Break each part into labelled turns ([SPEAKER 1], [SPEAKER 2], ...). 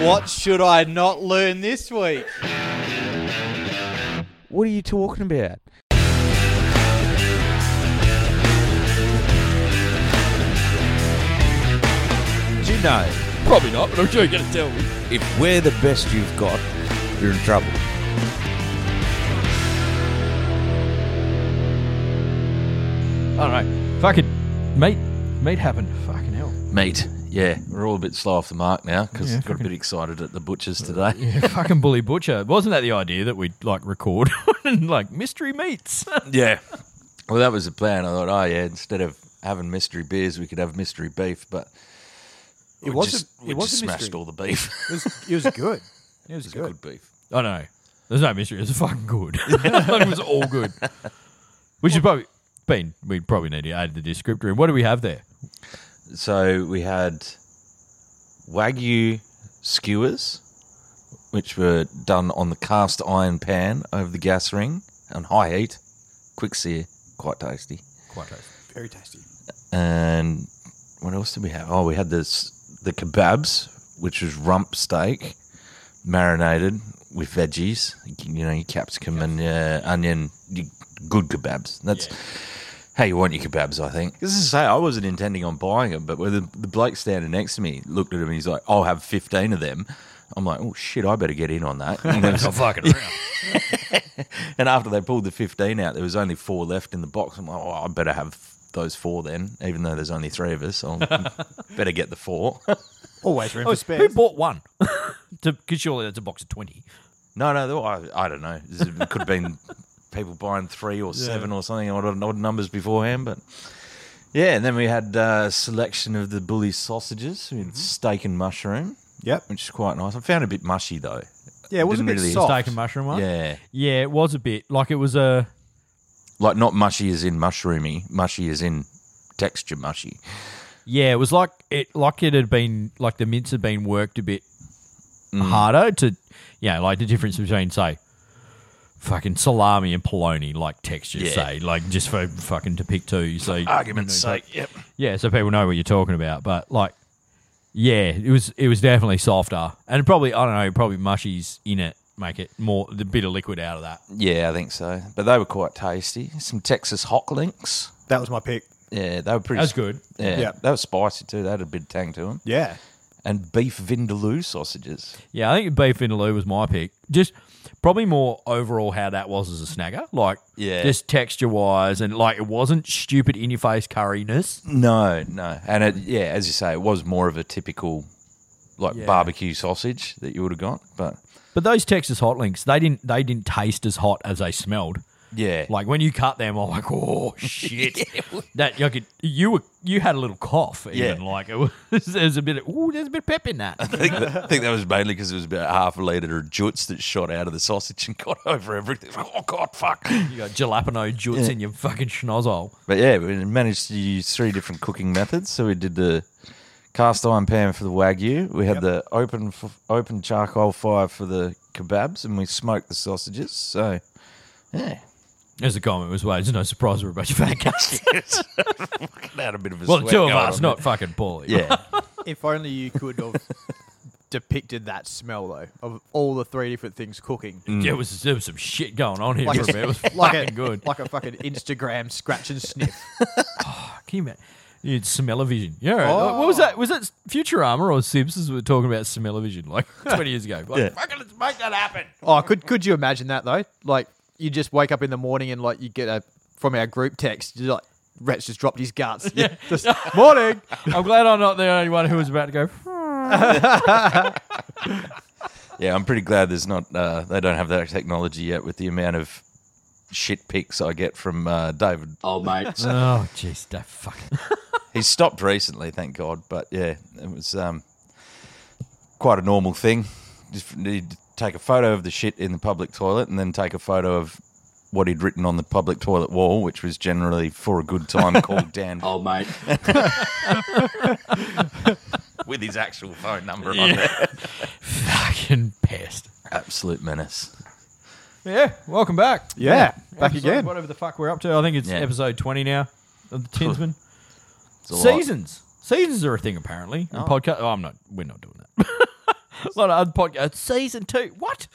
[SPEAKER 1] What should I not learn this week?
[SPEAKER 2] What are you talking about? Do you know
[SPEAKER 3] Probably not, but I'm sure you're going to tell me.
[SPEAKER 2] if we're the best you've got, you're in trouble?
[SPEAKER 3] All right. Fucking meat. Meat happened. Fucking hell.
[SPEAKER 4] Meat. Yeah, we're all a bit slow off the mark now because
[SPEAKER 3] Yeah,
[SPEAKER 4] got a bit excited at the butchers today.
[SPEAKER 3] Yeah, fucking bully butcher. Wasn't that the idea that we'd like record and like mystery meats?
[SPEAKER 4] Yeah. Well, that was the plan. I thought, oh yeah, instead of having mystery beers, we could have mystery beef, but we
[SPEAKER 1] It was
[SPEAKER 4] just,
[SPEAKER 1] a, it
[SPEAKER 4] we
[SPEAKER 1] was
[SPEAKER 4] just
[SPEAKER 1] a mystery.
[SPEAKER 4] smashed all the beef.
[SPEAKER 1] It was, it was good. It was
[SPEAKER 4] It's
[SPEAKER 1] good.
[SPEAKER 4] good beef.
[SPEAKER 3] I know. There's no mystery. It's fucking good. it was all good. We should probably been we probably need to add the descriptor in. What do we have there?
[SPEAKER 4] So we had wagyu skewers, which were done on the cast iron pan over the gas ring on high heat, quick sear, quite tasty.
[SPEAKER 3] Quite tasty.
[SPEAKER 1] Very tasty.
[SPEAKER 4] And what else did we have? Oh, we had this the kebabs, which was rump steak, marinated with veggies. You know, your capsicum and uh, onion. your Good kebabs. That's how you want your kebabs, I think. This is to say, I wasn't intending on buying them, but when the, the bloke standing next to me looked at him, he's like, "I'll have fifteen of them." I'm like, "Oh shit, I better get in on that." And there was-
[SPEAKER 3] Not fucking around.
[SPEAKER 4] and after they pulled the 15 out, there was only four left in the box. I'm like, oh, I better have those four then, even though there's only three of us. I'll better get the four.
[SPEAKER 1] Always room
[SPEAKER 3] Oh,
[SPEAKER 1] for
[SPEAKER 3] who
[SPEAKER 1] spares.
[SPEAKER 3] bought one? Because surely that's a box of twenty.
[SPEAKER 4] no, no, there were- I, I don't know. It could have been people buying three or seven or something, odd, odd numbers beforehand. But yeah, and then we had uh, selection of the bully sausages. We had steak and mushroom,
[SPEAKER 1] Mm-hmm. Yep.
[SPEAKER 4] which is quite nice. I found it a bit mushy though.
[SPEAKER 1] Yeah, it was a
[SPEAKER 4] Didn't
[SPEAKER 1] bit
[SPEAKER 4] really-
[SPEAKER 1] soft.
[SPEAKER 3] Steak and mushroom one.
[SPEAKER 4] Yeah.
[SPEAKER 3] yeah, it was a bit like it was a.
[SPEAKER 4] Like, not mushy as in mushroomy, mushy as in texture mushy.
[SPEAKER 3] Yeah, it was like it like it had been like the mints had been worked a bit harder to yeah, like the difference between say fucking salami and poloni like texture,
[SPEAKER 4] Yeah.
[SPEAKER 3] say, like just for fucking to pick two. So
[SPEAKER 4] Argument's sake, yep.
[SPEAKER 3] yeah, so people know what you're talking about. But like yeah, it was it was definitely softer. And probably I don't know, probably mushies in it make it more the bit of liquid out of that.
[SPEAKER 4] Yeah, I think so. But they were quite tasty. Some Texas hot links.
[SPEAKER 1] That was my pick.
[SPEAKER 4] Yeah, they were pretty.
[SPEAKER 3] That's good.
[SPEAKER 4] Yeah,
[SPEAKER 1] Yeah.
[SPEAKER 4] they were spicy too. They had a bit of tang to them.
[SPEAKER 1] Yeah.
[SPEAKER 4] And beef vindaloo sausages.
[SPEAKER 3] Yeah, I think beef vindaloo was my pick. Just probably more overall how that was as a snagger, like
[SPEAKER 4] Yeah.
[SPEAKER 3] just texture wise, and like it wasn't stupid in your face curryness.
[SPEAKER 4] No, no. And it, yeah, as you say, it was more of a typical like barbecue sausage that you would have got. But
[SPEAKER 3] But those Texas hot links, they didn't they didn't taste as hot as they smelled.
[SPEAKER 4] yeah,
[SPEAKER 3] Like when you cut them, I'm like, oh shit! that you could you were you had a little cough even
[SPEAKER 4] Yeah.
[SPEAKER 3] like it was there's a bit of ooh there's a bit of pep in
[SPEAKER 4] I
[SPEAKER 3] that.
[SPEAKER 4] think, that, I think that was mainly because it was about half a litre of jutz that shot out of the sausage and got over everything. Oh, God, fuck.
[SPEAKER 3] you got jalapeno juts in your fucking schnozzle.
[SPEAKER 4] But yeah, we managed to use three different cooking methods. So we did the cast iron pan for the wagyu. We had the open f- open charcoal fire for the kebabs, and we smoked the sausages. So yeah,
[SPEAKER 3] As the comment was well, it's no surprise we're a bunch of fat cats.
[SPEAKER 4] had a bit of a
[SPEAKER 3] well, the
[SPEAKER 4] sweat
[SPEAKER 3] two of
[SPEAKER 4] going
[SPEAKER 3] us,
[SPEAKER 4] on
[SPEAKER 3] not fucking Paulie.
[SPEAKER 4] there. yeah.
[SPEAKER 1] If only you could have depicted that smell, though, of all the three different things cooking.
[SPEAKER 3] There was there was some shit going on here
[SPEAKER 1] Mm. Like
[SPEAKER 3] for a bit. It was
[SPEAKER 1] like
[SPEAKER 3] fucking
[SPEAKER 1] a,
[SPEAKER 3] good.
[SPEAKER 1] Like a fucking Instagram scratch and sniff.
[SPEAKER 3] Can you imagine? You'd smell-o-vision. Yeah. like,
[SPEAKER 1] Oh.
[SPEAKER 3] What was that? Was that Futurama or Simpsons were talking about smell-o-vision like 20 years ago? Like, fucking let's make that happen.
[SPEAKER 1] Oh, could could you imagine that though? Like you just wake up in the morning and like you get a from our group text, you're like Rhett's just dropped his guts. Yeah. Just morning.
[SPEAKER 3] I'm glad I'm not the only one who was about to go.
[SPEAKER 4] Yeah, I'm pretty glad there's not uh, they don't have that technology yet with the amount of shit pics I get from uh, David.
[SPEAKER 5] Oh, mate.
[SPEAKER 3] Oh, jeez, that fucking.
[SPEAKER 4] He's stopped recently, thank God. But yeah, it was um, quite a normal thing. Just he'd take a photo of the shit in the public toilet, and then take a photo of what he'd written on the public toilet wall, which was generally for a good time called Dan
[SPEAKER 5] Oh, mate.
[SPEAKER 4] with his actual phone number on there.
[SPEAKER 3] Fucking pissed.
[SPEAKER 4] Absolute menace.
[SPEAKER 3] Yeah, welcome back.
[SPEAKER 1] Yeah, back
[SPEAKER 3] Episode-
[SPEAKER 1] again.
[SPEAKER 3] Whatever the fuck we're up to. I think it's
[SPEAKER 4] Yeah.
[SPEAKER 3] episode 20 now of the Tinsman.
[SPEAKER 4] It's a lot.
[SPEAKER 3] oh, Seasons. Seasons are a thing apparently. Podcast. Oh, I'm not. We're not doing that. a lot of unpopular. Season two. What?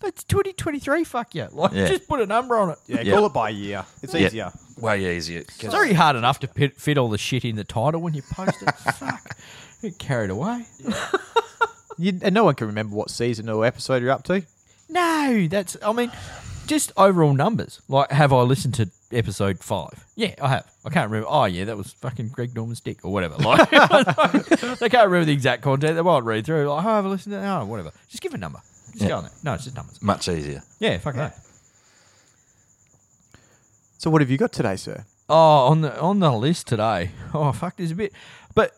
[SPEAKER 3] That's 2023. Fuck yeah. Like,
[SPEAKER 4] Yeah.
[SPEAKER 3] just put a number on it.
[SPEAKER 1] Yeah,
[SPEAKER 4] Yeah.
[SPEAKER 1] call it by year. It's
[SPEAKER 4] Yeah.
[SPEAKER 1] easier.
[SPEAKER 4] Way easier. 'Cause-
[SPEAKER 3] It's already hard enough to pit, fit all the shit in the title when you post it. Fuck. Get carried away.
[SPEAKER 1] You, and no one can remember what season or episode you're up to.
[SPEAKER 3] No, that's. I mean, just overall numbers. Like, have I listened to episode five? Yeah, I have. I can't remember. Oh, yeah, that was fucking Greg Norman's dick or whatever. Like, they can't remember the exact content. They won't read through. Like, oh, have I listened to? that? Oh, whatever. Just give a number. Just go on there. No, it's just numbers.
[SPEAKER 4] Much easier.
[SPEAKER 3] Yeah, fuck that.
[SPEAKER 1] So what have you got today, sir?
[SPEAKER 3] Oh, on the on the list today. Oh fuck, there's a bit. But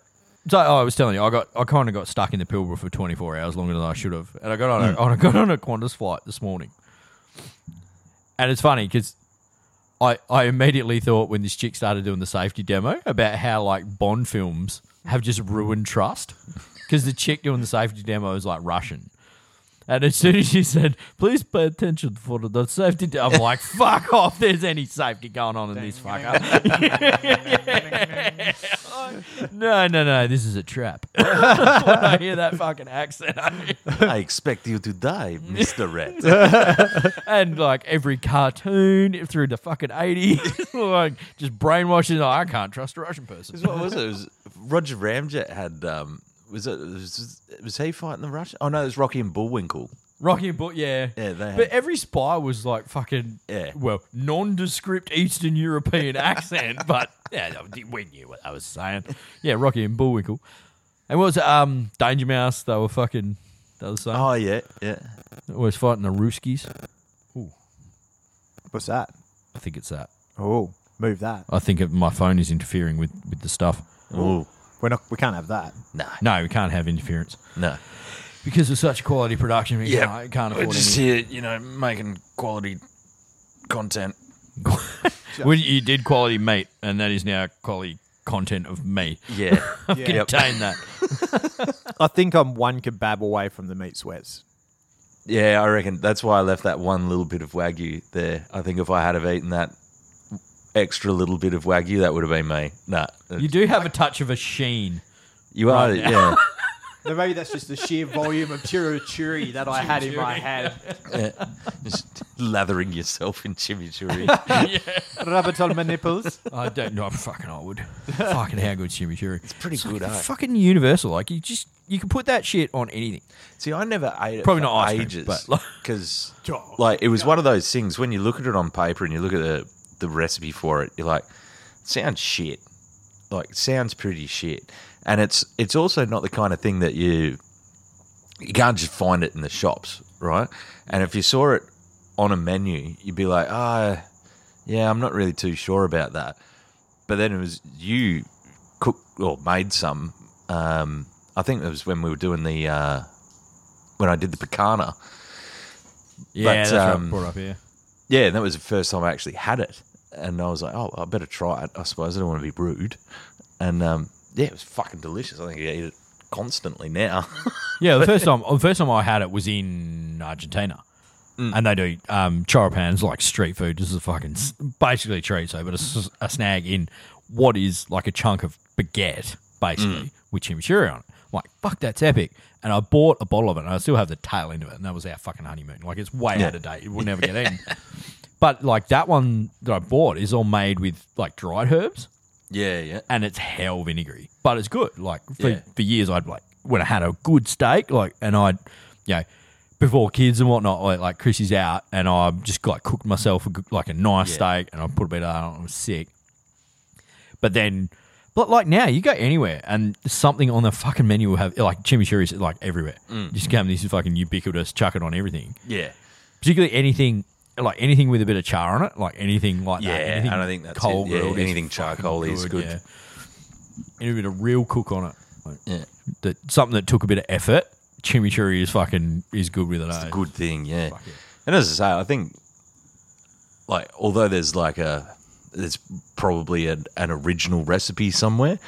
[SPEAKER 3] so oh, I was telling you, I got I kind of got stuck in the Pilbara for 24 hours longer than I should have, and I got on a, on a got on a Qantas flight this morning. And it's funny because I I immediately thought when this chick started doing the safety demo about how like Bond films have just ruined trust because the chick doing the safety demo is like Russian. And as soon as she said, please pay attention for the safety, de-" I'm like, fuck off, there's any safety going on in this fucker. No, no, no. This is a trap. when I hear that fucking accent, I-
[SPEAKER 4] I expect you to die, Mister Rat.
[SPEAKER 3] and like every cartoon through the fucking eighties, like just brainwashing. Oh, I can't trust a Russian person.
[SPEAKER 4] what was it? it was Roger Ramjet had um, was it was, was he fighting the Russian? Oh no, it was Rocky and Bullwinkle.
[SPEAKER 3] Rocky and Bull, yeah,
[SPEAKER 4] Yeah, they had-
[SPEAKER 3] But every spy was like fucking,
[SPEAKER 4] Yeah.
[SPEAKER 3] Well, nondescript Eastern European accent, but yeah, we knew what I was saying. Yeah, Rocky and Bullwinkle, and what was it? Um, Danger Mouse. They were fucking. They were saying,
[SPEAKER 4] Oh yeah, yeah.
[SPEAKER 3] always fighting the Ruskies.
[SPEAKER 1] What's that?
[SPEAKER 3] I think it's that.
[SPEAKER 1] Oh, move that.
[SPEAKER 3] I think it, my phone is interfering with, with the stuff.
[SPEAKER 4] Oh
[SPEAKER 1] We're not. We can't have that.
[SPEAKER 4] no,
[SPEAKER 3] No, we can't have interference
[SPEAKER 4] no.
[SPEAKER 3] because of such quality production. We
[SPEAKER 4] Yeah,
[SPEAKER 3] can't, can't
[SPEAKER 4] We're
[SPEAKER 3] afford
[SPEAKER 4] just
[SPEAKER 3] any.
[SPEAKER 4] here, you know, making quality content.
[SPEAKER 3] Well, you did quality meat, and that is now quality content of meat.
[SPEAKER 4] Yeah, Yep.
[SPEAKER 3] Contain that.
[SPEAKER 1] I think I'm one kebab away from the meat sweats.
[SPEAKER 4] yeah. I reckon that's why I left that one little bit of wagyu there. I think if I had have eaten that extra little bit of wagyu, that would have been me. Nah,
[SPEAKER 3] You
[SPEAKER 4] you,
[SPEAKER 3] do have a touch of a sheen.
[SPEAKER 4] are.
[SPEAKER 3] Right.
[SPEAKER 4] yeah,
[SPEAKER 1] No, maybe that's just the sheer volume of chimichurri that I had in my head.
[SPEAKER 4] just lathering yourself in chimichurri.
[SPEAKER 1] Rabbit on my nipples.
[SPEAKER 3] I don't know. Fucking, I would. fucking, how good chimichurri? It's
[SPEAKER 4] pretty good, eh?
[SPEAKER 3] Fucking universal. Like you just you can put that shit on anything.
[SPEAKER 4] See, I never ate it
[SPEAKER 3] Probably
[SPEAKER 4] for
[SPEAKER 3] not ice cream,
[SPEAKER 4] ages
[SPEAKER 3] but, like-
[SPEAKER 4] because like, it was one of those things when you look at it on paper and you look at the the recipe for it, you're like, sounds shit. Like sounds pretty shit, and it's it's also not the kind of thing that you you can't just find it in the shops, right? And if you saw it on a menu, you'd be like, ah, yeah, I'm not really too sure about that. But then it was you cooked or made some. Um, I think it was when we were doing the uh, when I did the picana.
[SPEAKER 3] Yeah,
[SPEAKER 4] But,
[SPEAKER 3] that's what I
[SPEAKER 4] um,
[SPEAKER 3] brought up here.
[SPEAKER 4] Yeah, and that was the first time I actually had it, and I was like, oh, I better try it. I suppose I don't want to be rude, and um, yeah, it was fucking delicious. I think I eat it constantly now.
[SPEAKER 3] Yeah, the first time the first time I had it was in Argentina. And they do um, choripans like street food. This is a fucking s- basically chorizo, but a, s- a snag in what is like a chunk of baguette, basically, with chimichurri on it. I'm like, fuck, that's epic. And I bought a bottle of it, and I still have the tail end of it, and that was our fucking honeymoon. Like, it's way out of date. It will never get eaten. but, like, that one that I bought is all made with, like, dried herbs
[SPEAKER 4] yeah, yeah,
[SPEAKER 3] and it's hell vinegary, but it's good. Like for,
[SPEAKER 4] Yeah.
[SPEAKER 3] for years, I'd like when I had a good steak, like and I'd you know before kids and whatnot, like, like Chrissy's out, and I just like cooked myself a, good- like a nice steak, and I put a bit of that on. it, I was sick, but then. But like now, you go anywhere and something on the fucking menu will have like chimichurri is like everywhere. Just come this is fucking ubiquitous, chuck it on everything.
[SPEAKER 4] yeah.
[SPEAKER 3] Particularly anything like anything with a bit of char on it, like anything like
[SPEAKER 4] Yeah,
[SPEAKER 3] that. anything
[SPEAKER 4] and I think that's
[SPEAKER 3] cold
[SPEAKER 4] it. Yeah,
[SPEAKER 3] grilled is
[SPEAKER 4] anything
[SPEAKER 3] fucking
[SPEAKER 4] charcoal is good.
[SPEAKER 3] Yeah. And a bit of real cook on it. Like,
[SPEAKER 4] Yeah.
[SPEAKER 3] That something that took a bit of effort. Chimichurri is fucking is good with it. eh?
[SPEAKER 4] good thing, yeah. And as I say, I think like although there's like a there's probably an, an original recipe somewhere,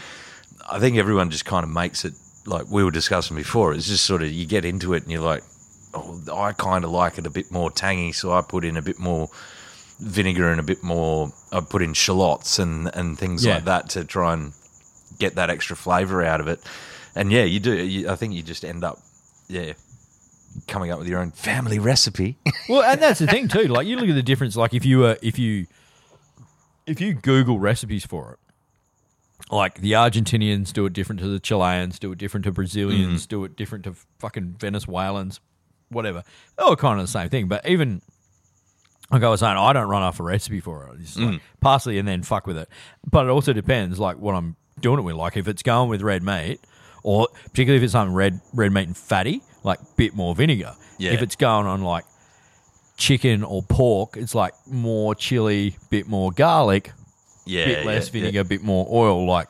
[SPEAKER 4] I think everyone just kind of makes it like we were discussing before. It's just sort of you get into it and you're like, oh, I kind of like it a bit more tangy, so I put in a bit more vinegar and a bit more. I put in shallots and and things
[SPEAKER 3] Yeah.
[SPEAKER 4] like that to try and get that extra flavor out of it. And yeah, you do. You, I think you just end up yeah, coming up with your own family recipe.
[SPEAKER 3] Well, and that's the thing too. Like you look at the difference. Like if you were if you if you Google recipes for it, like the Argentinians do it different to the Chileans, do it different to Brazilians, do it different to fucking Venezuelans, whatever. They're all kind of the same thing. But even like I was saying, I don't run off a recipe for it. It's like parsley and then fuck with it. But it also depends like what I'm doing it with. Like if it's going with red meat, or particularly if it's something red red meat and fatty, like bit more vinegar.
[SPEAKER 4] Yeah.
[SPEAKER 3] If it's going on like chicken or pork, it's like more chili, bit more garlic,
[SPEAKER 4] yeah,
[SPEAKER 3] bit less
[SPEAKER 4] yeah,
[SPEAKER 3] vinegar, bit more oil. Like,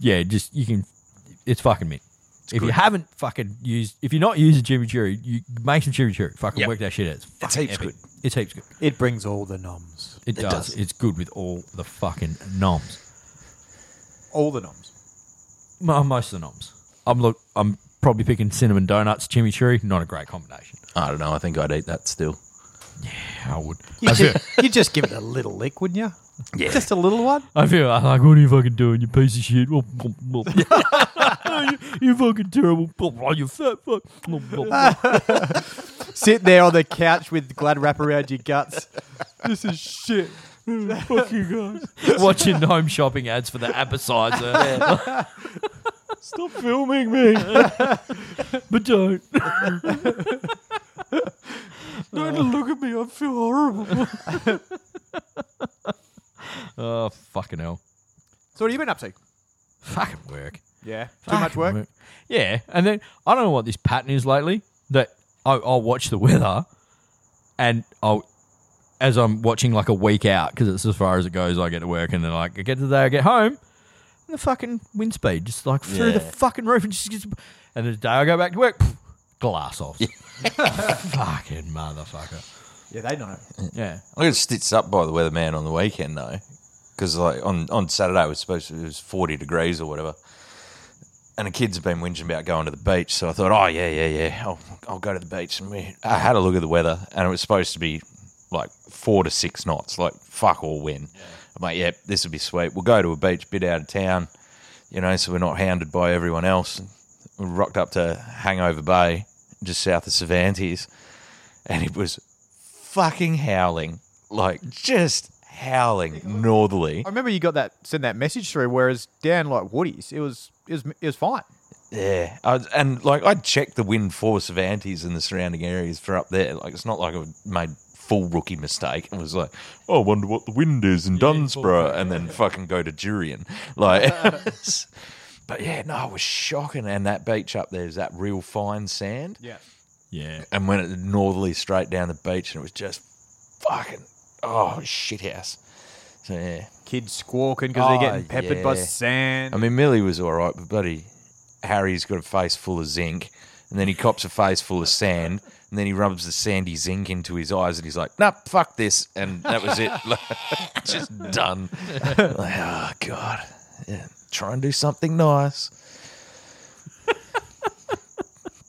[SPEAKER 3] yeah, just you can. It's fucking mint. if you
[SPEAKER 4] good.
[SPEAKER 3] haven't fucking used, if you're not using chimichurri, you make some chimichurri. Fucking
[SPEAKER 4] Yep.
[SPEAKER 3] work that shit out. It's, fucking
[SPEAKER 4] heaps
[SPEAKER 3] epic.
[SPEAKER 4] good.
[SPEAKER 3] It's heaps good.
[SPEAKER 1] It brings all the noms.
[SPEAKER 3] It, does.
[SPEAKER 4] does.
[SPEAKER 3] It's good with all the fucking noms.
[SPEAKER 1] All the noms.
[SPEAKER 3] Mo- Most of the noms. I'm look. I'm probably picking cinnamon donuts, chimichurri. Not a great combination.
[SPEAKER 4] yeah. I don't know. I think I'd eat that still.
[SPEAKER 3] I would.
[SPEAKER 1] You just, you just give it a little lick, wouldn't you?
[SPEAKER 4] Yeah.
[SPEAKER 1] Just a little one.
[SPEAKER 3] I feel I'm like, what are you fucking doing, you piece of shit? you, you fucking terrible. You fat fuck.
[SPEAKER 1] Sit there on the couch with glad wrap around your guts.
[SPEAKER 3] this is shit. fuck you guys. Watching home shopping ads for the appetizer.
[SPEAKER 1] Stop filming me.
[SPEAKER 3] but don't.
[SPEAKER 1] Don't look at me. I feel horrible.
[SPEAKER 3] Oh, fucking hell.
[SPEAKER 1] So what have you been up to?
[SPEAKER 3] Fucking work.
[SPEAKER 1] Yeah.
[SPEAKER 4] Ah.
[SPEAKER 1] Too much
[SPEAKER 3] Fucking
[SPEAKER 1] work?
[SPEAKER 3] Yeah. And then I don't know what this pattern is lately that I, I'll watch the weather and I'll. As I'm watching like a week out, because it's as far as it goes, I get to work and then like I get to the day I get home, and the fucking wind speed just like through the
[SPEAKER 4] Yeah.
[SPEAKER 3] fucking roof and just gets. And the day I go back to work, glass off. fucking motherfucker.
[SPEAKER 1] Yeah, they know.
[SPEAKER 3] Yeah.
[SPEAKER 4] I got stitched up by the weatherman on the weekend though, because like on, on Saturday it was supposed to, it was forty degrees or whatever, and the kids have been whinging about going to the beach. So I thought, oh yeah, yeah, yeah, I'll, I'll go to the beach. And we, I had a look at the weather, and it was supposed to be like four to six knots, like fuck all wind. I'm like, yep, this would be sweet. We'll go to a beach, bit out of town, you know, so we're not hounded by everyone else. We rocked up to Hangover Bay, just south of Cervantes, and it was fucking howling, like just howling northerly.
[SPEAKER 1] I remember you got that sent that message through, whereas down like Woody's, it was it was it was fine.
[SPEAKER 4] Yeah, I was, and like I checked the wind force of antes in the surrounding areas for up there. Like it's not like I made full rookie mistake and was like, oh, I wonder what the wind is in Dunsborough, and then fucking go to Durian. Like, but yeah, no, it was shocking. And that beach up there is that real fine sand.
[SPEAKER 1] Yeah.
[SPEAKER 3] Yeah.
[SPEAKER 4] and went northerly straight down the beach, and it was just fucking oh shit house. So yeah,
[SPEAKER 1] Kids squawking because
[SPEAKER 4] Oh,
[SPEAKER 1] they're getting peppered by
[SPEAKER 4] yeah.
[SPEAKER 1] sand.
[SPEAKER 4] I mean Millie was all right, but bloody Harry's got a face full of zinc, and then he cops a face full of sand, and then he rubs the sandy zinc into his eyes, and he's like, "Nah, fuck this," and that was it. Like, just done. like, oh god, yeah. try and do something nice.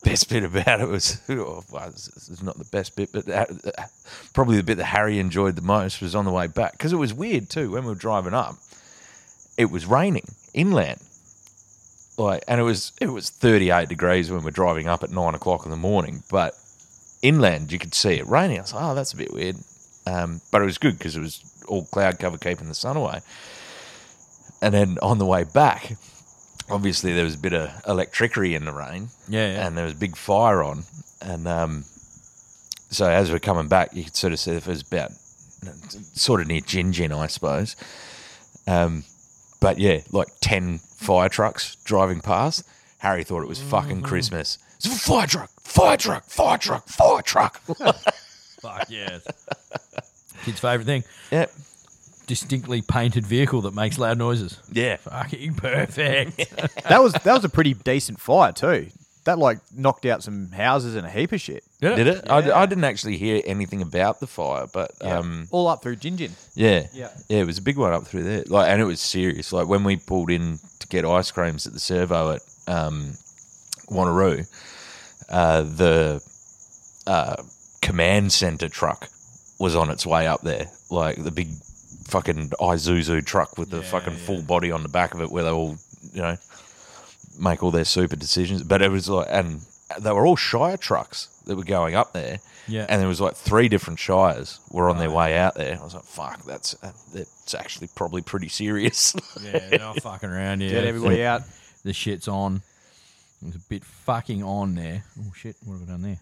[SPEAKER 4] best bit about it was, oh, well, it's it's not the best bit, but that, that- probably the bit that Harry enjoyed the most was on the way back because it was weird too when we were driving up. It was raining inland, like, and it was it was thirty eight degrees when we we're driving up at nine o'clock in the morning, but inland you could see it raining. I was like, oh, that's a bit weird, um, but it was good because it was all cloud cover keeping the sun away. And then on the way back, obviously there was a bit of electricity in the rain,
[SPEAKER 3] Yeah, yeah.
[SPEAKER 4] and there was a big fire on, and um, so as we're coming back, you could sort of see if it was about sort of near Gin Gin, I suppose. Um, but yeah, like ten fire trucks driving past. Harry thought it was fucking Christmas. It's a fire truck, fire truck, fire truck, fire truck.
[SPEAKER 3] Fuck yes. Kid's favourite thing.
[SPEAKER 4] yep.
[SPEAKER 3] Distinctly painted vehicle that makes loud noises.
[SPEAKER 4] Yeah.
[SPEAKER 3] Fucking perfect.
[SPEAKER 1] that was that was a pretty decent fire too. That like knocked out some houses and a heap of shit.
[SPEAKER 3] Yeah.
[SPEAKER 4] Did it? I, I didn't actually hear anything about the fire, but um,
[SPEAKER 1] All up through Gingin.
[SPEAKER 4] Yeah.
[SPEAKER 1] Yeah.
[SPEAKER 4] Yeah, it was a big one up through there. Like and it was serious. Like when we pulled in to get ice creams at the servo at um Wanneroo, uh the uh command center truck was on its way up there. Like the big fucking Isuzu truck with the fucking full body on the back of it where they all, you know, make all their super decisions. But it was like and they were all Shire trucks that were going up there.
[SPEAKER 3] Yeah.
[SPEAKER 4] And there was like three different Shires were on their way out there. I was like, fuck, that's uh, that's actually probably pretty serious.
[SPEAKER 3] Yeah, they're all fucking around here.
[SPEAKER 1] Get everybody out.
[SPEAKER 3] The shit's on. It was a bit fucking on there. Oh shit, what have I done there?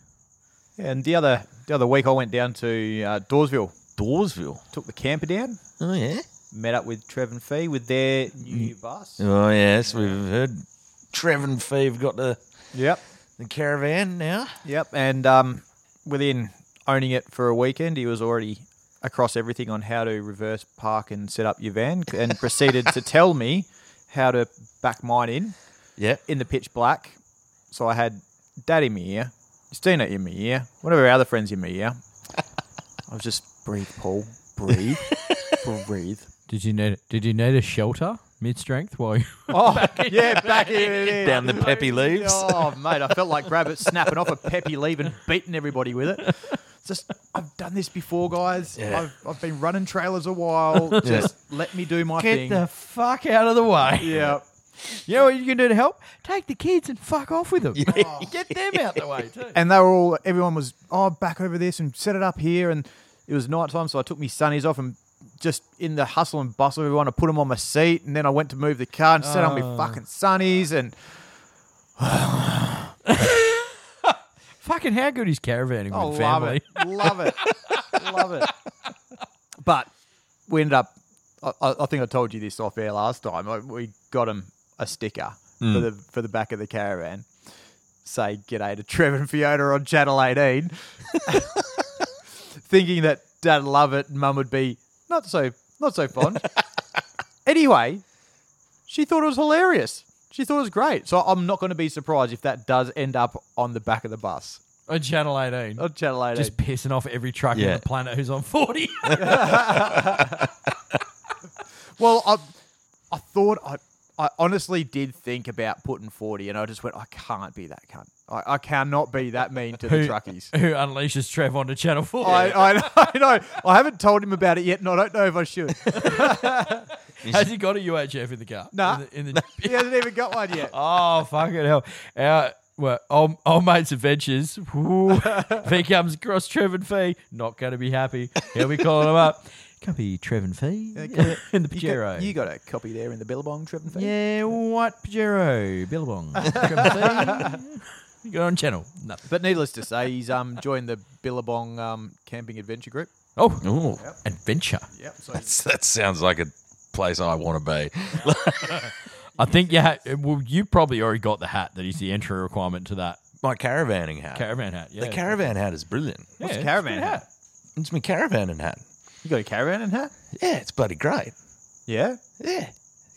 [SPEAKER 1] And the other the other week, I went down to uh, Dawesville,
[SPEAKER 4] Dawesville.
[SPEAKER 1] took the camper down,
[SPEAKER 4] Oh yeah.
[SPEAKER 1] met up with Trev and Fee with their new bus.
[SPEAKER 4] Oh yes, we've heard Trev and Feve got the,
[SPEAKER 1] Yep,
[SPEAKER 4] the caravan now.
[SPEAKER 1] yep. And um, within owning it for a weekend, he was already across everything on how to reverse park and set up your van, and proceeded to tell me how to back mine in.
[SPEAKER 4] Yeah.
[SPEAKER 1] in the pitch black. So I had Dad in my ear, Christina in my ear, one of our other friends in my ear. I was just breathe, Paul, breathe, breathe.
[SPEAKER 3] Did you need did you need a shelter mid strength while you
[SPEAKER 1] Oh, yeah, back in it is.
[SPEAKER 4] Down the peppy leaves.
[SPEAKER 1] Oh, mate, I felt like Rabbit snapping off a peppy leaf and beating everybody with it. It's Just, I've done this before, guys. I've, I've been running trailers a while. Just let me do my thing.
[SPEAKER 3] fuck out of the way?
[SPEAKER 1] yeah.
[SPEAKER 3] You know what you can do to help? Take the kids and fuck off with them. Get them out the way too.
[SPEAKER 1] and they were all everyone was oh back over this and set it up here and it was night time so i took my sunnies off and just in the hustle and bustle of everyone i put them on my seat and then i went to move the car and set on my fucking sunnies and
[SPEAKER 3] Fucking how good is caravanning
[SPEAKER 1] oh
[SPEAKER 3] with
[SPEAKER 1] love
[SPEAKER 3] family?
[SPEAKER 1] it love it love it but we ended up I, I I think i told you this off air last time I- we got him a sticker
[SPEAKER 3] Mm.
[SPEAKER 1] for the for the back of the caravan say g'day to Trevor and Fiona on Channel 18, thinking that Dad'd love it and Mum would be not so not so fond. anyway, she thought it was hilarious. She thought it was great. So I'm not going to be surprised if that does end up on the back of the bus
[SPEAKER 3] On Channel 18.
[SPEAKER 1] on Channel 18.
[SPEAKER 3] Just pissing off every truck
[SPEAKER 4] Yeah.
[SPEAKER 3] on the planet who's on 40.
[SPEAKER 1] well, I, I thought I. I honestly did think about putting 40 and I just went, I can't be that cunt. I, I cannot be that mean to the
[SPEAKER 3] Who-
[SPEAKER 1] truckies.
[SPEAKER 3] Who unleashes Trev onto Channel 4.
[SPEAKER 1] I, I, I know. I haven't told him about it yet, and I don't know if I should.
[SPEAKER 3] Has he got a UHF in the car?
[SPEAKER 1] Nah.
[SPEAKER 3] In the, in the,
[SPEAKER 1] He hasn't even got one yet.
[SPEAKER 3] oh, fucking hell. Our, well, old, old mate's adventures. Woo. if he comes across Trev and Fee, not going to be happy. He'll be calling him up. Copy Trev and Fee
[SPEAKER 1] Okay.
[SPEAKER 3] in the
[SPEAKER 1] You got,
[SPEAKER 3] Pajero.
[SPEAKER 1] you got a copy there in the Billabong Trip and Feed?
[SPEAKER 3] yeah, what Pajero? Billabong. Trev and Fee. You got on channel. Nothing.
[SPEAKER 1] But needless to say, he's um joined the Billabong um, camping adventure group.
[SPEAKER 3] Oh,
[SPEAKER 4] Ooh.
[SPEAKER 3] adventure.
[SPEAKER 1] Yep. So
[SPEAKER 4] That's, that sounds like a place I want to be.
[SPEAKER 3] I think you ha- well, you probably already got the hat that is the entry requirement to that
[SPEAKER 4] My caravanning hat.
[SPEAKER 3] caravan hat. Yeah,
[SPEAKER 4] the caravan hat is brilliant.
[SPEAKER 3] Yeah,
[SPEAKER 1] a
[SPEAKER 3] it's
[SPEAKER 1] caravan
[SPEAKER 3] a good
[SPEAKER 1] hat?
[SPEAKER 4] It's my caravanning hat.
[SPEAKER 1] you got a caravan and hat?
[SPEAKER 4] Yeah, it's bloody great.
[SPEAKER 1] Yeah.
[SPEAKER 4] Yeah.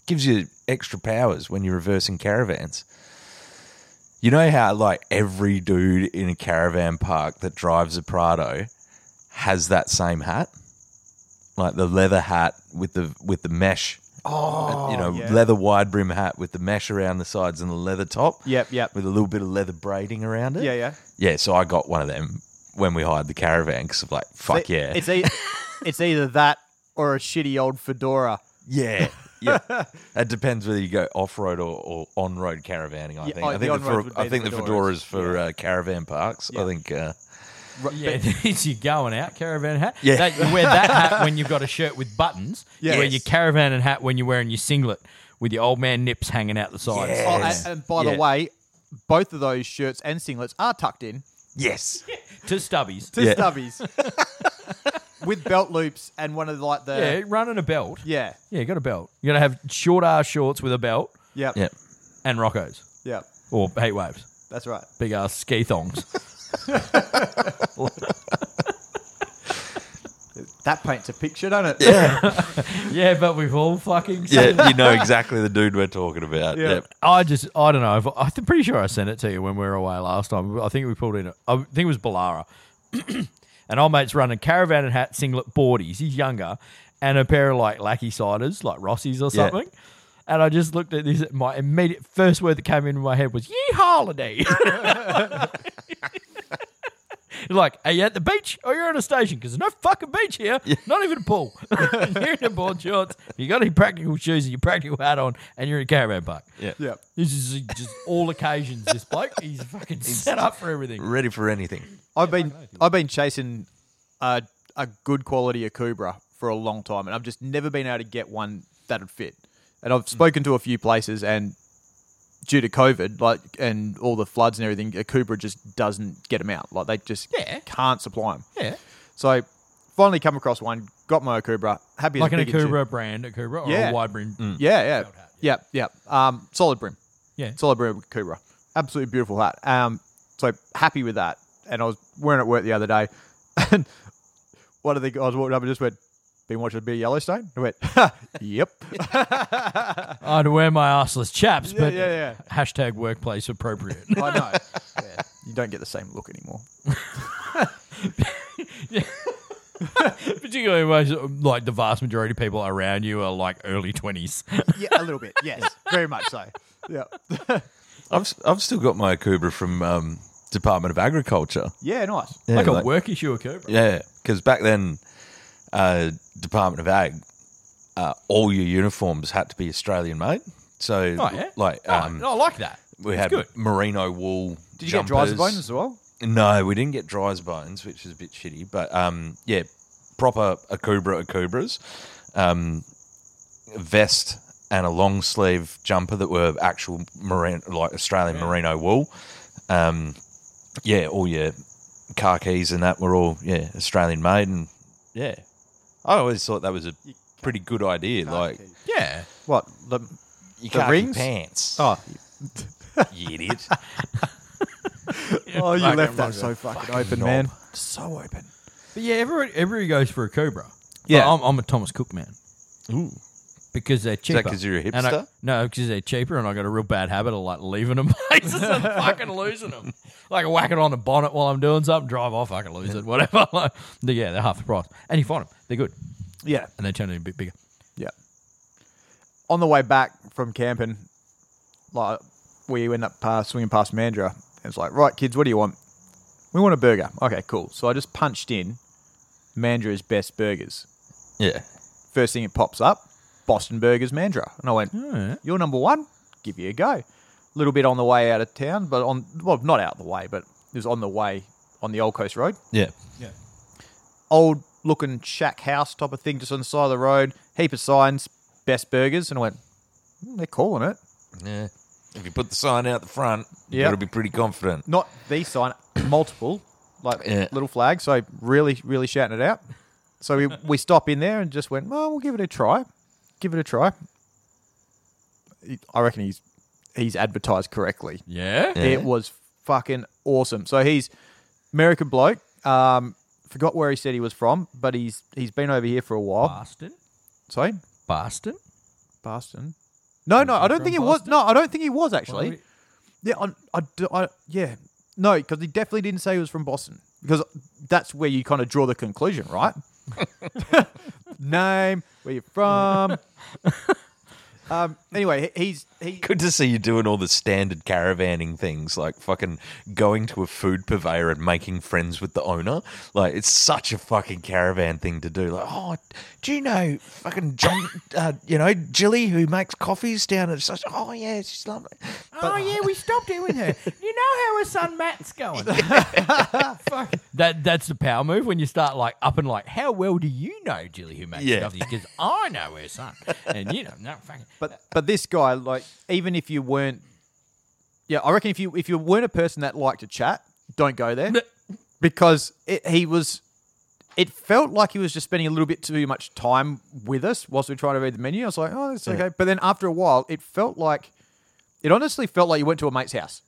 [SPEAKER 4] Gives you extra powers when you're reversing caravans. You know how, like, every dude in a caravan park that drives a Prado has that same hat? Like the leather hat with the with the mesh. Oh, you know,
[SPEAKER 1] yeah.
[SPEAKER 4] leather wide brim hat with the mesh around the sides and the leather top.
[SPEAKER 1] Yep. Yep.
[SPEAKER 4] With a little bit of leather braiding around it.
[SPEAKER 1] Yeah. Yeah.
[SPEAKER 4] Yeah, so I got one of them when we hired the caravan because I'm like, fuck
[SPEAKER 1] It-
[SPEAKER 4] yeah.
[SPEAKER 1] It's e- it's either that or a shitty old fedora.
[SPEAKER 4] Yeah. Yeah. that depends whether you go off road or, or on road caravanning, I
[SPEAKER 1] Yeah,
[SPEAKER 4] think.
[SPEAKER 1] oh,
[SPEAKER 4] I
[SPEAKER 1] the
[SPEAKER 4] think the,
[SPEAKER 1] on-road would
[SPEAKER 4] for,
[SPEAKER 1] be
[SPEAKER 4] I think
[SPEAKER 1] the
[SPEAKER 4] the
[SPEAKER 1] fedoras.
[SPEAKER 4] fedoras for uh, caravan parks. I think uh,
[SPEAKER 1] R-
[SPEAKER 3] Yeah, it's your going out caravan hat.
[SPEAKER 4] Yeah.
[SPEAKER 3] That- you wear that hat when you've got a shirt with buttons.
[SPEAKER 1] Yes.
[SPEAKER 3] You wear your caravan and hat when you're wearing your singlet with your old man nips hanging out the sides.
[SPEAKER 1] but- oh, and, and by
[SPEAKER 4] Yeah.
[SPEAKER 1] the way, both of those shirts and singlets are tucked in
[SPEAKER 4] yes.
[SPEAKER 3] Oh, To stubbies.
[SPEAKER 1] to
[SPEAKER 4] Yeah.
[SPEAKER 1] stubbies with belt loops and one of the, like
[SPEAKER 3] yeah,
[SPEAKER 1] the
[SPEAKER 3] running a belt. Yeah,
[SPEAKER 1] yeah
[SPEAKER 3] you got a belt. You got to have short ass shorts with a belt
[SPEAKER 1] yeah
[SPEAKER 4] Yeah.
[SPEAKER 3] and rockos
[SPEAKER 1] Yep,
[SPEAKER 3] or heat waves,
[SPEAKER 1] that's right.
[SPEAKER 3] big ass ski thongs.
[SPEAKER 1] That paints a picture, don't it?
[SPEAKER 3] yeah, but we've all fucking.
[SPEAKER 4] Yeah, you know exactly the dude we're talking about.
[SPEAKER 1] Yeah.
[SPEAKER 4] Yep.
[SPEAKER 3] I just, I don't know. If, I'm pretty sure I sent it to you when we were away last time. I think we pulled in, I think it was Ballara. and our mate's running caravan and hat, singlet, boardies. He's younger. And a pair of like lackey ciders, like Rossies or
[SPEAKER 4] Yeah.
[SPEAKER 3] something. And I just looked at this. My immediate first word that came into my head was "Yee holiday." You're like, are you at the beach or you're on a station? Because there's no fucking beach here. Not even a pool. you're in the board shorts. You got any practical shoes and your practical hat on, and you're in a caravan park.
[SPEAKER 4] Yeah.
[SPEAKER 1] Yeah.
[SPEAKER 3] This is just all occasions. This bloke, he's fucking set up for everything.
[SPEAKER 4] Ready for anything.
[SPEAKER 1] I've been I've been chasing a, a good quality Akubra for a long time, and I've just never been able to get one that would fit. And
[SPEAKER 3] Mm.
[SPEAKER 1] I've spoken to a few places, and due to COVID, like and all the floods and everything, Akubra just doesn't get them out. Like they just
[SPEAKER 3] Yeah.
[SPEAKER 1] can't supply them.
[SPEAKER 3] Yeah,
[SPEAKER 1] So I finally come across one, got my Akubra, happy as
[SPEAKER 3] like
[SPEAKER 1] a
[SPEAKER 3] an
[SPEAKER 1] pig and shit.
[SPEAKER 3] Akubra brand, Akubra or
[SPEAKER 1] Yeah.
[SPEAKER 3] a wide brim.
[SPEAKER 1] Yeah, yeah, yeah, yeah. Um, solid brim.
[SPEAKER 3] Yeah.
[SPEAKER 1] Solid brim Kubra. Absolutely beautiful hat. Um, so happy with that. And I was wearing it at work the other day, and one of the guys walked up and just went, "Been watching a bit of Yellowstone?" I went, ha, "Yep."
[SPEAKER 3] I'd wear my arseless chaps, but
[SPEAKER 1] yeah,
[SPEAKER 3] hashtag workplace appropriate.
[SPEAKER 1] I know. Yeah. You don't get the same look anymore.
[SPEAKER 3] Particularly when like the vast majority of people around you are like early twenties.
[SPEAKER 1] Yeah, a little bit. Yes, very much so. Yeah,
[SPEAKER 4] I've I've still got my Cobra from um, Department of Agriculture.
[SPEAKER 1] yeah, nice.
[SPEAKER 4] Yeah,
[SPEAKER 3] like a work issue of Cobra.
[SPEAKER 4] Yeah, because back then, uh, Department of Ag, uh, all your uniforms had to be Australian made. So,
[SPEAKER 3] Oh yeah,
[SPEAKER 4] like,
[SPEAKER 3] Oh,
[SPEAKER 4] um,
[SPEAKER 3] I like that.
[SPEAKER 4] we
[SPEAKER 3] It's
[SPEAKER 4] had
[SPEAKER 3] good.
[SPEAKER 4] merino wool.
[SPEAKER 1] Did you get dries
[SPEAKER 4] jumpers.
[SPEAKER 1] and bones as well?
[SPEAKER 4] No, we didn't get dries bones, which is a bit shitty. But um, yeah, proper a cobra, a cobras, um, vest and a long sleeve jumper that were actual merino, like Australian merino wool. Um, yeah, all your car keys and that were all yeah Australian made, and yeah, I always thought that was a pretty good idea. like
[SPEAKER 1] keys.
[SPEAKER 3] Yeah,
[SPEAKER 1] What the,
[SPEAKER 4] your
[SPEAKER 1] the
[SPEAKER 4] khaki
[SPEAKER 1] rings?
[SPEAKER 4] pants,
[SPEAKER 1] Oh,
[SPEAKER 4] you idiot.
[SPEAKER 1] oh, you
[SPEAKER 3] Fucking
[SPEAKER 1] left that
[SPEAKER 3] wrong.
[SPEAKER 1] so fucking, open, man.
[SPEAKER 4] so open.
[SPEAKER 3] but yeah, everybody, everybody goes for a Cobra.
[SPEAKER 1] Yeah.
[SPEAKER 3] But I'm, I'm a Thomas Cook man
[SPEAKER 4] Ooh.
[SPEAKER 3] because they're cheaper.
[SPEAKER 4] 'cause you're a
[SPEAKER 3] And I-
[SPEAKER 4] hipster?
[SPEAKER 3] no, because they're cheaper, and I got a real bad habit of like leaving them places and fucking losing them. Like I whack it on the bonnet while I'm doing something, drive off, I can lose it, whatever. Like, yeah, they're half the price, and you find them, they're good,
[SPEAKER 1] Yeah,
[SPEAKER 3] and they turn into a bit bigger.
[SPEAKER 1] Yeah. On the way back from camping, like we end up uh, swinging past Mandra. And it's like, right, kids, what do you want? We want a burger. Okay, cool. So I just punched in Mandra's best burgers.
[SPEAKER 4] Yeah.
[SPEAKER 1] First thing it pops up, Boston Burgers Mandra. And I went, you're number one. Give you a go. A little bit on the way out of town, but on, well, not out the way, but it was on the way on the Old Coast Road
[SPEAKER 4] Yeah.
[SPEAKER 1] old looking shack house type of thing just on the side of the road, heap of signs, best burgers, and I went, "Hmm, they're calling it.
[SPEAKER 4] Yeah. If you put the sign out the front, you
[SPEAKER 1] Yep.
[SPEAKER 4] got to be pretty confident.
[SPEAKER 1] Not the sign, multiple, like
[SPEAKER 4] Yeah.
[SPEAKER 1] little flag. So really, really shouting it out. So we, we stop in there and just went, well, we'll give it a try. Give it a try. He- I reckon he's he's advertised correctly.
[SPEAKER 3] Yeah,
[SPEAKER 1] It was fucking awesome. So he's American bloke. Um, forgot where he said he was from, but he's he's been over here for a while.
[SPEAKER 3] Boston,
[SPEAKER 1] Sorry,
[SPEAKER 3] Boston.
[SPEAKER 1] Boston. No, no, I don't
[SPEAKER 3] from
[SPEAKER 1] think it was. No, I don't think he was actually.
[SPEAKER 3] we-
[SPEAKER 1] yeah, I, I, d- I- yeah, no, because he definitely didn't say he was from Boston. Because that's where you kind of draw the conclusion, right? Name, where you're from. um. Anyway, he- he's he.
[SPEAKER 4] Good to see you doing all the standard caravanning things, like fucking going to a food purveyor and making friends with the owner. Like it's such a fucking caravan thing to do. Like, oh, do you know fucking John? Uh, you know Jilly who makes coffees down at such. Oh yeah, she's lovely. But,
[SPEAKER 3] oh yeah, we stopped it with her. You know how her son Matt's going. Fuck. That that's the power move when you start like up and like, how well do you know Jilly who makes
[SPEAKER 4] Yeah.
[SPEAKER 3] stuff? Because I know her son, and you know, no fucking.
[SPEAKER 1] But but this guy, like, even if you weren't, yeah, I reckon if you if you weren't a person that liked to chat, don't go there because it, he was. It felt like he was just spending a little bit too much time with us whilst we were trying to read the menu. I was like, oh, that's okay. But then after a while, it felt like, it honestly felt like you went to a mate's house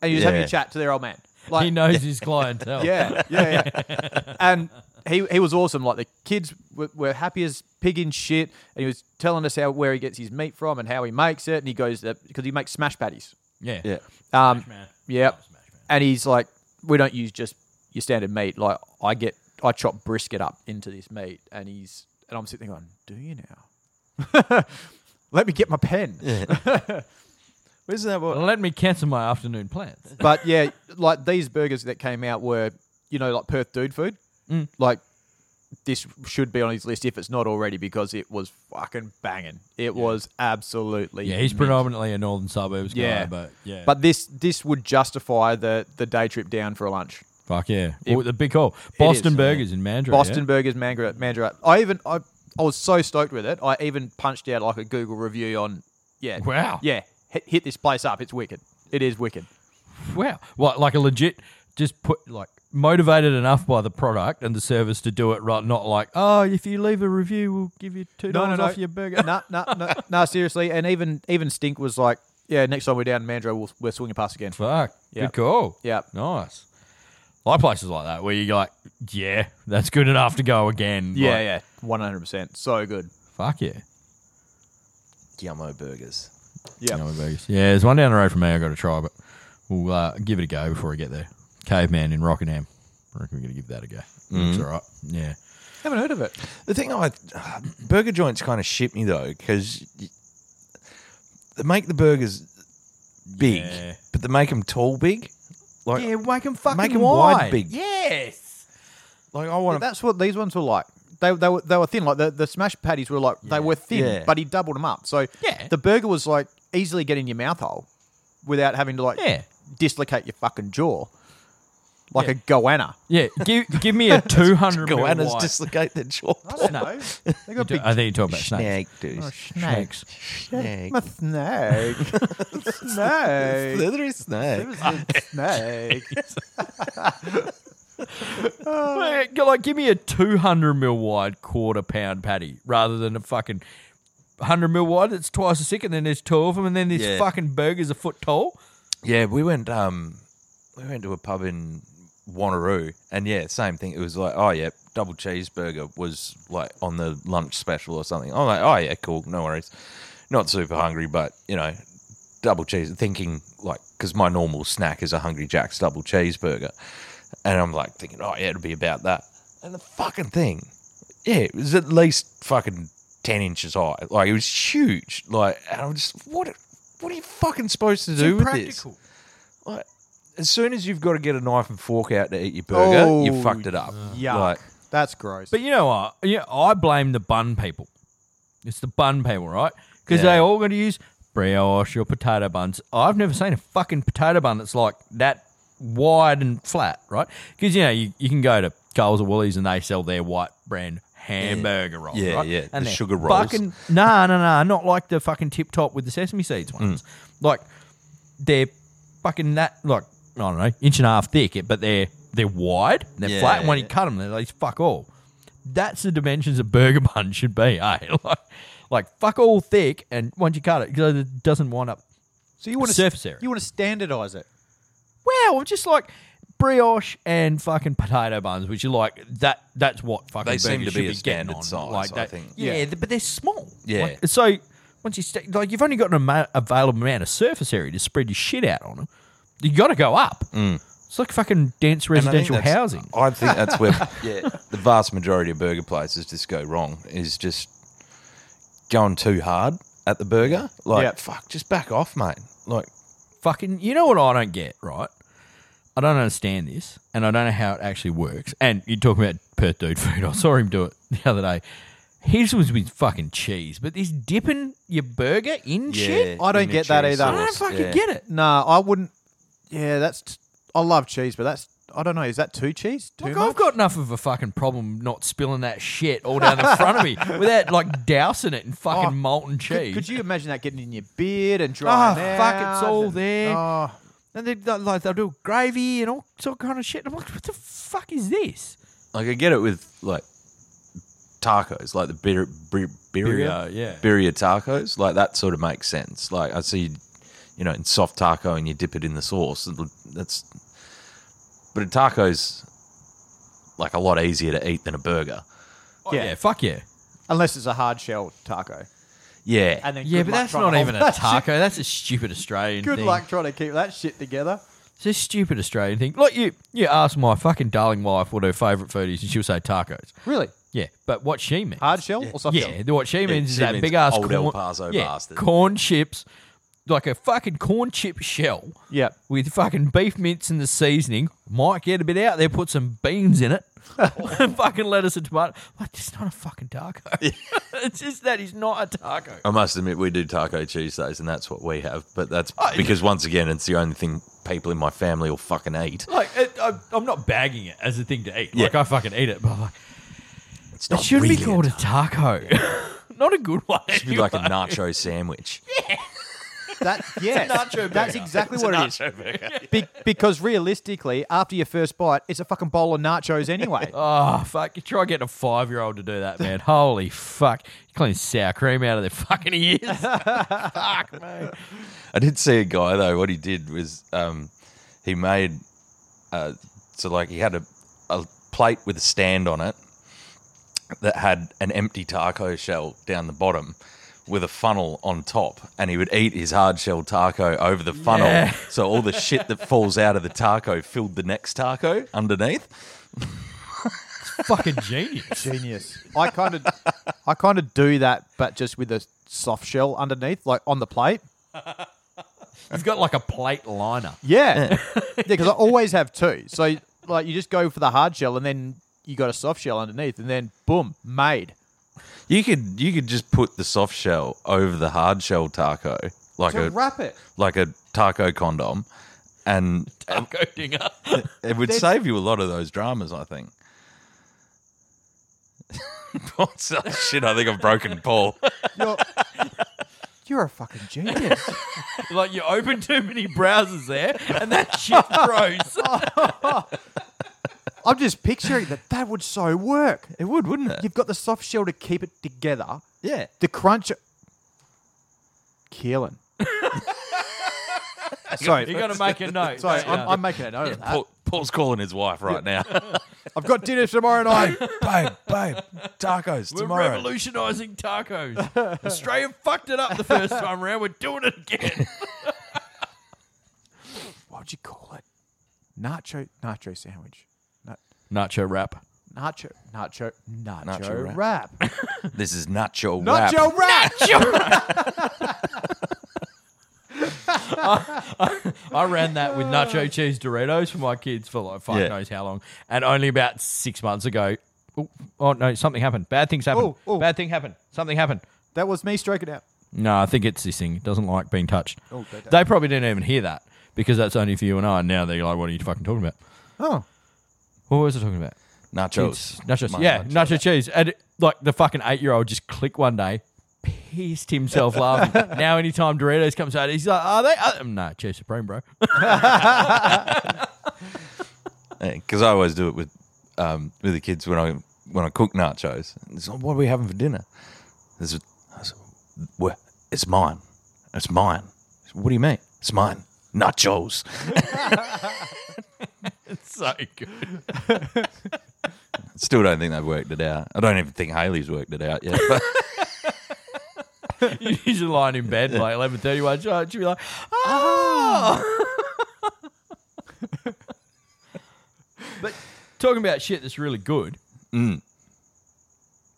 [SPEAKER 1] and you just having
[SPEAKER 4] Yeah.
[SPEAKER 1] a chat to their old man.
[SPEAKER 3] he
[SPEAKER 1] Like,
[SPEAKER 3] knows his clientele.
[SPEAKER 1] yeah, yeah, yeah. and he he was awesome. Like the kids were, were happy as pig in shit, and he was telling us how where he gets his meat from and how he makes it. And he goes because he makes smash patties.
[SPEAKER 3] yeah,
[SPEAKER 4] yeah,
[SPEAKER 1] Um,
[SPEAKER 3] man.
[SPEAKER 1] yeah,
[SPEAKER 3] Love smash man.
[SPEAKER 1] and he's like, we don't use just your standard meat. Like I get I chop brisket up into this meat, and he's and I'm sitting there going, do you now? Let me get my pen.
[SPEAKER 4] isn't that what?
[SPEAKER 3] Well, let me cancel my afternoon plans.
[SPEAKER 1] But yeah, like these burgers that came out were you know, like Perth dude food.
[SPEAKER 3] Mm.
[SPEAKER 1] Like this should be on his list if it's not already because it was fucking banging. It was absolutely
[SPEAKER 3] Yeah, he's
[SPEAKER 1] mint.
[SPEAKER 3] predominantly a northern suburbs guy,
[SPEAKER 1] Yeah.
[SPEAKER 3] but yeah,
[SPEAKER 1] But this this would justify the the day trip down for a lunch.
[SPEAKER 3] fuck yeah, Well, the big call, Boston
[SPEAKER 1] is,
[SPEAKER 3] Burgers in Mandurah.
[SPEAKER 1] Boston Burgers Mangra- Mandurah. I even I, I was so stoked with it. I even punched out like a Google review on yeah.
[SPEAKER 3] Wow.
[SPEAKER 1] Yeah. Hit, hit this place up. It's wicked. It is wicked.
[SPEAKER 3] yeah? wow, what like a legit, just put like motivated enough by the product and the service to do it right. Not like oh, if you leave a review, we'll give you two dollars off your burger.
[SPEAKER 1] no, no, no, no, seriously. And even even Stink was like, yeah, next time we're down in Mandra, we'll, we're swinging past again.
[SPEAKER 3] Fuck,
[SPEAKER 1] Yeah.
[SPEAKER 3] good call.
[SPEAKER 1] Yeah.
[SPEAKER 3] nice. Like places like that where you're like, yeah, that's good enough to go again.
[SPEAKER 1] Yeah,
[SPEAKER 3] Like,
[SPEAKER 1] yeah. 100%. So good.
[SPEAKER 3] fuck yeah.
[SPEAKER 4] Oh, Yummo burgers.
[SPEAKER 1] Yeah.
[SPEAKER 3] Yummy burgers. Yeah, there's one down the road from me. I got to try, but we'll uh, give it a go before we get there. Caveman in Rockingham. I reckon we're gonna give that a go. It's
[SPEAKER 1] Mm-hmm.
[SPEAKER 3] all right. Yeah.
[SPEAKER 1] Haven't heard of it.
[SPEAKER 4] The thing I burger joints kind of shit me though because they make the burgers big,
[SPEAKER 3] Yeah.
[SPEAKER 4] but they make them tall big. Like
[SPEAKER 3] make them fucking
[SPEAKER 4] Make 'em wide big.
[SPEAKER 3] Yes.
[SPEAKER 4] like I want to.
[SPEAKER 1] That's what these ones were like. They, they, were, they were thin. Like the, the smash patties were like, they were thin,
[SPEAKER 4] Yeah.
[SPEAKER 1] but he doubled them up. So
[SPEAKER 3] Yeah.
[SPEAKER 1] the burger was like easily get in your mouth hole without having to like
[SPEAKER 3] Yeah.
[SPEAKER 1] dislocate your fucking jaw like a goanna.
[SPEAKER 3] Yeah. Give give me a two hundred mil
[SPEAKER 4] Goannas
[SPEAKER 3] wide.
[SPEAKER 4] dislocate their jaw.
[SPEAKER 1] know. they got
[SPEAKER 3] You do-
[SPEAKER 1] big.
[SPEAKER 3] I think you're talking about snakes.
[SPEAKER 4] Snake, dude.
[SPEAKER 3] Snakes.
[SPEAKER 4] Snake.
[SPEAKER 1] I'm a snake. snake.
[SPEAKER 4] Slithery snake.
[SPEAKER 1] snake.
[SPEAKER 3] Mate, go- Like, give me a two hundred mil wide quarter pound patty rather than a fucking hundred mil wide. That's twice as thick, and then there's two of them, and then this
[SPEAKER 4] Yeah.
[SPEAKER 3] fucking burger's a foot tall.
[SPEAKER 4] Yeah, we went um we went to a pub in Wanneroo and yeah, same thing. It was like, oh yeah, double cheeseburger was like on the lunch special or something. I'm like, oh yeah, cool, no worries. Not super hungry, but you know, double cheese thinking like cuz my normal snack is a Hungry Jack's double cheeseburger. And I'm like thinking, oh yeah, it'll be about that. And the fucking thing. Yeah, it was at least fucking 10 inches high. Like it was huge. Like and I'm just what what are you fucking supposed to do with this? Like, as soon as you've got to get a knife and fork out to eat your burger, you
[SPEAKER 1] Oh,
[SPEAKER 4] fucked it up.
[SPEAKER 1] Yuck.
[SPEAKER 4] Like,
[SPEAKER 1] That's gross.
[SPEAKER 3] But you know what? Yeah, I blame the bun people. It's the bun people, right? Because
[SPEAKER 4] Yeah.
[SPEAKER 3] they all going to use brioche or potato buns. I've never seen a fucking potato bun that's like that wide and flat, right? Because you know you, you can go to Coles or Woolies and they sell their white brand hamburger rolls,
[SPEAKER 4] Yeah,
[SPEAKER 3] right?
[SPEAKER 4] yeah,
[SPEAKER 3] and
[SPEAKER 4] the
[SPEAKER 3] they're
[SPEAKER 4] sugar rolls.
[SPEAKER 3] Fucking no, no, no, not like the fucking tip top with the sesame seeds ones.
[SPEAKER 4] Mm.
[SPEAKER 3] Like they're fucking that like I don't know inch and a half thick, but they're they're wide, they're
[SPEAKER 4] Yeah,
[SPEAKER 3] flat. And when
[SPEAKER 4] yeah.
[SPEAKER 3] you cut them, they're like fuck all. That's the dimensions a burger bun should be, eh? Like, like fuck all thick, and once you cut it, because it doesn't wind up.
[SPEAKER 1] so you want to
[SPEAKER 3] surface area.
[SPEAKER 1] You want to standardize it.
[SPEAKER 3] Wow, I'm just like brioche and fucking potato buns, which are like that. That's what fucking
[SPEAKER 4] They seem
[SPEAKER 3] burgers
[SPEAKER 4] to be
[SPEAKER 3] should
[SPEAKER 4] a
[SPEAKER 3] getting
[SPEAKER 4] standard
[SPEAKER 3] on,
[SPEAKER 4] size,
[SPEAKER 3] Like
[SPEAKER 4] I
[SPEAKER 3] that.
[SPEAKER 4] think.
[SPEAKER 3] Yeah,
[SPEAKER 1] Yeah.
[SPEAKER 3] th- but they're small.
[SPEAKER 4] Yeah.
[SPEAKER 3] Like, so once you sta like, you've only got an amount, available amount of surface area to spread your shit out on them. You got to go up. It's like fucking dense
[SPEAKER 4] Mm. and I think
[SPEAKER 3] residential
[SPEAKER 4] that's-
[SPEAKER 3] housing.
[SPEAKER 4] I think that's where yeah, the vast majority of burger places just go wrong is just going too hard at the burger. Like,
[SPEAKER 1] Yeah.
[SPEAKER 4] fuck, just back off, mate. Like,
[SPEAKER 3] fucking you know what I don't get, right? I don't understand this and I don't know how it actually works. And you're talking about Perth dude food. I saw him do it the other day. His was with fucking cheese, but this dipping your burger in shit?
[SPEAKER 1] I don't
[SPEAKER 4] in the
[SPEAKER 1] get that
[SPEAKER 4] cheese
[SPEAKER 3] I
[SPEAKER 1] either.
[SPEAKER 3] don't
[SPEAKER 4] sauce,
[SPEAKER 3] fucking
[SPEAKER 4] yeah.
[SPEAKER 3] get it.
[SPEAKER 1] Nah, I wouldn't. Yeah, that's. T- I love cheese, but that's. I don't know. Is that too cheese? Too
[SPEAKER 3] Like,
[SPEAKER 1] much?
[SPEAKER 3] I've got enough of a fucking problem not spilling that shit all down the front of me without like dousing it in fucking
[SPEAKER 1] Oh,
[SPEAKER 3] molten
[SPEAKER 1] Could,
[SPEAKER 3] cheese.
[SPEAKER 1] could you imagine that getting in your beard and drying
[SPEAKER 3] Oh,
[SPEAKER 1] out?
[SPEAKER 3] fuck, it's all
[SPEAKER 1] and-
[SPEAKER 3] there.
[SPEAKER 1] Oh,
[SPEAKER 3] and they they'll- like they'll do gravy and all sort of kind of shit. I'm like, what the fuck is this?
[SPEAKER 4] like I get it with like tacos, like the bir- bir- birria,
[SPEAKER 3] Birria, yeah.
[SPEAKER 4] birria tacos. Like that sort of makes sense. Like I see, you know, in soft taco and you dip it in the sauce. and That's, but a taco's like a lot easier to eat than a burger.
[SPEAKER 3] Oh,
[SPEAKER 1] Yeah.
[SPEAKER 3] yeah, fuck yeah.
[SPEAKER 1] unless it's a hard shell taco.
[SPEAKER 4] Yeah,
[SPEAKER 1] And then
[SPEAKER 3] Yeah,
[SPEAKER 1] good
[SPEAKER 3] but
[SPEAKER 1] luck
[SPEAKER 3] that's
[SPEAKER 1] trying to
[SPEAKER 3] not
[SPEAKER 1] hold
[SPEAKER 3] even a
[SPEAKER 1] that shit-
[SPEAKER 3] taco. That's a stupid Australian
[SPEAKER 1] Good
[SPEAKER 3] thing.
[SPEAKER 1] luck trying to keep that shit together.
[SPEAKER 3] It's a stupid Australian thing. Like you, you ask my fucking darling wife what her favourite food is, and she'll say tacos.
[SPEAKER 1] Really,
[SPEAKER 3] Yeah, but what she means,
[SPEAKER 1] hard shell or soft shell?
[SPEAKER 3] yeah, what she means is
[SPEAKER 4] she
[SPEAKER 3] that
[SPEAKER 4] means
[SPEAKER 3] big ass
[SPEAKER 4] old El
[SPEAKER 3] corn,
[SPEAKER 4] Paso
[SPEAKER 3] yeah,
[SPEAKER 4] bastard.
[SPEAKER 3] corn chips like a fucking corn chip shell
[SPEAKER 1] Yeah.
[SPEAKER 3] with fucking beef mince in the seasoning. Might get a bit out there, put some beans in it, fucking lettuce and tomato. Like, it's not a fucking taco. it's just that it's not a taco.
[SPEAKER 4] I must admit, we do Taco Tuesdays, and that's what we have. But that's because, once again, it's the only thing people in my family will fucking eat.
[SPEAKER 3] Like, it, I, I'm not bagging it as a thing to eat. Like,
[SPEAKER 4] Yeah.
[SPEAKER 3] I fucking eat it, but I'm like,
[SPEAKER 4] It's
[SPEAKER 3] it
[SPEAKER 4] not
[SPEAKER 3] shouldn't
[SPEAKER 4] really
[SPEAKER 3] be called a taco. not a good one.
[SPEAKER 4] It should be like a nacho sandwich.
[SPEAKER 1] That yes, that's exactly what it is. Be- because realistically, after your first bite, it's a fucking bowl of nachos anyway.
[SPEAKER 3] Oh fuck! You try getting a five-year-old to do that, man. Holy fuck! You clean sour cream out of their fucking ears. fuck, man.
[SPEAKER 4] I did see a guy though. What he did was um, he made uh, so like he had a, a plate with a stand on it that had an empty taco shell down the bottom with a funnel on top, and he would eat his hard shell taco over the funnel.
[SPEAKER 3] Yeah.
[SPEAKER 4] So all the shit that falls out of the taco filled the next taco underneath.
[SPEAKER 3] Fucking genius.
[SPEAKER 1] Genius. I kind of, I kind of do that, but just with a soft shell underneath, like on the plate.
[SPEAKER 3] You've got like a plate liner.
[SPEAKER 1] Yeah, yeah, because I always have two. So like, you just go for the hard shell, and then you got a soft shell underneath, and then boom, made.
[SPEAKER 4] You could you could just put the soft shell over the hard shell taco like a
[SPEAKER 1] it.
[SPEAKER 4] like a taco condom, and
[SPEAKER 3] Taco dinger.
[SPEAKER 4] It would save you a lot of those dramas, I think. Paul's- oh, shit, I think I've broken Paul.
[SPEAKER 1] You're, you're a fucking genius.
[SPEAKER 3] like you open too many browsers there, and that shit grows.
[SPEAKER 1] I'm just picturing that that would so work.
[SPEAKER 4] It would, wouldn't it?
[SPEAKER 1] You've got the soft shell to keep it together.
[SPEAKER 4] yeah.
[SPEAKER 1] The crunch. Keelan. sorry,
[SPEAKER 3] you got to make a note.
[SPEAKER 1] sorry,
[SPEAKER 3] don't
[SPEAKER 1] I'm,
[SPEAKER 3] you?
[SPEAKER 1] I'm making a note of that.
[SPEAKER 4] Paul, Paul's calling his wife right now.
[SPEAKER 1] I've got dinner tomorrow night.
[SPEAKER 4] babe, babe, tacos
[SPEAKER 3] We're revolutionising tacos. Australia fucked it up the first time round. We're doing it again.
[SPEAKER 1] What'd you call it? Nacho nacho sandwich. Na-
[SPEAKER 3] Nacho wrap.
[SPEAKER 1] nacho nacho nacho,
[SPEAKER 4] Nacho
[SPEAKER 1] wrap.
[SPEAKER 4] This is nacho wrap.
[SPEAKER 1] Nacho wrap.
[SPEAKER 3] I ran that with
[SPEAKER 1] Oh.
[SPEAKER 3] nacho cheese Doritos for my kids for like fuck
[SPEAKER 4] Yeah.
[SPEAKER 3] knows how long, and only about six months ago. Oh, oh no, something happened. Bad things happened.
[SPEAKER 1] Oh, oh.
[SPEAKER 3] Bad thing happened. Something happened.
[SPEAKER 1] That was me stroking out.
[SPEAKER 3] No, I think it's this thing. It doesn't like being touched.
[SPEAKER 1] Oh, they don't.
[SPEAKER 3] they probably didn't even hear that because that's only for you and I. And now they're like, "What are you fucking talking about?
[SPEAKER 1] Oh.
[SPEAKER 3] What was I talking about?"
[SPEAKER 4] Nachos.
[SPEAKER 3] Nachos.
[SPEAKER 4] My
[SPEAKER 3] yeah,
[SPEAKER 4] nacho.
[SPEAKER 3] nacho cheese. And it- like the fucking eight year old just clicked one day, pissed himself laughing. now, anytime Doritos comes out, he's like, are they? Uh, no, Chief Supreme, bro.
[SPEAKER 4] Because I always do it with um, with the kids when I when I cook nachos. It's like, what are we having for dinner? There's a, I said, "Well, it's mine. It's mine. What do you mean? It's mine. Nachos.
[SPEAKER 3] it's so good.
[SPEAKER 4] Still don't think they've worked it out. I don't even think Haley's worked it out yet.
[SPEAKER 3] You usually lying in bed like 11.30 one shot. She'd be like, oh. but talking about shit that's really good. Mm.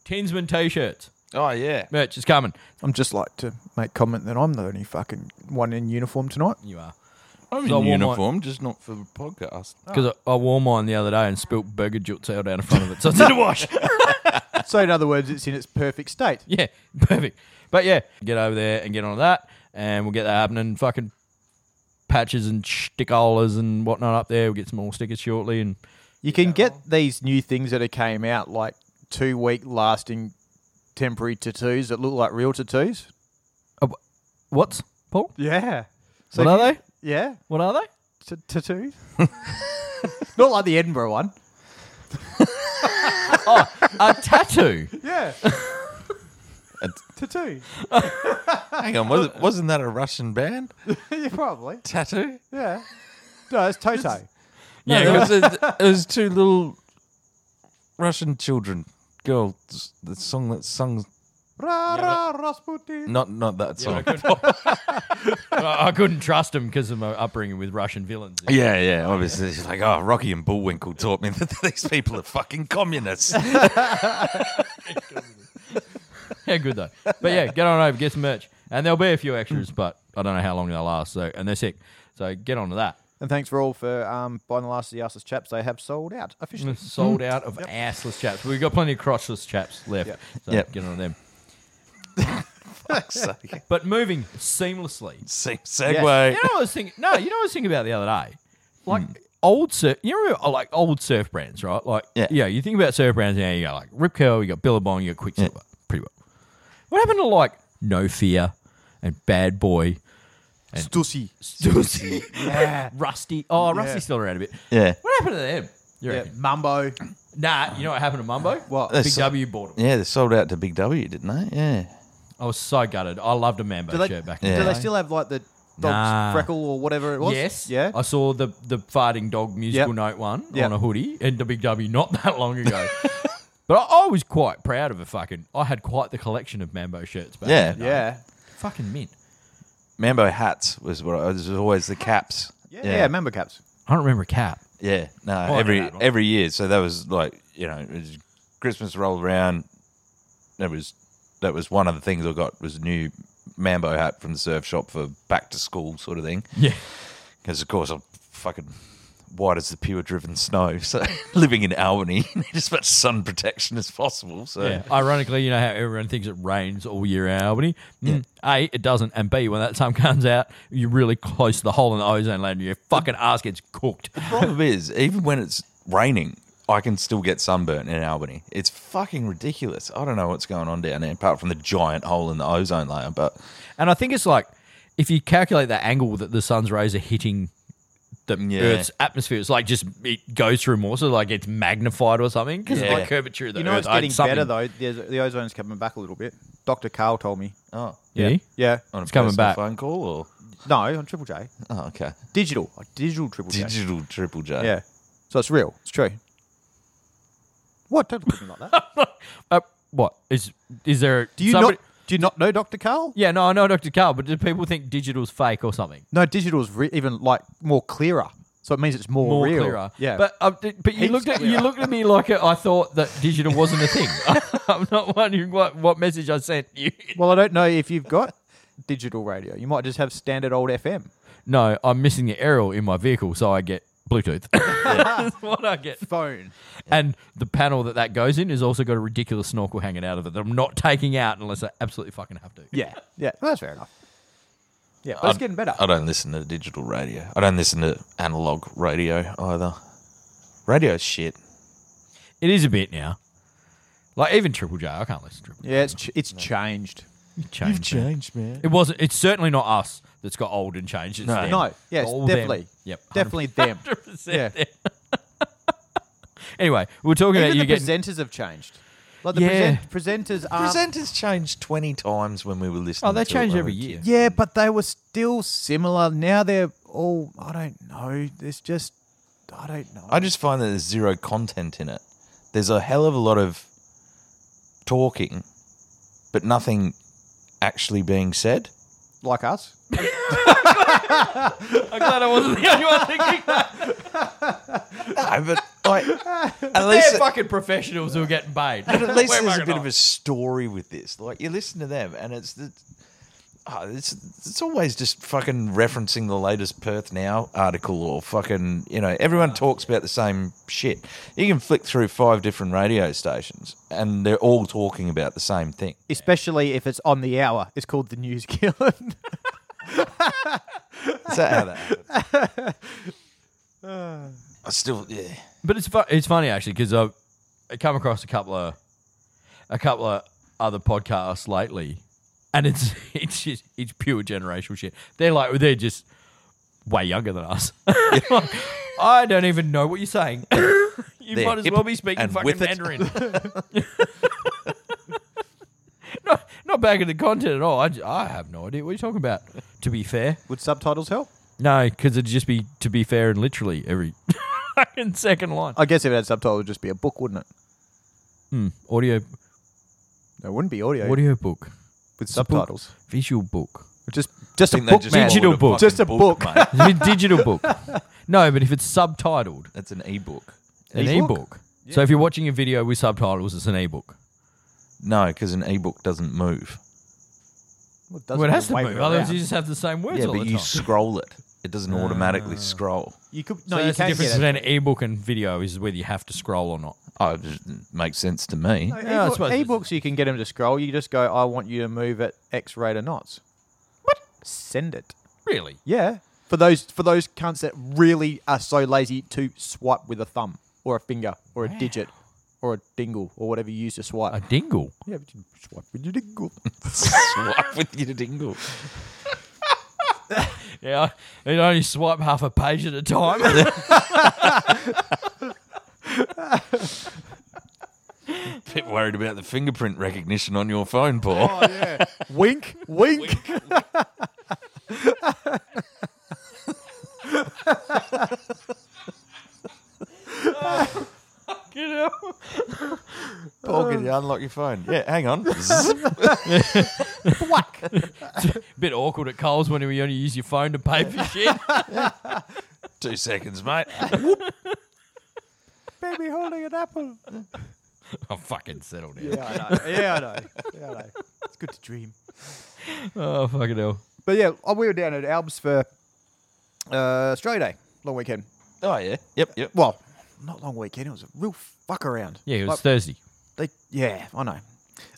[SPEAKER 3] Tinsman t-shirts.
[SPEAKER 4] oh yeah.
[SPEAKER 3] Merch is coming.
[SPEAKER 1] I'm just like to make comment that I'm the only fucking one in uniform tonight.
[SPEAKER 3] You are.
[SPEAKER 4] I'm
[SPEAKER 3] in So I
[SPEAKER 4] in
[SPEAKER 3] wore my-
[SPEAKER 4] uniform,
[SPEAKER 3] uniform,
[SPEAKER 4] just not for the podcast.
[SPEAKER 3] Because I, I wore mine the other day and spilt burger juts out down in front of it. So it's in a wash.
[SPEAKER 1] So in other words, it's in its perfect state.
[SPEAKER 3] Yeah, perfect. But yeah, get over there and get on that, and we'll get that happening. Fucking patches and stickolas and whatnot up there. We'll get some more stickers shortly. And
[SPEAKER 1] You can get these new things that have came out, like two week lasting temporary tattoos that look like real tattoos.
[SPEAKER 3] what's Paul?
[SPEAKER 1] Yeah.
[SPEAKER 3] what are they?
[SPEAKER 1] Yeah.
[SPEAKER 3] What are they?
[SPEAKER 1] T- tattoos. Not like the Edinburgh one.
[SPEAKER 3] A tattoo.
[SPEAKER 1] Yeah.
[SPEAKER 4] A t-
[SPEAKER 1] tattoo.
[SPEAKER 4] Hang on, was it, wasn't that a Russian band?
[SPEAKER 1] yeah, probably.
[SPEAKER 4] Tattoo?
[SPEAKER 1] Yeah. No, it's Toto.
[SPEAKER 4] Yeah,
[SPEAKER 3] Yeah.
[SPEAKER 4] it was, a, it was two little Russian children, girls. The song that sung,
[SPEAKER 1] Ra ra Rasputin.
[SPEAKER 4] not not that song.
[SPEAKER 3] I I couldn't trust him because of my upbringing with Russian villains.
[SPEAKER 4] Yeah, yeah, obviously. It's like, oh, Rocky and Bullwinkle taught me that these people are fucking communists.
[SPEAKER 3] Yeah, good though. But yeah, get on over, get some merch, and there'll be a few extras. But I don't know how long they'll last. So and they're sick. So get on to that.
[SPEAKER 1] And thanks for all for um, buying the last of the assless chaps. They have sold out officially.
[SPEAKER 3] Sold out of assless chaps. We've got plenty of crotchless chaps left.
[SPEAKER 1] Yep.
[SPEAKER 3] So
[SPEAKER 4] Yep.
[SPEAKER 3] get on to them.
[SPEAKER 4] So, yeah.
[SPEAKER 3] But moving seamlessly.
[SPEAKER 4] Se-
[SPEAKER 3] You
[SPEAKER 4] segue.
[SPEAKER 3] know what I was thinking? No, you know what I was thinking about the other day? Like
[SPEAKER 1] Hmm.
[SPEAKER 3] old surf, you remember uh, like old surf brands, right? Like,
[SPEAKER 4] Yeah.
[SPEAKER 3] yeah, you think about surf brands now, you got like Rip Curl, you got Billabong, you got Quicksilver, pretty well. What happened to like No Fear and Bad Boy,
[SPEAKER 1] Stussy.
[SPEAKER 3] Stussy, Rusty? Oh, Rusty's
[SPEAKER 1] Yeah.
[SPEAKER 3] still around a bit.
[SPEAKER 4] Yeah.
[SPEAKER 3] What happened to them? You
[SPEAKER 1] Yeah,
[SPEAKER 3] reckon?
[SPEAKER 1] Mumbo.
[SPEAKER 3] Nah, you know what happened to Mumbo?
[SPEAKER 1] What?
[SPEAKER 3] Big
[SPEAKER 4] That's-
[SPEAKER 3] W bought him.
[SPEAKER 4] Yeah, they sold out to Big W, didn't they? Yeah.
[SPEAKER 3] I was so gutted. I loved a Mambo
[SPEAKER 1] Do they,
[SPEAKER 3] shirt back
[SPEAKER 1] do
[SPEAKER 3] in the
[SPEAKER 1] they
[SPEAKER 3] day.
[SPEAKER 1] still have like the dog's
[SPEAKER 3] Nah.
[SPEAKER 1] freckle or whatever it was?
[SPEAKER 3] Yes.
[SPEAKER 1] Yeah.
[SPEAKER 3] I saw the the farting dog musical
[SPEAKER 1] Yep.
[SPEAKER 3] note one
[SPEAKER 1] Yep.
[SPEAKER 3] on a hoodie and the Big W not that long ago. but I, I was quite proud of a fucking. I had quite the collection of Mambo shirts back.
[SPEAKER 4] Yeah.
[SPEAKER 3] in the day.
[SPEAKER 1] yeah.
[SPEAKER 3] Fucking mint.
[SPEAKER 4] Mambo hats was what I was always the caps.
[SPEAKER 1] Yeah. Yeah. Member caps.
[SPEAKER 3] I don't remember a cap.
[SPEAKER 4] Yeah, no,
[SPEAKER 3] know
[SPEAKER 4] every
[SPEAKER 3] that one.
[SPEAKER 4] every year. So that was like you know, it was Christmas rolled around. That was that was one of the things I got was a new Mambo hat from the surf shop for back to school sort of thing.
[SPEAKER 3] Yeah.
[SPEAKER 4] Because of course I'm fucking white as the pure driven snow. So living in Albany, need as much sun protection as possible. So
[SPEAKER 3] Yeah. Ironically, you know how everyone thinks it rains all year in Albany. Mm, A, it doesn't, and B, when that sun comes out, you're really close to the hole in the ozone layer. and Your fucking ass gets cooked.
[SPEAKER 4] problem is, even when it's raining, I can still get sunburnt in Albany. It's fucking ridiculous. I don't know what's going on down there, apart from the giant hole in the ozone layer. But
[SPEAKER 3] And I think it's like if you calculate the angle that the sun's rays are hitting the
[SPEAKER 4] Yeah.
[SPEAKER 3] Earth's atmosphere, it's like just it goes through more, so like it's magnified or something because
[SPEAKER 4] Yeah.
[SPEAKER 3] of the curvature of the
[SPEAKER 1] You know,
[SPEAKER 3] Earth.
[SPEAKER 1] it's getting
[SPEAKER 3] I'd- something-
[SPEAKER 1] better though. There's, the ozone's coming back a little bit. Dr. Carl told me.
[SPEAKER 4] oh,
[SPEAKER 3] Yeah.
[SPEAKER 1] Yeah.
[SPEAKER 4] on a
[SPEAKER 3] It's coming
[SPEAKER 4] personal
[SPEAKER 3] back.
[SPEAKER 4] phone call or
[SPEAKER 1] No, on Triple J.
[SPEAKER 4] oh okay
[SPEAKER 1] Digital. A Digital Triple J.
[SPEAKER 4] digital triple J
[SPEAKER 1] Yeah. So it's real. It's true. What? Don't look at me like that.
[SPEAKER 3] Uh, what is is there?
[SPEAKER 1] Do you
[SPEAKER 3] somebody-
[SPEAKER 1] not? Do you not know Dr. Carl?
[SPEAKER 3] Yeah, no, I know Dr. Carl, but do people think digital's fake or something?
[SPEAKER 1] No, digital's re- even like more clearer. So it means it's more,
[SPEAKER 3] More
[SPEAKER 1] real.
[SPEAKER 3] clearer,
[SPEAKER 1] Yeah.
[SPEAKER 3] But uh, d- but you
[SPEAKER 1] Heaps
[SPEAKER 3] looked at you
[SPEAKER 1] clearer.
[SPEAKER 3] looked at me like I thought that digital wasn't a thing. I'm not wondering what, what message I sent you.
[SPEAKER 1] well, I don't know if you've got digital radio. You might just have standard old FM.
[SPEAKER 3] No, I'm missing the aerial in my vehicle, so I get Bluetooth. That's what I get.
[SPEAKER 1] Phone.
[SPEAKER 3] And the panel that that goes in has also got a ridiculous snorkel hanging out of it that I'm not taking out unless I absolutely fucking have to.
[SPEAKER 1] Yeah. Yeah. Well, that's fair enough. Yeah, but it's getting better.
[SPEAKER 4] I don't listen to digital radio I don't listen to analog radio either radio's shit
[SPEAKER 3] It is a bit now. Like even Triple J, I can't listen to Triple J.
[SPEAKER 1] yeah, it's ch- it's changed.
[SPEAKER 3] You've changed. man.
[SPEAKER 4] man
[SPEAKER 3] It wasn't. It's certainly not us that's got old and changed. It's
[SPEAKER 4] No.
[SPEAKER 3] them.
[SPEAKER 1] No, yes,
[SPEAKER 3] All them.
[SPEAKER 1] definitely.
[SPEAKER 3] Yep,
[SPEAKER 1] Definitely them.
[SPEAKER 3] 100%.
[SPEAKER 1] Yeah.
[SPEAKER 3] them. anyway, we we're talking
[SPEAKER 1] Even
[SPEAKER 3] about
[SPEAKER 1] the
[SPEAKER 3] you getting.
[SPEAKER 1] presenters have changed. Like the
[SPEAKER 3] Yeah.
[SPEAKER 1] present- presenters are.
[SPEAKER 4] presenters change 20 times when we were listening
[SPEAKER 3] Um, oh, they
[SPEAKER 4] to it
[SPEAKER 3] change
[SPEAKER 4] when
[SPEAKER 3] every
[SPEAKER 4] we were
[SPEAKER 3] year.
[SPEAKER 1] yeah, but they were still similar. Now they're all. I don't know. There's just. I don't know.
[SPEAKER 4] I just find that there's zero content in it. There's a hell of a lot of talking, but nothing actually being said.
[SPEAKER 1] like us.
[SPEAKER 3] I'm glad I wasn't the only one thinking that.
[SPEAKER 4] No, but like, at
[SPEAKER 3] They're
[SPEAKER 4] least,
[SPEAKER 3] fucking professionals who are getting paid.
[SPEAKER 4] but at least
[SPEAKER 3] We're
[SPEAKER 4] there's a
[SPEAKER 3] fucking
[SPEAKER 4] bit
[SPEAKER 3] not.
[SPEAKER 4] of a story with this. Like, you listen to them, and it's the, oh, it's it's always just fucking referencing the latest Perth Now article or fucking you know everyone talks about the same shit. You can flick through five different radio stations, and they're all talking about the same thing.
[SPEAKER 1] Especially if it's on the hour. It's called the News Killing.
[SPEAKER 4] Is that how that happened? I still, yeah.
[SPEAKER 3] But it's fu- it's funny actually because I've I come across a couple of a couple of other podcasts lately, and it's it's just it's pure generational shit. They're like they're just way younger than us. I don't even know what you're saying. you
[SPEAKER 4] They're
[SPEAKER 3] might as
[SPEAKER 4] hip
[SPEAKER 3] well be speaking
[SPEAKER 4] and
[SPEAKER 3] fucking
[SPEAKER 4] with it.
[SPEAKER 3] Mandarin. not not back at the content at all. I, j- I have no idea what you're talking about. To be fair,
[SPEAKER 1] Would subtitles help?
[SPEAKER 3] no, because it'd just be to be fair and literally every fucking second line.
[SPEAKER 1] I guess if it had subtitles, it'd just be a book, wouldn't it?
[SPEAKER 3] Audio
[SPEAKER 1] No, it wouldn't be audio.
[SPEAKER 3] audiobook,
[SPEAKER 1] with subtitles.
[SPEAKER 3] visual book,
[SPEAKER 1] Just just a
[SPEAKER 4] think they
[SPEAKER 1] book, man.
[SPEAKER 3] Digital
[SPEAKER 4] called it fucking
[SPEAKER 3] book.
[SPEAKER 1] Just a book.
[SPEAKER 4] mate.
[SPEAKER 3] It's a digital book. No, but if it's subtitled,
[SPEAKER 4] That's an e-book.
[SPEAKER 3] an
[SPEAKER 1] E-book?
[SPEAKER 3] e-book. So if you're watching a video with subtitles, it's an e-book.
[SPEAKER 4] No, because an e-book doesn't move.
[SPEAKER 1] Well, it,
[SPEAKER 3] Well, it has to
[SPEAKER 1] waver
[SPEAKER 3] move. Otherwise,
[SPEAKER 1] around.
[SPEAKER 3] you just have the same words
[SPEAKER 4] Yeah,
[SPEAKER 3] all
[SPEAKER 4] but
[SPEAKER 3] the
[SPEAKER 4] you
[SPEAKER 3] time. Ah.
[SPEAKER 4] scroll it. It doesn't automatically scroll.
[SPEAKER 1] You could
[SPEAKER 3] So
[SPEAKER 1] no. you
[SPEAKER 3] that's the
[SPEAKER 1] can
[SPEAKER 3] difference
[SPEAKER 1] get it.
[SPEAKER 3] between an ebook and video is whether you have to scroll or not.
[SPEAKER 4] Oh, it just makes sense to me.
[SPEAKER 1] No,
[SPEAKER 3] Yeah, I
[SPEAKER 1] ebook-
[SPEAKER 3] suppose it's-
[SPEAKER 1] ebooks you can get them to scroll. You just go, I want you to move at X rate of knots. What? Send it.
[SPEAKER 3] Really?
[SPEAKER 1] Yeah. For those for those cunts that really are so lazy to swipe with a thumb or a finger or a digit or a dingle or whatever you use to swipe.
[SPEAKER 3] A dingle?
[SPEAKER 1] yeah, but you swipe with your dingle.
[SPEAKER 4] Swipe with you to dingle.
[SPEAKER 3] Yeah, it only swipe half a page at a time.
[SPEAKER 4] Bit worried about the fingerprint recognition on your phone, Paul.
[SPEAKER 1] Oh, wink, wink.
[SPEAKER 3] you know?
[SPEAKER 4] Paul, can you unlock your phone? Yeah, hang on.
[SPEAKER 3] Bit awkward at Coles when you only use your phone to pay for shit.
[SPEAKER 4] Two seconds, mate.
[SPEAKER 1] Baby holding an apple.
[SPEAKER 3] I'm fucking settled down.
[SPEAKER 1] Yeah, I know. Yeah, I know. Yeah, I know. It's good to dream.
[SPEAKER 3] Oh, fucking hell.
[SPEAKER 1] But yeah, oh, we were down at Albs for uh, Australia Day, long weekend.
[SPEAKER 4] Oh, yeah. Yep, yep.
[SPEAKER 1] Well, not long weekend. It was a real fuck around.
[SPEAKER 3] Yeah, it was
[SPEAKER 1] Like,
[SPEAKER 3] Thursday.
[SPEAKER 1] They, yeah, I know.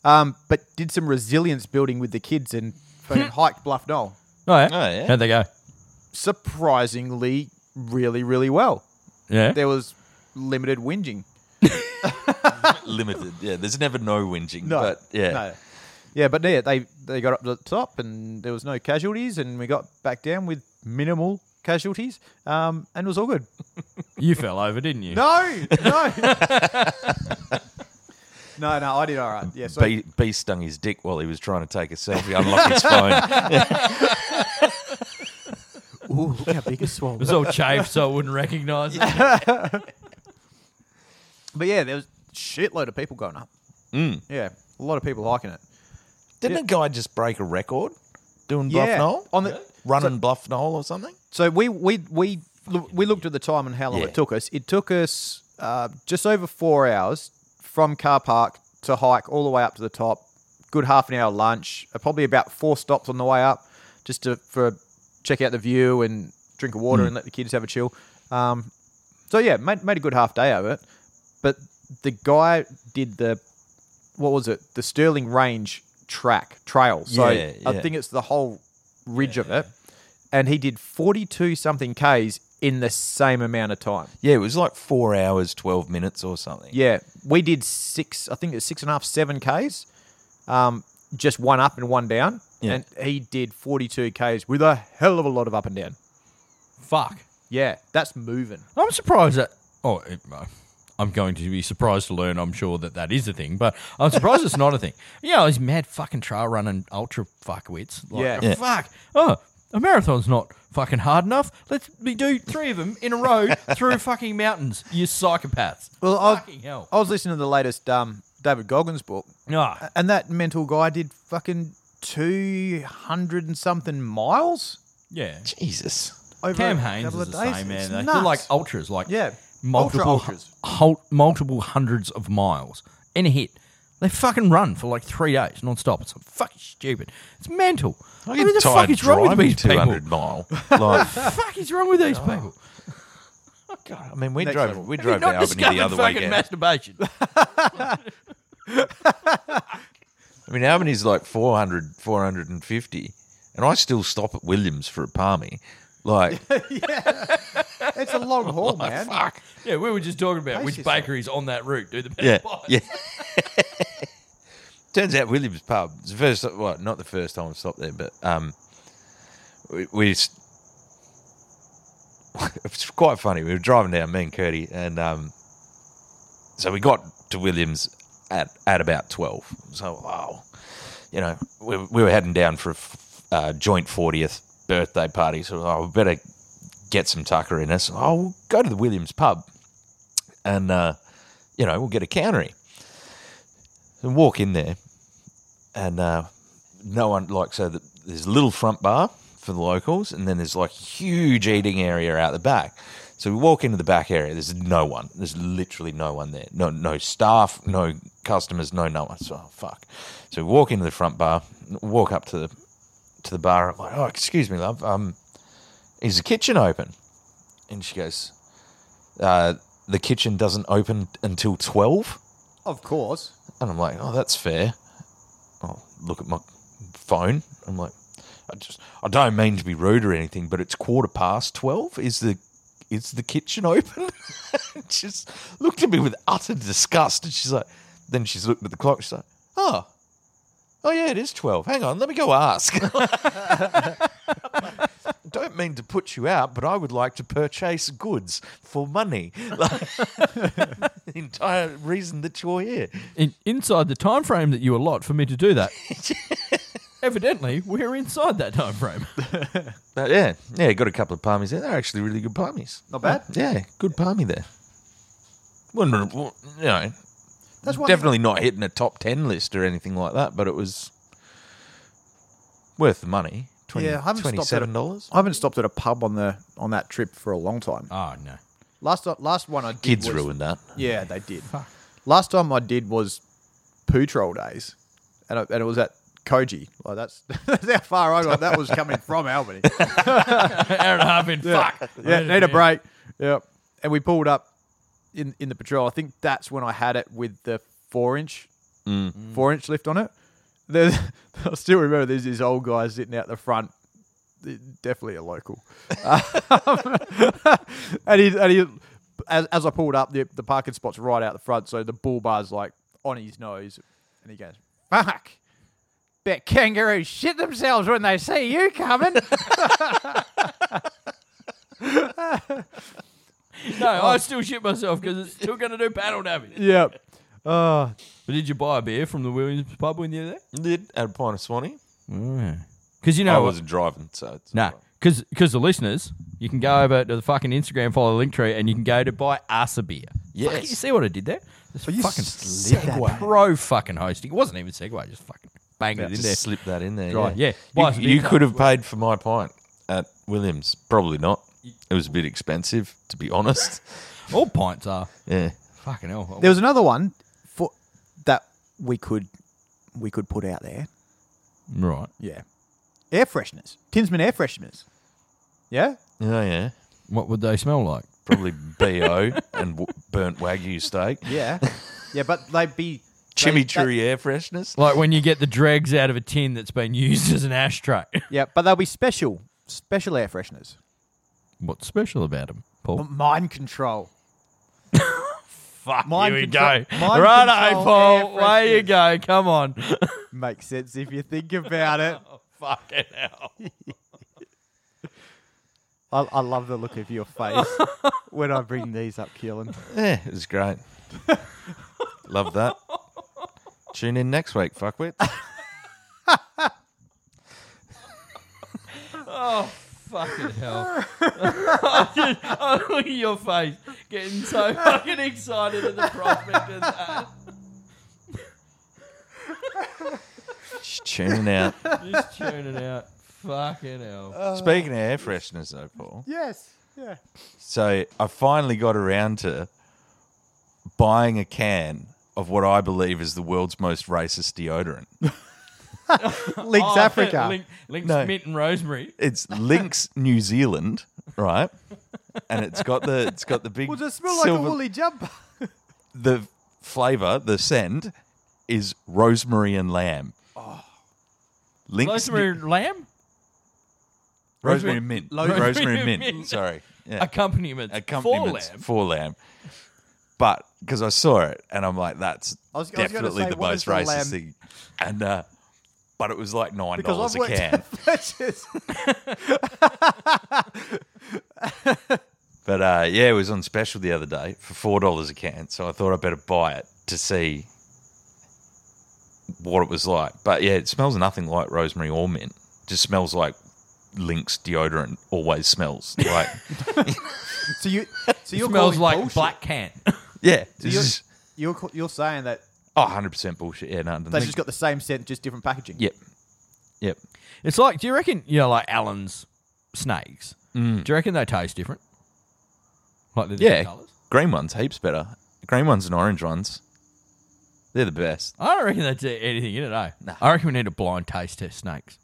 [SPEAKER 1] Um, but did some resilience building with the kids and fucking hiked Bluff Knoll.
[SPEAKER 3] Oh, yeah?
[SPEAKER 4] Oh, yeah.
[SPEAKER 3] How'd they go?
[SPEAKER 1] Surprisingly, really, really well.
[SPEAKER 3] Yeah?
[SPEAKER 1] There was limited whinging.
[SPEAKER 4] Limited. Yeah, there's never no whinging.
[SPEAKER 1] No,
[SPEAKER 4] but yeah.
[SPEAKER 1] no. yeah, but yeah, they they got up to the top and there was no casualties, and we got back down with minimal casualties, um, and it was all good.
[SPEAKER 3] you fell over, didn't you?
[SPEAKER 1] No, no, no, no. I did all right. Yeah, so
[SPEAKER 4] Bee, bee stung his dick while he was trying to take a selfie, unlock his phone.
[SPEAKER 1] Ooh, look how big a swallow.
[SPEAKER 3] It was all chafed so I wouldn't recognise it.
[SPEAKER 1] But yeah, there was shitload of people going up. Mm. Yeah, a lot of people liking it.
[SPEAKER 4] Didn't a guy just break a record doing Bluff
[SPEAKER 1] Yeah,
[SPEAKER 4] Knoll?
[SPEAKER 1] on the-
[SPEAKER 4] running Bluff Knoll or something?
[SPEAKER 1] So we we we loo- we looked at the time and how long
[SPEAKER 4] Yeah.
[SPEAKER 1] it took us. It took us uh, just over four hours from car park to hike all the way up to the top. Good half an hour lunch. uh, Probably about four stops on the way up, just to for check out the view and drink a water and let the kids have a chill. Um, so yeah, made made a good half day of it. But the guy did the what was it? The Sterling Range track trail. So
[SPEAKER 4] Yeah, yeah.
[SPEAKER 1] I think it's the whole ridge of it. And he did 42 something Ks in the same amount of time.
[SPEAKER 4] Yeah, it was like four hours, 12 minutes or something.
[SPEAKER 1] Yeah. We did six, I think it's six and a half, seven Ks. Um, just one up and one down.
[SPEAKER 4] Yeah.
[SPEAKER 1] And he did 42 Ks with a hell of a lot of up and down.
[SPEAKER 3] Fuck.
[SPEAKER 1] Yeah. That's moving.
[SPEAKER 3] I'm surprised that. Oh, it, uh, I'm going to be surprised to learn. I'm sure that that is a thing, but I'm surprised it's not a thing. Yeah, these mad fucking trail running ultra fuckwits. Like,
[SPEAKER 1] Yeah.
[SPEAKER 4] Yeah.
[SPEAKER 3] fuck. Oh, a marathon's not fucking hard enough. Let's me do three of them in a row through fucking mountains. You psychopaths.
[SPEAKER 1] Well, I
[SPEAKER 3] fucking
[SPEAKER 1] was,
[SPEAKER 3] hell.
[SPEAKER 1] I was listening to the latest um, David Goggins book.
[SPEAKER 3] Ah,
[SPEAKER 1] And that mental guy did fucking 200 and something miles.
[SPEAKER 3] yeah.
[SPEAKER 4] Jesus.
[SPEAKER 1] Over
[SPEAKER 3] Cam
[SPEAKER 1] a
[SPEAKER 3] Haynes
[SPEAKER 1] couple
[SPEAKER 3] is
[SPEAKER 1] of
[SPEAKER 3] the
[SPEAKER 1] days.
[SPEAKER 3] same
[SPEAKER 1] It's
[SPEAKER 3] man. They- They're
[SPEAKER 1] nuts.
[SPEAKER 3] like oh, ultras, like
[SPEAKER 1] Yeah.
[SPEAKER 3] multiple
[SPEAKER 1] Ultra ultras.
[SPEAKER 3] hul- multiple hundreds of miles in a hit. They fucking run for like three days non-stop. It's fucking stupid. It's mental.
[SPEAKER 4] I
[SPEAKER 3] What
[SPEAKER 4] get
[SPEAKER 3] the
[SPEAKER 4] tired
[SPEAKER 3] fuck is wrong with
[SPEAKER 4] driving
[SPEAKER 3] these people?
[SPEAKER 4] 200 mile. Like,
[SPEAKER 3] The fuck is wrong with these people?
[SPEAKER 4] God, I mean, we
[SPEAKER 1] Next
[SPEAKER 4] drove
[SPEAKER 1] level.
[SPEAKER 4] we
[SPEAKER 3] Have you
[SPEAKER 4] drove to
[SPEAKER 3] not
[SPEAKER 4] Albany
[SPEAKER 3] discovered
[SPEAKER 4] the other
[SPEAKER 3] fucking
[SPEAKER 4] weekend.
[SPEAKER 3] masturbation?
[SPEAKER 4] I mean, Albany's like 400, 450, and I still stop at Williams for a palmy. Like,
[SPEAKER 1] It's a long haul, man.
[SPEAKER 4] fuck.
[SPEAKER 3] yeah, we were just talking about
[SPEAKER 1] Pace
[SPEAKER 3] which
[SPEAKER 1] yourself.
[SPEAKER 3] bakeries on that route do the best
[SPEAKER 4] Yeah,
[SPEAKER 3] pies.
[SPEAKER 4] yeah. Turns out Williams Pub. It's the first, well, not the first time I've stopped there, but um, we, we s- it's quite funny. We were driving down, me and Curdy, and um, so we got to Williams at at about twelve. So, wow, you know, we, we were heading down for a f- uh, joint fortieth birthday party. So, oh, we better get some tucker in us. Oh, we'll go to the Williams Pub, and uh, you know, we'll get a countery. And walk in there, and uh, no one like so. The, there's a little front bar for the locals, and then there's like huge eating area out the back. So we walk into the back area. There's no one. There's literally no one there. No, no staff, no customers, no no one. So oh, fuck. So we walk into the front bar, walk up to the to the bar. I'm like, oh, excuse me, love. Um, is the kitchen open? And she goes, uh, the kitchen doesn't open until twelve.
[SPEAKER 1] Of course.
[SPEAKER 4] And I'm like, oh, that's fair. I'll look at my phone. I'm like, I just, I don't mean to be rude or anything, but it's quarter past twelve. Is the, is the kitchen open? she just looked at me with utter disgust, and she's like, then she's looked at the clock. She's like, oh, oh yeah, it is twelve. Hang on, let me go ask. don't mean to put you out, but I would like to purchase goods for money. Like, the entire reason that you're here.
[SPEAKER 3] In, inside the time frame that you allot for me to do that. Evidently, we're inside that time frame.
[SPEAKER 4] But yeah, yeah, got a couple of palmies there. They're actually really good palmies.
[SPEAKER 1] Not bad.
[SPEAKER 4] Yeah, good palmy there. Wouldn't, you know,
[SPEAKER 1] That's one
[SPEAKER 4] definitely not hitting a top ten list or anything like that, but it was worth the money. 20,
[SPEAKER 1] Yeah, I haven't stopped at a-
[SPEAKER 4] twenty-seven dollars.
[SPEAKER 1] I haven't stopped at a pub on the on that trip for a long time.
[SPEAKER 3] Oh, no.
[SPEAKER 1] Last last one I did
[SPEAKER 4] Kids
[SPEAKER 1] was-
[SPEAKER 4] ruined that.
[SPEAKER 1] Yeah, they did. Last time I did was poo troll days, and, I, and it was at Koji. Like that's that's how far I got. That was coming from Albany.
[SPEAKER 3] Hour and a half in. Fuck.
[SPEAKER 1] yeah, need a break. Yep. And we pulled up in in the patrol. I think that's when I had it with the four inch four inch lift on it. There's, I still remember there's this old guy sitting out the front. Definitely a local. and he and he as, as I pulled up, the, the parking spot's right out the front, so the bull bar's like on his nose, and he goes, "Fuck." Bet kangaroos shit themselves when they see you coming.
[SPEAKER 3] No, I still shit myself because it's still going to do paddle damage.
[SPEAKER 1] yep. Uh,
[SPEAKER 3] But did you buy a beer from the Williams pub when you were
[SPEAKER 4] Did at a pint of Swanee.
[SPEAKER 3] there? Because you
[SPEAKER 4] I
[SPEAKER 3] know. what?
[SPEAKER 4] wasn't driving, so it's
[SPEAKER 3] No, because the listeners, you can go over to the fucking Instagram, follow the link tree, and you can go to buy us a beer.
[SPEAKER 4] Yes.
[SPEAKER 3] Fuck, you see what I did there? It's
[SPEAKER 1] you
[SPEAKER 3] fucking
[SPEAKER 1] slid that
[SPEAKER 3] segue. pro fucking hosting. It wasn't even segue. I just fucking banged it in
[SPEAKER 4] Just
[SPEAKER 3] there.
[SPEAKER 4] slip that in there.
[SPEAKER 3] Right, yeah.
[SPEAKER 4] You-
[SPEAKER 3] Buy us a
[SPEAKER 4] You,
[SPEAKER 3] beer.
[SPEAKER 4] could have paid for my pint at Williams. Probably not. It was a bit expensive, to be honest.
[SPEAKER 3] All pints are
[SPEAKER 4] yeah.
[SPEAKER 3] fucking hell.
[SPEAKER 1] There was another one for that we could we could put out there.
[SPEAKER 3] right.
[SPEAKER 1] Yeah. Air fresheners. Kinsman air fresheners. Yeah?
[SPEAKER 4] Oh, yeah.
[SPEAKER 3] What would they smell like?
[SPEAKER 4] Probably BO and w- burnt Wagyu steak.
[SPEAKER 1] Yeah. yeah, but they'd be
[SPEAKER 4] Chimichurri air freshness.
[SPEAKER 3] Like when you get the dregs out of a tin that's been used as an ashtray.
[SPEAKER 1] That, yeah, but they'll be special. Special air fresheners.
[SPEAKER 3] What's special about them, Paul?
[SPEAKER 1] Mind control.
[SPEAKER 3] Fuck,
[SPEAKER 1] mind
[SPEAKER 3] here we
[SPEAKER 1] control-
[SPEAKER 3] go.
[SPEAKER 1] mind
[SPEAKER 3] Righto,
[SPEAKER 1] control
[SPEAKER 3] Paul.
[SPEAKER 1] air
[SPEAKER 3] There you go. Come on.
[SPEAKER 1] Makes sense if you think about it.
[SPEAKER 3] Oh, fucking hell.
[SPEAKER 1] I, I love the look of your face when I bring these up, Keelan.
[SPEAKER 4] Yeah, it was great. Love that. Tune in next week, fuckwit.
[SPEAKER 3] Fucking hell. I look at your face getting so fucking excited at the prospect of that.
[SPEAKER 4] Just tuning out.
[SPEAKER 3] Just tuning out. Fucking hell.
[SPEAKER 4] Speaking of air fresheners, though, Paul.
[SPEAKER 1] Yes. Yeah.
[SPEAKER 4] So I finally got around to buying a can of what I believe is the world's most racist deodorant.
[SPEAKER 1] Links Africa.
[SPEAKER 3] Oh, Link, links
[SPEAKER 4] No.
[SPEAKER 3] mint and rosemary.
[SPEAKER 4] It's Lynx New Zealand, right? And it's got the it's got the big
[SPEAKER 1] Well, does it smell like
[SPEAKER 4] silver-
[SPEAKER 1] a woolly jumper?
[SPEAKER 4] the flavor, the scent is rosemary and lamb. Oh. Lynx
[SPEAKER 3] Rosemary
[SPEAKER 4] New-
[SPEAKER 3] lamb?
[SPEAKER 4] rosemary and mint.
[SPEAKER 3] Rosemary
[SPEAKER 4] Rosemary,
[SPEAKER 3] and
[SPEAKER 4] and mint.
[SPEAKER 3] mint.
[SPEAKER 4] Sorry. Yeah.
[SPEAKER 3] Accompaniment.
[SPEAKER 4] accompaniments
[SPEAKER 3] For
[SPEAKER 4] for
[SPEAKER 3] lamb.
[SPEAKER 4] lamb. But because I saw it and I'm like, that's
[SPEAKER 1] I was- I was gonna
[SPEAKER 4] definitely
[SPEAKER 1] say,
[SPEAKER 4] the
[SPEAKER 1] what
[SPEAKER 4] most
[SPEAKER 1] is the
[SPEAKER 4] racist
[SPEAKER 1] lamb-
[SPEAKER 4] thing. And uh, but it was like nine
[SPEAKER 1] Because
[SPEAKER 4] dollars a
[SPEAKER 1] I've worked
[SPEAKER 4] can.
[SPEAKER 1] at Fletcher's.
[SPEAKER 4] But uh, yeah, it was on special the other day for four dollars a can. So I thought I better buy it to see what it was like. But yeah, it smells nothing like rosemary or mint. It just smells like Lynx deodorant always smells like.
[SPEAKER 1] So you, so you're
[SPEAKER 3] Smells
[SPEAKER 1] calling
[SPEAKER 3] like
[SPEAKER 1] bullshit.
[SPEAKER 3] black can.
[SPEAKER 4] yeah, this
[SPEAKER 1] you're-
[SPEAKER 4] is
[SPEAKER 1] You're ca- you're saying that
[SPEAKER 4] oh, 100 percent bullshit. Yeah, no,
[SPEAKER 1] they just got the same scent, just different packaging.
[SPEAKER 4] Yep, yep.
[SPEAKER 3] It's like, do you reckon, you know, like Allen's snakes? Do you reckon they taste different? Like the
[SPEAKER 4] Yeah,
[SPEAKER 3] different colours?
[SPEAKER 4] green ones heaps better. Green ones and orange ones, they're the best.
[SPEAKER 3] I don't reckon that's anything in it, eh? I reckon we need a blind taste test snakes.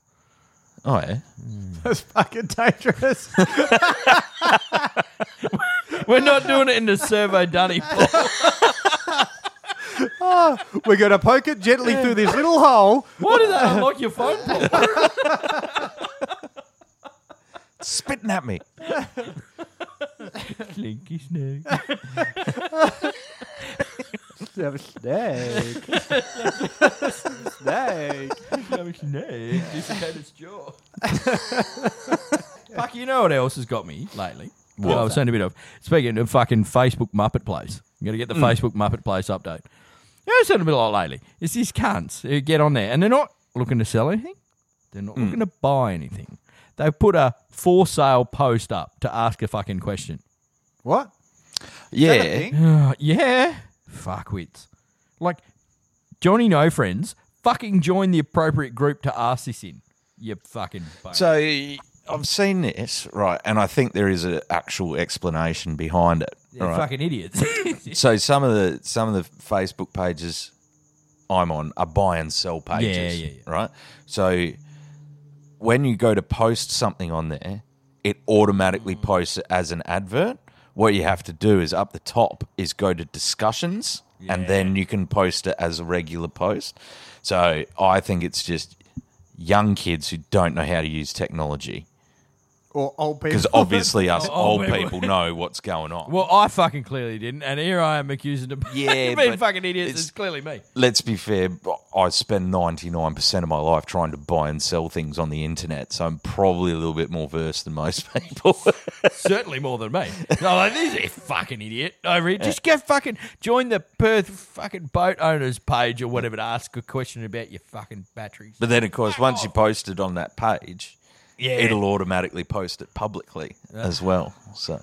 [SPEAKER 4] Oh yeah.
[SPEAKER 1] That's fucking dangerous.
[SPEAKER 3] We're not doing it in the servo dunny. Paul.
[SPEAKER 1] We're going to poke it gently through this little hole.
[SPEAKER 3] Why did that unlock your phone? Paul?
[SPEAKER 4] Spitting at me.
[SPEAKER 3] Slinky snake.
[SPEAKER 1] Have a snake. snake.
[SPEAKER 3] snake. Dislocate its jaw. Fuck, you know what else has got me lately? Well, I was saying a bit of. Speaking of fucking Facebook Muppet Place, I'm going to get the Facebook Muppet Place update. You know, it's a bit like lately. It's these cunts who get on there and they're not looking to sell anything. They're not looking to buy anything. They put a for sale post up to ask a fucking question.
[SPEAKER 1] What?
[SPEAKER 4] Yeah.
[SPEAKER 3] Uh, yeah. Fuckwits. Like, Johnny No Friends, fucking join the appropriate group to ask this in. You fucking. bugger.
[SPEAKER 4] So I've seen this right, and I think there is an actual explanation behind it.
[SPEAKER 3] They're
[SPEAKER 4] right?
[SPEAKER 3] fucking idiots.
[SPEAKER 4] So some of the some of the Facebook pages I'm on are buy and sell pages,
[SPEAKER 3] Yeah, yeah, yeah.
[SPEAKER 4] right? So when you go to post something on there, it automatically
[SPEAKER 3] Mm.
[SPEAKER 4] posts it as an advert. What you have to do is up the top is go to discussions, and then you can post it as a regular post. So I think it's just young kids who don't know how to use technology
[SPEAKER 1] Or old people.
[SPEAKER 4] because obviously us
[SPEAKER 3] Oh,
[SPEAKER 4] old
[SPEAKER 3] wait, wait.
[SPEAKER 4] people know what's going on.
[SPEAKER 3] well, I fucking clearly didn't, and here I am accusing them of
[SPEAKER 4] Yeah,
[SPEAKER 3] being
[SPEAKER 4] but
[SPEAKER 3] fucking idiots. It's,
[SPEAKER 4] it's-
[SPEAKER 3] clearly me.
[SPEAKER 4] let's be fair, I spend 99% of my life trying to buy and sell things on the internet, so I'm probably a little bit more versed than most people.
[SPEAKER 3] Certainly more than me. No, like, this is a fucking idiot over here. Just go fucking join the Perth fucking boat owners page or whatever to ask a question about your fucking batteries.
[SPEAKER 4] but then, of course, once you post it on that page,
[SPEAKER 3] yeah,
[SPEAKER 4] it'll automatically post it publicly as well. So,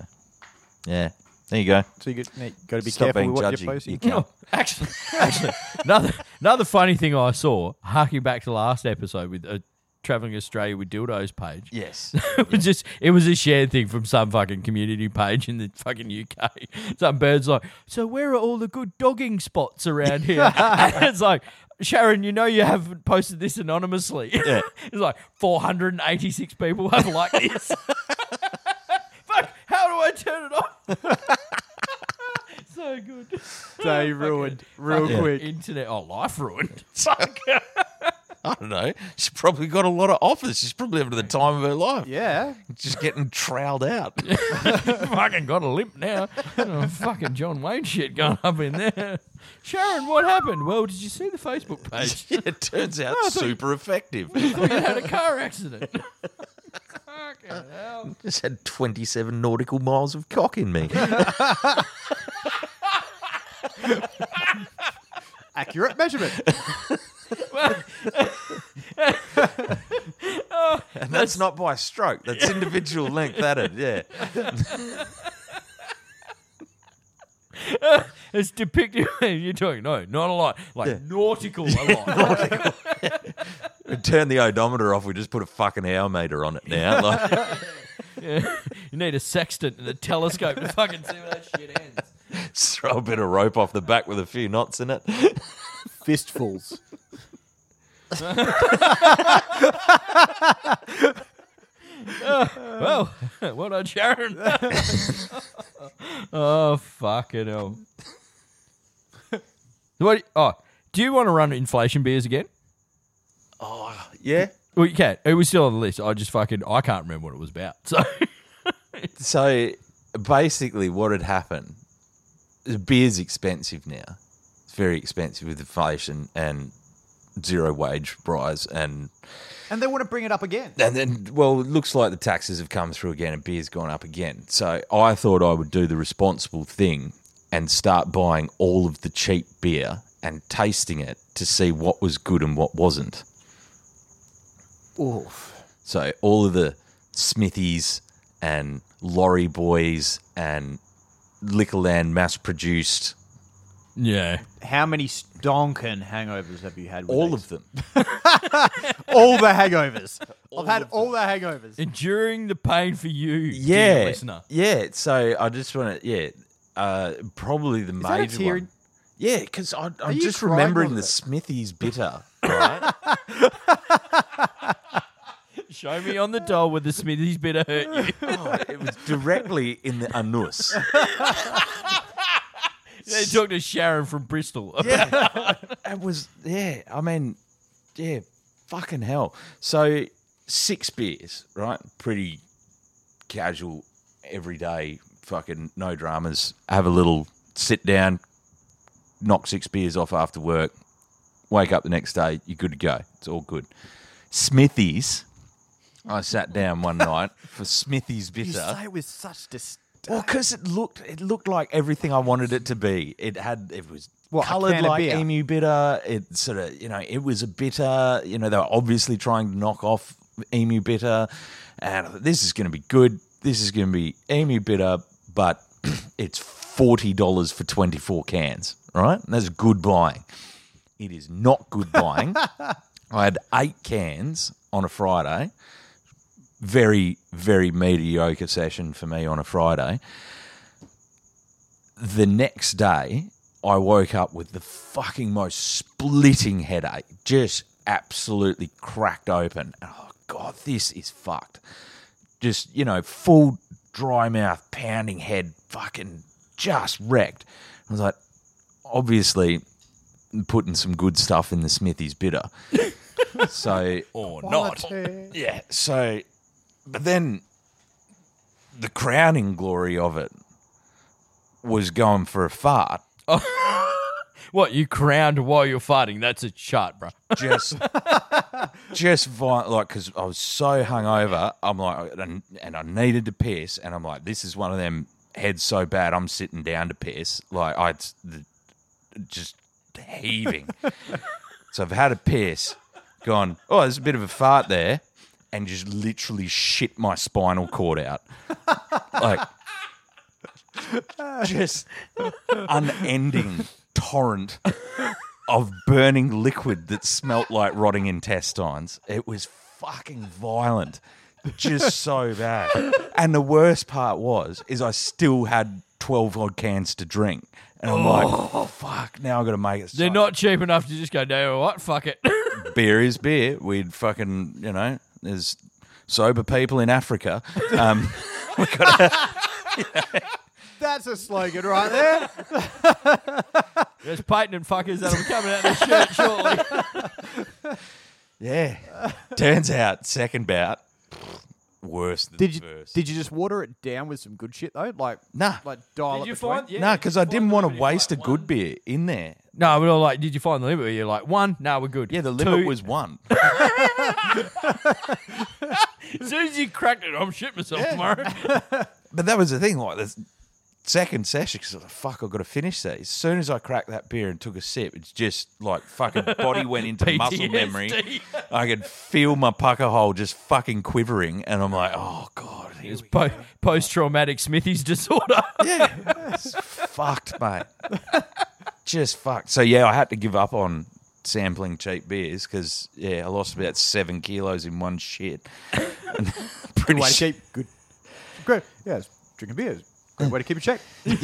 [SPEAKER 4] yeah, there you go.
[SPEAKER 1] So you got to be
[SPEAKER 4] Stop
[SPEAKER 1] careful
[SPEAKER 4] being
[SPEAKER 1] with what
[SPEAKER 4] judgy,
[SPEAKER 1] you're posting.
[SPEAKER 4] you cunt.
[SPEAKER 3] Oh, actually, actually, another another funny thing I saw, harking back to last episode with a traveling Australia with dildos page.
[SPEAKER 4] Yes.
[SPEAKER 3] it was just it was a shared thing from some fucking community page in the fucking UK. Some birds like, so where are all the good dogging spots around here? and it's like. Sharon, you know you haven't posted this anonymously. it's like 486 people have liked this. Fuck, how do I turn it off? so good.
[SPEAKER 1] Day ruined real
[SPEAKER 3] Fucking
[SPEAKER 1] quick.
[SPEAKER 3] Internet, oh, life ruined.
[SPEAKER 4] I don't know. She's probably got a lot of offers. She's probably having the time of her life.
[SPEAKER 1] Yeah.
[SPEAKER 4] Just getting troweled out.
[SPEAKER 3] fucking got a limp now. Oh, fucking John Wayne shit going up in there. Sharon, what happened? Well, did you see the Facebook page?
[SPEAKER 4] it turns out super effective.
[SPEAKER 3] I had a car accident. Fucking hell.
[SPEAKER 4] Just had 27 nautical miles of cock in me.
[SPEAKER 1] Accurate measurement.
[SPEAKER 4] And that's not by stroke. That's individual length added. Yeah.
[SPEAKER 3] It's depicted. You're talking no, not a lot, like nautical a lot.
[SPEAKER 4] We turn the odometer off. We just put a fucking hour meter on it now. Like,
[SPEAKER 3] Yeah. You need a sextant and a telescope to fucking see where that shit ends.
[SPEAKER 4] just throw a bit of rope off the back with a few knots in it.
[SPEAKER 1] Fistfuls.
[SPEAKER 3] Well, well done, Sharon. oh, fucking hell. What, oh, do you want to run inflation beers again?
[SPEAKER 4] Yeah.
[SPEAKER 3] Well, you can. It was still on the list. I just fucking, I can't remember what it was about. So,
[SPEAKER 4] So basically, what had happened is beer's expensive now. It's very expensive with inflation and zero wage rise and
[SPEAKER 1] And they want to bring it up again.
[SPEAKER 4] And then, well, it looks like the taxes have come through again and beer's gone up again. So I thought I would do the responsible thing and start buying all of the cheap beer and tasting it to see what was good and what wasn't.
[SPEAKER 1] Oof.
[SPEAKER 4] So all of the Smithies and Lorry Boys and Liquorland mass produced,
[SPEAKER 3] yeah.
[SPEAKER 1] How many stonking hangovers have you had? With
[SPEAKER 4] all of
[SPEAKER 1] these?
[SPEAKER 4] them.
[SPEAKER 1] all the hangovers. I've had all the hangovers.
[SPEAKER 3] Enduring the pain for you, yeah.
[SPEAKER 4] Yeah.
[SPEAKER 3] listener.
[SPEAKER 4] Yeah. So I just want to, yeah, uh, probably the
[SPEAKER 1] that a
[SPEAKER 4] major
[SPEAKER 1] tear
[SPEAKER 4] one. Yeah, because I'm
[SPEAKER 1] you
[SPEAKER 4] just
[SPEAKER 1] crying
[SPEAKER 4] remembering
[SPEAKER 1] or
[SPEAKER 4] the
[SPEAKER 1] is it-
[SPEAKER 4] Smithies bitter, right?
[SPEAKER 3] Show me on the doll where the Smithies better hurt you.
[SPEAKER 4] It was directly in the anus.
[SPEAKER 3] they talked to Sharon from Bristol.
[SPEAKER 4] It was yeah. I mean, yeah, fucking hell. So six beers, right? Pretty casual, everyday, fucking no dramas. Have a little sit down, knock six beers off after work. Wake up the next day, you're good to go. It's all good. Smithies. I sat down one night for Smithies bitter.
[SPEAKER 1] You say it with such disdain.
[SPEAKER 4] Well, because it looked it looked like everything I wanted it to be. It had it was
[SPEAKER 1] What, a
[SPEAKER 4] coloured
[SPEAKER 1] can of
[SPEAKER 4] like
[SPEAKER 1] beer?
[SPEAKER 4] emu bitter. It sort of you know it was a bitter. You know they were obviously trying to knock off emu bitter, and I thought, this is going to be good. This is going to be emu bitter, but it's forty dollars for twenty four cans. Right, And that's good buying. It is not good buying. I had eight cans on a Friday. Very, very mediocre session for me on a Friday. The next day, I woke up with the fucking most splitting headache, just absolutely cracked open. And, Oh, God, this is fucked. Just, you know, full dry mouth, pounding head, fucking just wrecked. I was like, obviously, putting some good stuff in the Smithies bitter. so
[SPEAKER 3] or not.
[SPEAKER 4] yeah. So, but then the crowning glory of it was going for a fart.
[SPEAKER 3] What, you crowned while you're farting? That's a chart, bro.
[SPEAKER 4] Just, just vi- like because I was so hungover, I'm like, and, and I needed to piss, and I'm like, this is one of them heads so bad, I'm sitting down to piss. Like I the, just heaving. so I've had a piss, gone. Oh, there's a bit of a fart there, and just literally shit my spinal cord out. like just unending torrent of burning liquid that smelt like rotting intestines. It was fucking violent. Just so bad. And the worst part was is I still had 12 odd cans to drink. And I'm like, oh fuck, now I've got to make it.
[SPEAKER 3] They're
[SPEAKER 4] So
[SPEAKER 3] not cheap enough to just go, no, what? Fuck it.
[SPEAKER 4] beer is beer. We'd fucking, you know, there's sober people in Africa. Um,
[SPEAKER 1] That's a slogan right there.
[SPEAKER 3] There's patent fuckers that'll be coming out of the shirt shortly.
[SPEAKER 4] yeah. Turns out, second bout, worse than
[SPEAKER 1] Did you
[SPEAKER 4] first.
[SPEAKER 1] did you just water it down with some good shit though? Like
[SPEAKER 4] Nah.
[SPEAKER 1] like dial
[SPEAKER 3] Did
[SPEAKER 1] up
[SPEAKER 3] you
[SPEAKER 1] between?
[SPEAKER 3] find? Yeah,
[SPEAKER 4] no, because I
[SPEAKER 3] did you
[SPEAKER 4] didn't
[SPEAKER 3] find
[SPEAKER 4] want
[SPEAKER 3] the
[SPEAKER 4] to
[SPEAKER 3] limit?
[SPEAKER 4] waste a
[SPEAKER 3] Like
[SPEAKER 4] good
[SPEAKER 3] one?
[SPEAKER 4] beer in there.
[SPEAKER 3] No, we were like, did you find the limit? You're like, one? No, we're good.
[SPEAKER 4] Yeah, the limit
[SPEAKER 3] Two?
[SPEAKER 4] was one.
[SPEAKER 3] As soon as you cracked it, I'm shit myself tomorrow.
[SPEAKER 4] But that was the thing, like the second session, because I was like, fuck, I've got to finish that. As soon as I cracked that beer and took a sip, it's just like fucking body went into muscle memory.
[SPEAKER 3] PTSD.
[SPEAKER 4] I could feel my pucker hole just fucking quivering, and I'm like, oh god, here
[SPEAKER 3] It's
[SPEAKER 4] we
[SPEAKER 3] po- post-traumatic Smithy's disorder.
[SPEAKER 4] fucked, mate. Just fucked. So yeah, I had to give up on sampling cheap beers because yeah, I lost about seven kilos in one shit. And
[SPEAKER 1] Good
[SPEAKER 4] pretty
[SPEAKER 1] way to
[SPEAKER 4] shit.
[SPEAKER 1] keep good. Great. Yeah, it's drinking beers. Great way to keep it check.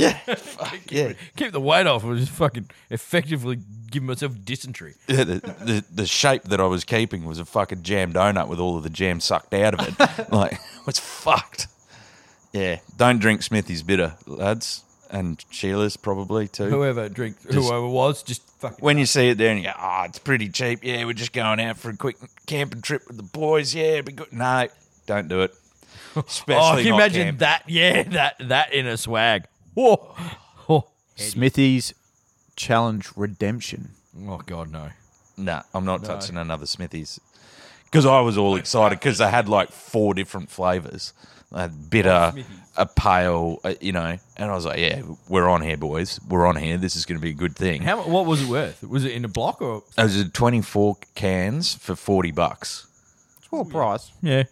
[SPEAKER 4] Yeah,
[SPEAKER 3] Keep the weight off. I was just fucking effectively giving myself dysentery.
[SPEAKER 4] Yeah, the, the the shape that I was keeping was a fucking jam donut with all of the jam sucked out of it. like it was fucked. Yeah, don't drink Smithy's bitter, lads, and Sheila's probably too.
[SPEAKER 3] Whoever drinks, whoever was, just fucking.
[SPEAKER 4] When you see it there and you go, oh, it's pretty cheap. Yeah, we're just going out for a quick camping trip with the boys. Yeah, it'd be good. No, don't do it. Especially
[SPEAKER 3] oh, can you
[SPEAKER 4] not
[SPEAKER 3] imagine
[SPEAKER 4] camping.
[SPEAKER 3] that? Yeah, that that in a swag. Whoa. Oh,
[SPEAKER 1] Smithy's Challenge Redemption.
[SPEAKER 3] oh God, no.
[SPEAKER 4] Nah, I'm not touching another Smithy's. Because I was all excited because they had like four different flavors a
[SPEAKER 3] Oh,
[SPEAKER 4] bitter, a pale, a, you know. And I was like, yeah, we're on here, boys. We're on here. This is going to be a good thing.
[SPEAKER 3] How? mu- What was it worth? Was it in a block or?
[SPEAKER 4] It was 24 cans for 40 bucks.
[SPEAKER 1] Small price.
[SPEAKER 3] Yeah.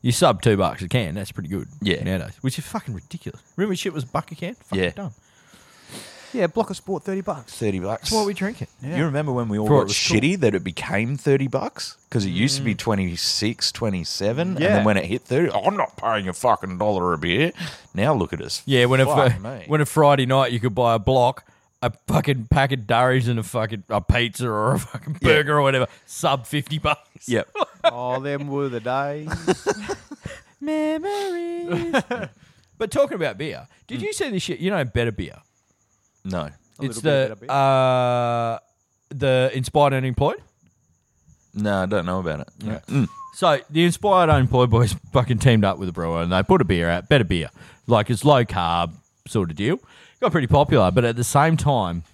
[SPEAKER 3] You sub two bucks a can. That's pretty good.
[SPEAKER 4] Yeah.
[SPEAKER 3] Nowadays, which is fucking ridiculous. Remember, shit was a buck a can. Fucking
[SPEAKER 4] Yeah.
[SPEAKER 3] Dumb.
[SPEAKER 1] Yeah, block of sport, thirty bucks.
[SPEAKER 4] 30 bucks.
[SPEAKER 3] What are we drinking?
[SPEAKER 4] You remember when we all
[SPEAKER 3] Thought it
[SPEAKER 4] got
[SPEAKER 3] was
[SPEAKER 4] shitty that it became 30 bucks? Because it used to be 26, 27. And
[SPEAKER 1] Yeah.
[SPEAKER 4] then when it hit 30, I'm not paying a fucking dollar a beer. Now look at us.
[SPEAKER 3] Yeah, when a
[SPEAKER 4] Fuck
[SPEAKER 3] fr-
[SPEAKER 4] me.
[SPEAKER 3] when a Friday night you could buy a block a fucking pack of durries and a fucking a pizza or a fucking burger or whatever, sub fifty bucks.
[SPEAKER 4] Yep.
[SPEAKER 1] Oh, them were the days.
[SPEAKER 3] Memories. but talking about beer, did you see this shit? You know, better beer.
[SPEAKER 4] No.
[SPEAKER 3] It's
[SPEAKER 1] little bit
[SPEAKER 3] the
[SPEAKER 1] of better beer.
[SPEAKER 3] uh, the inspired and employed.
[SPEAKER 4] No, I don't know about it. Yeah.
[SPEAKER 3] So the Inspired Unemployed Boys fucking teamed up with a brewer and they put a beer out, better beer. Like it's low carb sort of deal. Got pretty popular, but at the same time,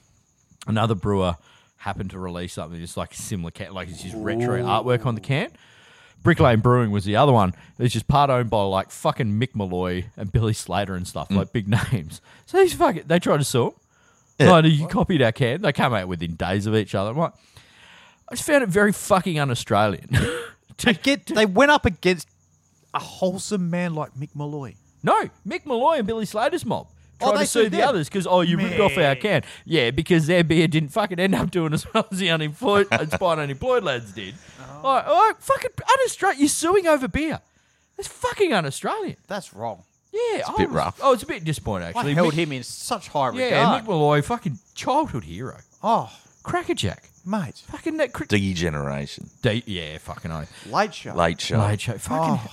[SPEAKER 3] another brewer happened to release something just like similar can like it's just retro artwork on the can. Brick Lane Brewing was the other one. It's just part owned by like fucking Mick Malloy and Billy Slater and stuff, like big names. So these fucking they tried to sue him. Like, you copied our can. They came out within days of each other. I'm like, I just found it very fucking un Australian.
[SPEAKER 1] Get, they went up against a wholesome man like Mick Malloy.
[SPEAKER 3] No, Mick Malloy and Billy Slater's mob.
[SPEAKER 1] Oh,
[SPEAKER 3] Trying
[SPEAKER 1] they
[SPEAKER 3] to sue
[SPEAKER 1] sued
[SPEAKER 3] the
[SPEAKER 1] them?
[SPEAKER 3] others because oh you ripped off our can yeah because their beer didn't fucking end up doing as well as the unemployed inspired unemployed lads did oh. like, oh fucking un-Australian you're suing over beer that's fucking un-Australian
[SPEAKER 1] That's wrong.
[SPEAKER 3] yeah it's a
[SPEAKER 4] bit rough.
[SPEAKER 3] oh it's a bit disappointing
[SPEAKER 1] I
[SPEAKER 3] actually
[SPEAKER 1] held
[SPEAKER 3] Mick-
[SPEAKER 1] him in such high regard.
[SPEAKER 3] yeah Mick Malloy fucking childhood hero
[SPEAKER 1] oh,
[SPEAKER 3] crackerjack
[SPEAKER 1] mate,
[SPEAKER 3] fucking that cr-
[SPEAKER 4] Degeneration.
[SPEAKER 3] D- yeah fucking I
[SPEAKER 1] late show. Oh,
[SPEAKER 4] Late show.
[SPEAKER 3] Late show. fucking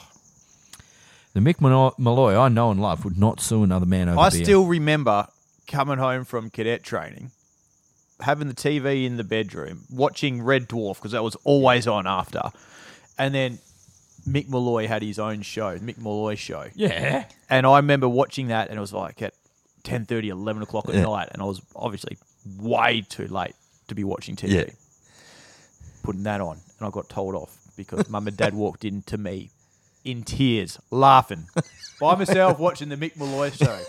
[SPEAKER 3] the Mick Malloy, Malloy I know and love would not sue another man over
[SPEAKER 1] I
[SPEAKER 3] beer
[SPEAKER 1] still remember coming home from cadet training, having the TV in the bedroom, watching Red Dwarf because that was always on after, and then Mick Malloy had his own show, Mick Malloy show,
[SPEAKER 3] yeah
[SPEAKER 1] and I remember watching that, and it was like at 10, 11 o'clock at night, and I was obviously way too late to be watching TV,
[SPEAKER 4] Yeah.
[SPEAKER 1] putting that on, and I got told off because mum and dad walked in to me. In tears, laughing by myself, watching the Mick Malloy show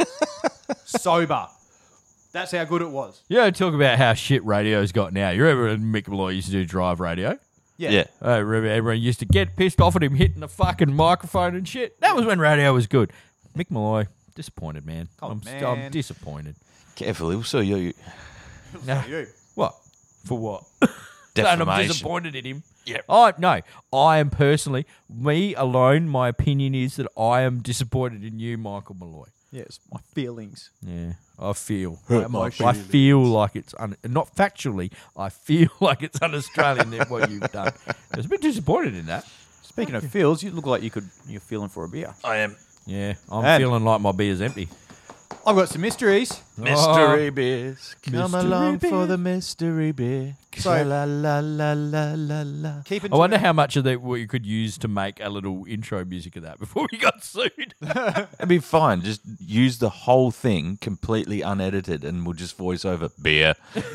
[SPEAKER 1] sober. That's how good it was.
[SPEAKER 3] You know, talk about how shit radio's got now. You remember when Mick Malloy used to do drive radio?
[SPEAKER 1] Yeah.
[SPEAKER 4] Yeah.
[SPEAKER 3] I remember everyone used to get pissed off at him hitting the fucking microphone and shit. That was when radio was good. Mick Malloy, disappointed, man.
[SPEAKER 1] Oh,
[SPEAKER 3] I'm,
[SPEAKER 1] man.
[SPEAKER 3] I'm disappointed.
[SPEAKER 4] Carefully. We'll sue you.
[SPEAKER 3] Nah.
[SPEAKER 1] You.
[SPEAKER 3] What? For what? and I'm
[SPEAKER 4] Defamation.
[SPEAKER 3] disappointed in him. Yeah. I no. I am personally, me alone, my opinion is that I am disappointed in you, Michael Malloy.
[SPEAKER 1] Yes, my feelings.
[SPEAKER 3] Yeah, I feel.
[SPEAKER 1] my
[SPEAKER 3] I feel like it's un- not factually. I feel like it's un-Australian than what you've done. I was a bit disappointed in that.
[SPEAKER 1] Speaking of feels, you look like you could. You're feeling for a beer.
[SPEAKER 4] I am.
[SPEAKER 3] Yeah, I'm
[SPEAKER 1] And-
[SPEAKER 3] feeling like my beer's empty.
[SPEAKER 1] I've got some mysteries.
[SPEAKER 4] Mystery beers. Come
[SPEAKER 3] Mystery
[SPEAKER 4] along
[SPEAKER 3] beer.
[SPEAKER 4] for the mystery beer.
[SPEAKER 1] So-
[SPEAKER 4] la la la la la la.
[SPEAKER 1] Keep it.
[SPEAKER 3] I wonder how much of that we could use to make a little intro music of that before we got sued.
[SPEAKER 4] It'd be fine. Just use the whole thing completely unedited and we'll just voice over beer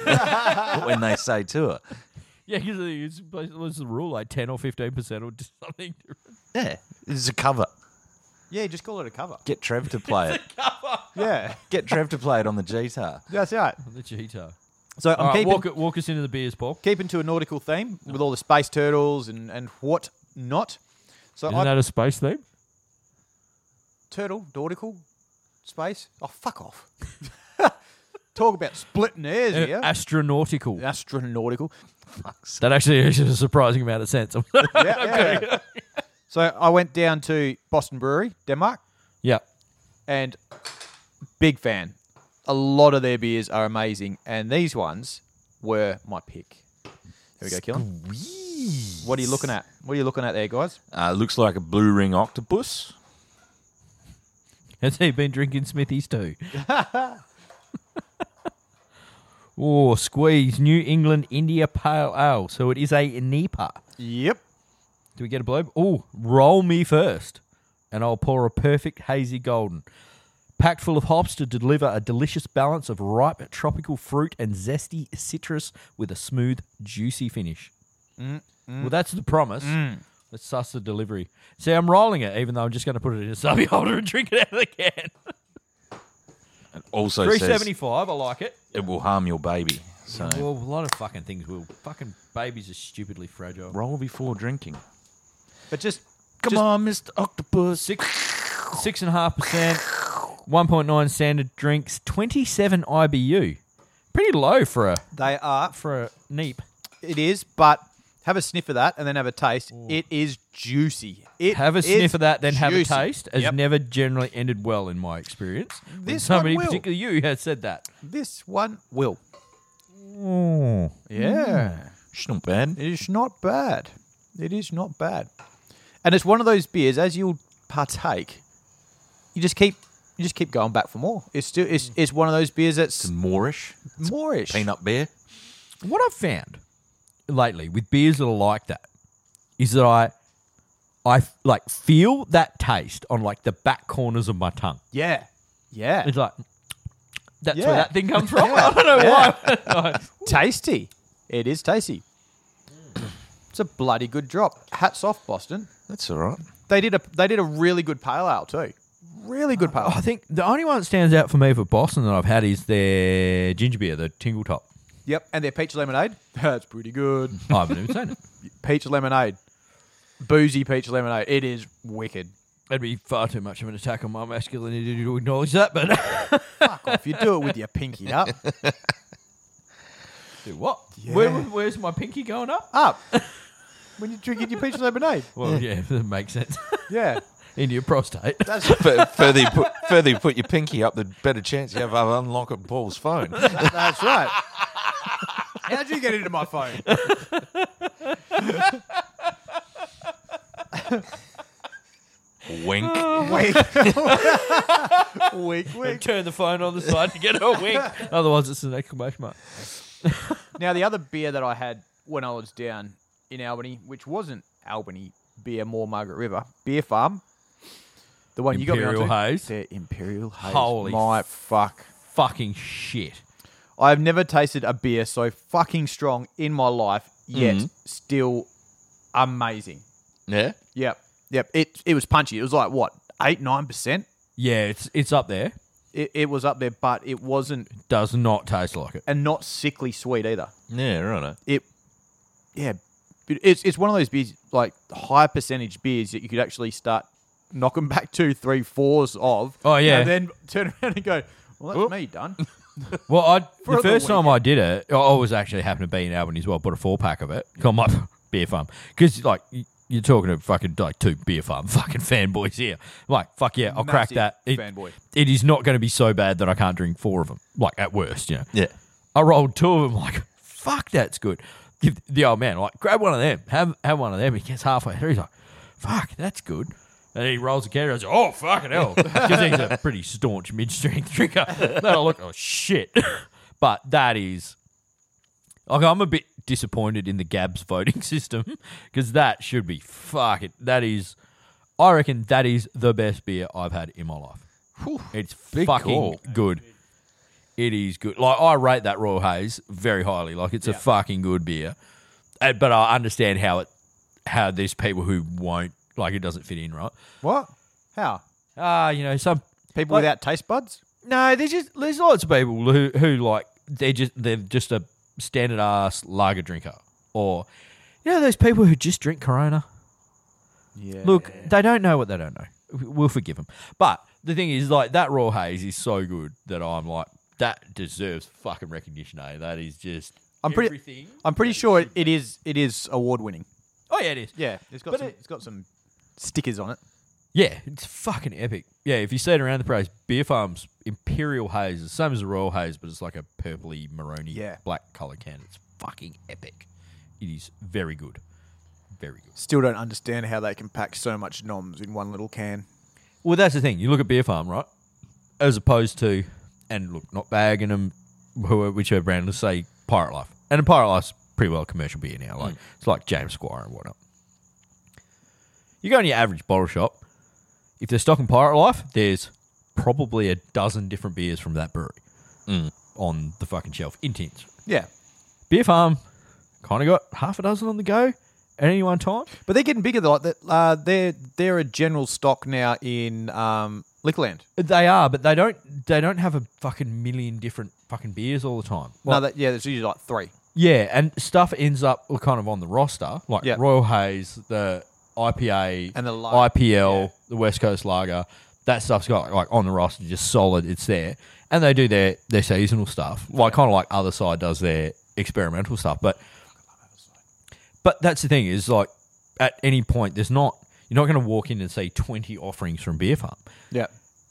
[SPEAKER 4] when they say to it.
[SPEAKER 3] yeah, because it's what's the rule like ten or fifteen percent or just something.
[SPEAKER 4] Yeah. It's a cover.
[SPEAKER 1] Yeah, just call it a cover.
[SPEAKER 4] Get Trev to play it.
[SPEAKER 1] Yeah,
[SPEAKER 4] Get Trev to play it on the guitar.
[SPEAKER 1] that's right.
[SPEAKER 3] The cheetah.
[SPEAKER 1] So
[SPEAKER 3] All
[SPEAKER 1] I'm
[SPEAKER 3] right,
[SPEAKER 1] keeping
[SPEAKER 3] walk, it- walk us into the beers, Paul.
[SPEAKER 1] keeping to a nautical theme with all the space turtles and and what not. So
[SPEAKER 3] Isn't
[SPEAKER 1] I
[SPEAKER 3] that a space theme?
[SPEAKER 1] turtle nautical space. Oh fuck off! Talk about splitting hairs
[SPEAKER 3] Uh,
[SPEAKER 1] here.
[SPEAKER 3] Astronautical.
[SPEAKER 1] Astronautical.
[SPEAKER 3] That actually is a surprising amount of sense.
[SPEAKER 1] Yeah, yeah. so I went down to Boston Brewery, Denmark,
[SPEAKER 3] yeah.
[SPEAKER 1] and big fan. A lot of their beers are amazing, and these ones were my pick. There we go, Killen. What are you looking at? What are you looking at there, guys?
[SPEAKER 4] Uh, looks like a blue ring octopus.
[SPEAKER 3] Has he been drinking Smithies too? oh, squeeze New England India Pale Ale. So it is a NEPA.
[SPEAKER 1] Yep.
[SPEAKER 3] Do we get a blow? Oh, roll me first, and I'll pour a perfect hazy golden. Packed full of hops to deliver a delicious balance of ripe tropical fruit and zesty citrus with a smooth, juicy finish. Well, that's the promise. Let's suss the delivery. See, I'm rolling it, even though I'm just going to put it in a stubby holder and drink it out of the can.
[SPEAKER 4] It also
[SPEAKER 3] Three
[SPEAKER 4] says
[SPEAKER 3] seventy-five. I like it.
[SPEAKER 4] it will harm your baby. So
[SPEAKER 3] Well, a lot of fucking things will. Fucking babies are stupidly fragile.
[SPEAKER 4] roll before drinking.
[SPEAKER 1] But just
[SPEAKER 4] Come on, Mr. Octopus.
[SPEAKER 3] Six, six and a half percent, one point nine standard drinks, twenty-seven IBU. Pretty low for a
[SPEAKER 1] they are.
[SPEAKER 3] for a neep.
[SPEAKER 1] It is, but Have a sniff of that and then have a taste. It is juicy. It
[SPEAKER 3] Have a
[SPEAKER 1] is
[SPEAKER 3] sniff of that, then have a
[SPEAKER 1] juicy.
[SPEAKER 3] taste. Has
[SPEAKER 1] Yep.
[SPEAKER 3] never generally ended well in my experience. When
[SPEAKER 1] This one
[SPEAKER 3] somebody,
[SPEAKER 1] will.
[SPEAKER 3] particularly you, has said that.
[SPEAKER 1] This one will. Yeah.
[SPEAKER 4] It's not bad.
[SPEAKER 1] It is not bad. It is not bad. And it's one of those beers as you'll partake, you just keep you just keep going back for more. It's still
[SPEAKER 3] Mm.
[SPEAKER 1] it's, it's one of those beers that's
[SPEAKER 4] Moorish.
[SPEAKER 1] moreish.
[SPEAKER 4] Peanut beer.
[SPEAKER 3] What I've found lately with beers that are like that is that I, I like feel that taste on like the back corners of my tongue.
[SPEAKER 1] Yeah. Yeah.
[SPEAKER 3] It's like that's
[SPEAKER 1] Yeah.
[SPEAKER 3] where that thing comes from. I don't know why.
[SPEAKER 1] tasty. It is tasty.
[SPEAKER 3] Mm.
[SPEAKER 1] It's a bloody good drop. Hats off, Boston.
[SPEAKER 4] That's all right.
[SPEAKER 1] They did a they did a really good pale ale too. Really good pale.
[SPEAKER 3] Oh, I
[SPEAKER 1] ale.
[SPEAKER 3] think the only one that stands out for me for Boston that I've had is their ginger beer, the Tingle Top.
[SPEAKER 1] Yep, and their peach lemonade. That's pretty good.
[SPEAKER 3] I haven't even seen it.
[SPEAKER 1] Peach lemonade, boozy peach lemonade. It is wicked.
[SPEAKER 3] That'd be far too much of an attack on my masculinity to acknowledge that, but
[SPEAKER 1] Fuck off. You do it with your pinky up.
[SPEAKER 3] do what?
[SPEAKER 1] Yeah.
[SPEAKER 3] Where, where's my pinky going up?
[SPEAKER 1] Up. When you're drinking your peach lemonade.
[SPEAKER 3] Well, yeah, that makes sense.
[SPEAKER 1] Yeah.
[SPEAKER 3] In your prostate.
[SPEAKER 1] That's
[SPEAKER 4] Fur- further, you put, further you put your pinky up, the better chance you have of unlocking Paul's phone.
[SPEAKER 1] that's right. How'd you get into my phone?
[SPEAKER 4] Wink.
[SPEAKER 1] Wait. wink, wink.
[SPEAKER 3] Turn the phone on the side to get a wink. Otherwise, it's an exclamation mark.
[SPEAKER 1] Now, the other beer that I had when I was down in Albany, which wasn't Albany beer, more Margaret River beer farm. The one you got
[SPEAKER 3] Imperial
[SPEAKER 1] me onto.
[SPEAKER 3] Haze?
[SPEAKER 1] Their Imperial Haze.
[SPEAKER 3] Holy
[SPEAKER 1] my fuck!
[SPEAKER 3] Fucking shit.
[SPEAKER 1] I've never tasted a beer so fucking strong in my life, yet
[SPEAKER 3] Mm-hmm.
[SPEAKER 1] still amazing.
[SPEAKER 4] Yeah.
[SPEAKER 1] Yep, yep. It it was punchy. It was like what eight nine percent.
[SPEAKER 3] Yeah, it's it's up there.
[SPEAKER 1] It it was up there, but it wasn't
[SPEAKER 3] Does not taste like it.
[SPEAKER 1] and not sickly sweet either.
[SPEAKER 4] Yeah, right.
[SPEAKER 1] It yeah, but it's it's one of those beers like high percentage beers that you could actually start knocking back two three fours of.
[SPEAKER 3] Oh, yeah.
[SPEAKER 1] and then turn around and go. Well, that's me done.
[SPEAKER 3] Well, I, the
[SPEAKER 1] the
[SPEAKER 3] first time I did it, I I was actually happened to be in Albany as well. Bought a four pack of it. Got my beer farm because like y- you're talking to fucking like two beer farm fucking fanboys here. I'm like fuck yeah, I'll crack
[SPEAKER 1] Massive
[SPEAKER 3] that. It-
[SPEAKER 1] fanboy.
[SPEAKER 3] It is not going to be so bad that I can't drink four of them. Like at worst, you know.
[SPEAKER 4] Yeah.
[SPEAKER 3] I rolled two of them. Like fuck, that's good. Give the old man like grab one of them. Have have one of them. He gets halfway through. He's like fuck, that's good. And he rolls a carry. I was like, oh, fucking hell. Because he's a pretty staunch mid strength drinker. Then I look, oh, shit. But that is. Like, I'm a bit disappointed in the Gabs voting system because that should be fucking. That is. I reckon that is the best beer I've had in my life. it's
[SPEAKER 4] big
[SPEAKER 3] fucking
[SPEAKER 4] call.
[SPEAKER 3] good. It is good. Like, I rate that Royal Haze very highly. Like, it's a fucking good beer. Uh, But I understand how it. How there's people who won't. Like, it doesn't fit in, right?
[SPEAKER 1] what? How?
[SPEAKER 3] Ah, you know, some
[SPEAKER 1] People
[SPEAKER 3] Like-
[SPEAKER 1] without taste buds?
[SPEAKER 3] no. There's just there's lots of people who who like they're just they're just a standard ass lager drinker, or you know those people who just drink Corona.
[SPEAKER 1] Yeah.
[SPEAKER 3] Look, they don't know what they don't know. We- We'll forgive them. But the thing is, like that raw haze is so good that I'm like that deserves fucking recognition. Eh? That is just
[SPEAKER 1] I'm pretty.
[SPEAKER 3] everything.
[SPEAKER 1] I'm pretty sure it, it is. It is award winning.
[SPEAKER 3] oh yeah, it is.
[SPEAKER 1] Yeah, it's got
[SPEAKER 3] But
[SPEAKER 1] some,
[SPEAKER 3] it-
[SPEAKER 1] it, has got some stickers on it.
[SPEAKER 3] Yeah, it's fucking epic. Yeah, if you see it around the place, Beer Farm's Imperial Haze is the same as the Royal Haze, but it's like a purpley, maroony,
[SPEAKER 1] Yeah.
[SPEAKER 3] black colour can. It's fucking epic. It is very good. Very good.
[SPEAKER 1] Still don't understand how they can pack so much noms in one little can.
[SPEAKER 3] Well, that's the thing. You look at Beer Farm, right? As opposed to, and look, not bagging them, whoever, whichever brand, let's say Pirate Life. And Pirate Life's pretty well a commercial beer now. Like It's like James Squire and whatnot. You go in your average bottle shop, if they're stocking Pirate Life, there's probably a dozen different beers from that brewery on the fucking shelf in tins.
[SPEAKER 1] Yeah,
[SPEAKER 3] Beer Farm, kind of got half a dozen on the go at any one time.
[SPEAKER 1] but they're getting bigger. Though. Like that, uh, they're they're a general stock now in um, Lickland.
[SPEAKER 3] They are, but they don't. They don't have a fucking million different fucking beers all the time. Well,
[SPEAKER 1] no, that, yeah, there's usually like three.
[SPEAKER 3] yeah, and stuff ends up kind of on the roster, like
[SPEAKER 1] Yeah.
[SPEAKER 3] Royal Haze, the IPA,
[SPEAKER 1] And the la-
[SPEAKER 3] IPL, the West Coast Lager. That stuff's got like on the roster, just solid. It's there, and they do their their seasonal stuff, like kind of like other side does their experimental stuff, but. But that's the thing is like at any point there's not you're not going to walk in and see 20 offerings from Beer Farm.
[SPEAKER 1] Yeah.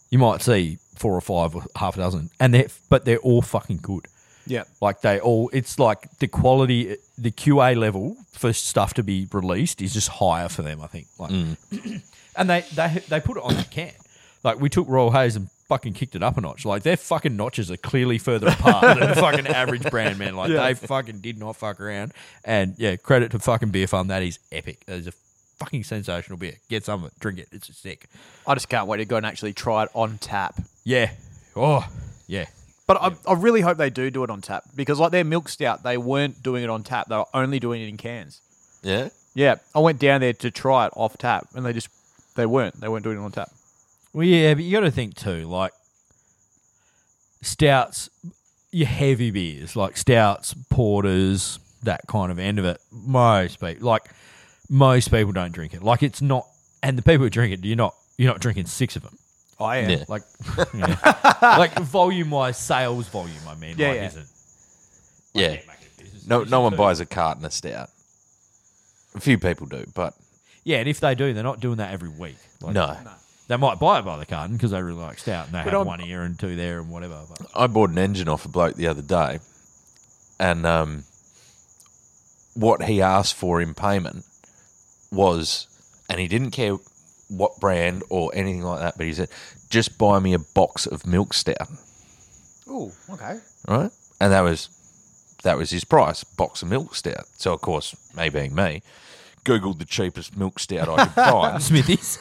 [SPEAKER 3] You might see four or five or half a dozen and they are but they're all fucking good.
[SPEAKER 1] Yeah.
[SPEAKER 3] Like they all, it's like the quality, the QA level for stuff to be released is just higher for them. I think. Like, and they they they put it on the can. Like we took Royal Hayes and fucking kicked it up a notch. Like their fucking notches are clearly further apart than the fucking average brand man. Like they fucking did not fuck around. And yeah, credit to fucking Beer Farm. That is epic. That is a fucking sensational beer. Get some of it, drink it. It's sick.
[SPEAKER 1] I just can't wait to go and actually try it on tap.
[SPEAKER 3] Yeah. Oh yeah.
[SPEAKER 1] But I, I really hope they do do it on tap because, like their milk stout, they weren't doing it on tap. They were only doing it in cans.
[SPEAKER 4] Yeah.
[SPEAKER 1] Yeah, I went down there to try it off tap, and they just they weren't. They weren't doing it on tap.
[SPEAKER 3] Well, yeah, but you got to think too, like stouts, your heavy beers, like stouts, porters, that kind of end of it. Most people, like most people, don't drink it. Like it's not, and the people who drink it, you're not, you're not drinking six of them.
[SPEAKER 1] I am.
[SPEAKER 4] Yeah.
[SPEAKER 3] Like, yeah. like volume wise, sales volume. I mean,
[SPEAKER 1] Yeah,
[SPEAKER 3] like,
[SPEAKER 1] yeah.
[SPEAKER 3] isn't
[SPEAKER 4] Yeah. No, no one buys a carton of stout. A few people do, but
[SPEAKER 3] yeah, and if they do, they're not doing that every week. Like,
[SPEAKER 4] no.
[SPEAKER 3] They might buy it by the carton because they really like stout and they have
[SPEAKER 1] I'm-
[SPEAKER 3] one here and two there and whatever. But
[SPEAKER 4] I bought an engine off a bloke the other day, and um, what he asked for in payment was, and he didn't care what brand or anything like that, but he said, "Just buy me a box of milk stout."
[SPEAKER 1] Oh, okay.
[SPEAKER 4] right? And that was that was his price, box of milk stout. So of course, me being me, googled the cheapest milk stout I could find.
[SPEAKER 3] Smithies.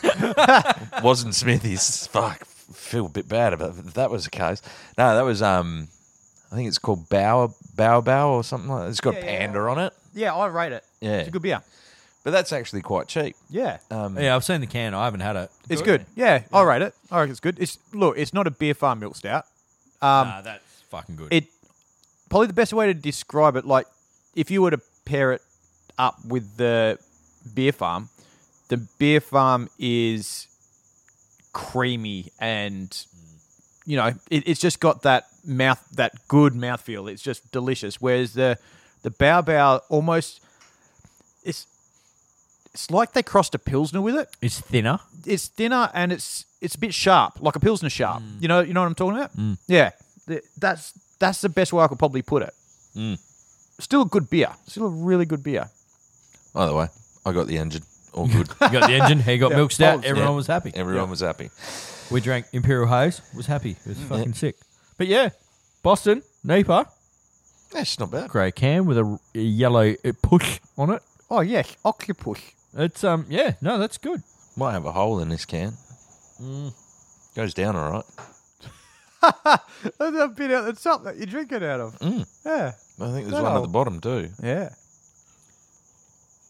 [SPEAKER 4] Wasn't Smithy's. Fuck, feel a bit bad about if that was the case. No, that was um, I think it's called Bower Bower Bow or something like that. It's got
[SPEAKER 1] Yeah, yeah,
[SPEAKER 4] panda on it,
[SPEAKER 1] Yeah, I rate it.
[SPEAKER 4] Yeah. Um,
[SPEAKER 1] it's a good beer.
[SPEAKER 4] but that's actually quite cheap.
[SPEAKER 1] Yeah,
[SPEAKER 3] yeah, I've seen the can. I haven't had it.
[SPEAKER 1] it's good. Yeah, I rate it. I reckon it's good. It's look, it's not a beer farm milk stout.
[SPEAKER 3] nah, that's fucking good.
[SPEAKER 1] It probably the best way to describe it, like if you were to pair it up with the beer farm, the beer farm is creamy and you know it, it's just got that mouth that good mouthfeel. It's just delicious. Whereas the the bao bao almost it's it's like they crossed a pilsner with it
[SPEAKER 3] it's thinner.
[SPEAKER 1] it's thinner and it's it's a bit sharp, like a pilsner sharp.
[SPEAKER 3] Mm.
[SPEAKER 1] You know, you know what I'm talking about? Yeah, Th- that's that's the best way I could probably put it.
[SPEAKER 3] Mm.
[SPEAKER 1] Still a good beer. Still a really good beer.
[SPEAKER 4] By the way, I got the engine. All good.
[SPEAKER 3] You got the engine. He got milk stout.
[SPEAKER 1] Folds, yeah.
[SPEAKER 3] Everyone was happy.
[SPEAKER 4] Everyone was happy.
[SPEAKER 3] We drank Imperial Haze. Was happy. It was fucking sick. But yeah, Boston Napa
[SPEAKER 4] That's not bad.
[SPEAKER 3] grey can with a, a yellow uh, push on it.
[SPEAKER 1] Oh yeah, octopus.
[SPEAKER 3] It's um yeah no that's good.
[SPEAKER 4] Might have a hole in this can. Mm. Goes down all right.
[SPEAKER 1] That's a bit out the top that you drink it out of.
[SPEAKER 3] Mm.
[SPEAKER 1] Yeah,
[SPEAKER 4] I think there's
[SPEAKER 1] That
[SPEAKER 4] one at
[SPEAKER 1] hole.
[SPEAKER 4] the bottom too.
[SPEAKER 1] yeah.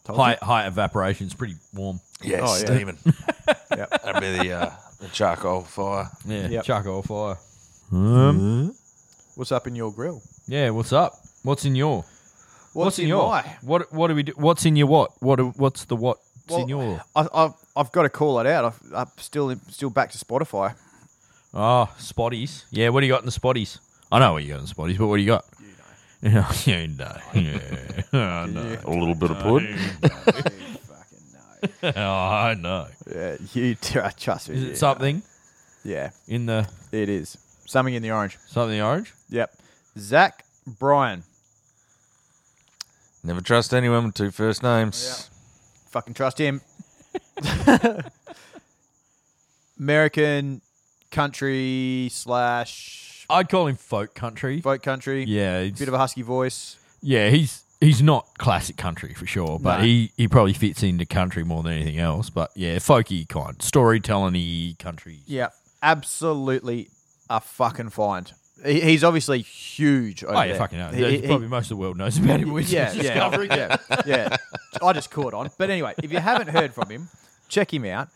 [SPEAKER 3] High high evaporation. It's pretty warm.
[SPEAKER 4] Yeah,
[SPEAKER 1] Oh, yeah.
[SPEAKER 4] steaming.
[SPEAKER 1] Yep.
[SPEAKER 4] That'd be the, uh, the charcoal fire.
[SPEAKER 3] Yeah,
[SPEAKER 1] Yep.
[SPEAKER 3] charcoal fire.
[SPEAKER 1] What's up in your grill?
[SPEAKER 3] Yeah, what's up? What's in your?
[SPEAKER 1] What's,
[SPEAKER 3] in your?
[SPEAKER 1] my-
[SPEAKER 3] What what do we do? What's in your what? What do- what's the what? What's in
[SPEAKER 1] Well,
[SPEAKER 3] your?
[SPEAKER 1] I, I've I've got to call it out. I've, I'm still still back to Spotify.
[SPEAKER 3] Oh, spotties. Yeah, what do you got in the spotties? I know what you got in the spotties, but what do you got? You know. you know. Yeah. I know.
[SPEAKER 4] A little bit of pud.
[SPEAKER 3] Oh, I know.
[SPEAKER 1] Yeah, you trust me.
[SPEAKER 3] Is
[SPEAKER 1] yeah.
[SPEAKER 3] it something
[SPEAKER 1] yeah,
[SPEAKER 3] in the
[SPEAKER 1] it is something in the orange.
[SPEAKER 3] something orange?
[SPEAKER 1] Yep. Zach Bryan.
[SPEAKER 4] Never trust anyone with two first names.
[SPEAKER 1] Fucking trust him. American country slash
[SPEAKER 3] I'd call him folk country.
[SPEAKER 1] folk country.
[SPEAKER 3] Yeah, it's,
[SPEAKER 1] Bit of a husky voice.
[SPEAKER 3] yeah, he's he's not classic country for sure, but
[SPEAKER 1] No.
[SPEAKER 3] he, he probably fits into country more than anything else. But yeah, folky kind, storytelling y country.
[SPEAKER 1] Yeah. Absolutely a fucking find. He- He's obviously huge. Over
[SPEAKER 3] Oh yeah,
[SPEAKER 1] there.
[SPEAKER 3] fucking hell.
[SPEAKER 1] He- he-
[SPEAKER 3] probably most of the world knows about him. Which
[SPEAKER 1] yeah,
[SPEAKER 3] is
[SPEAKER 1] yeah, yeah, yeah. I just caught on. But anyway, if you haven't heard from him, check him out.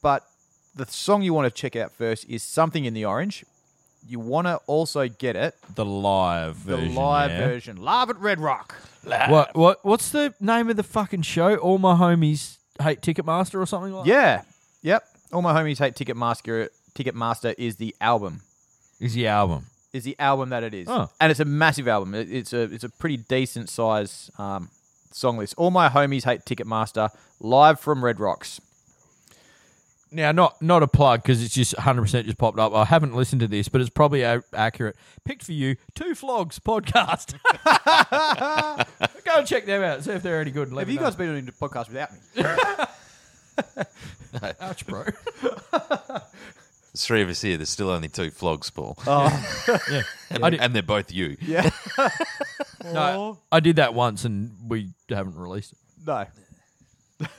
[SPEAKER 1] But the song you want to check out first is Something in the Orange. You want to also get it
[SPEAKER 3] the live
[SPEAKER 1] the
[SPEAKER 3] version.
[SPEAKER 1] live
[SPEAKER 3] yeah.
[SPEAKER 1] version, live at Red Rock.
[SPEAKER 3] What what what's the name of the fucking show? All my homies hate Ticketmaster or something like.
[SPEAKER 1] Yeah, yep. All my homies hate Ticketmaster. Ticketmaster is the album.
[SPEAKER 3] that? is the album.
[SPEAKER 1] Is the album that it is,
[SPEAKER 3] Oh.
[SPEAKER 1] and it's a massive album. It- It's a it's a pretty decent size um, Song list. All my homies hate Ticketmaster. Live from Red Rocks.
[SPEAKER 3] Now, not not a plug because it's just 100% just popped up. I haven't listened to this, but it's probably a- accurate. Picked for you, Two Flogs podcast. Go and check them out. See if they're any good.
[SPEAKER 1] Have you guys been on a podcast without me?
[SPEAKER 3] Ouch, bro.
[SPEAKER 4] There's three of us here. There's still only two flogs, Paul.
[SPEAKER 3] yeah. I,
[SPEAKER 4] and,
[SPEAKER 3] did,
[SPEAKER 4] and they're both you.
[SPEAKER 3] no, I did that once and we haven't released it.
[SPEAKER 1] No.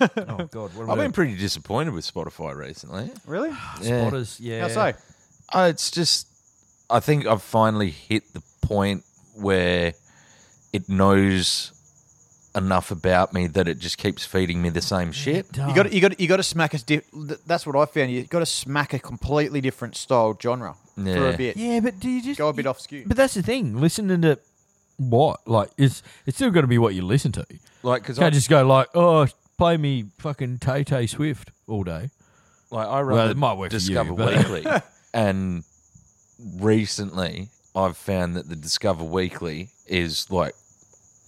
[SPEAKER 3] Oh, God. What am
[SPEAKER 4] I've been pretty disappointed with Spotify recently.
[SPEAKER 1] Really?
[SPEAKER 4] Yeah.
[SPEAKER 3] Spotters, yeah.
[SPEAKER 1] How so?
[SPEAKER 4] Uh, it's just, I think I've finally hit the point where it knows enough about me that it just keeps feeding me the same shit.
[SPEAKER 1] You got you got you got to smack a. Di- th- that's what I found. You got to smack a completely different style genre for
[SPEAKER 4] Yeah.
[SPEAKER 1] a bit.
[SPEAKER 3] Yeah, but do you just
[SPEAKER 1] Go a bit off skew.
[SPEAKER 3] But that's the thing. Listening to what, like, it's it's still going to be what you listen to.
[SPEAKER 4] Like, because I
[SPEAKER 3] Can't just go like, oh, play me fucking Tay Tay Swift all day.
[SPEAKER 4] Like I run
[SPEAKER 3] Well,
[SPEAKER 4] the
[SPEAKER 3] it might work for you,
[SPEAKER 4] Discover
[SPEAKER 3] but-
[SPEAKER 4] Weekly, and recently I've found that the Discover Weekly is like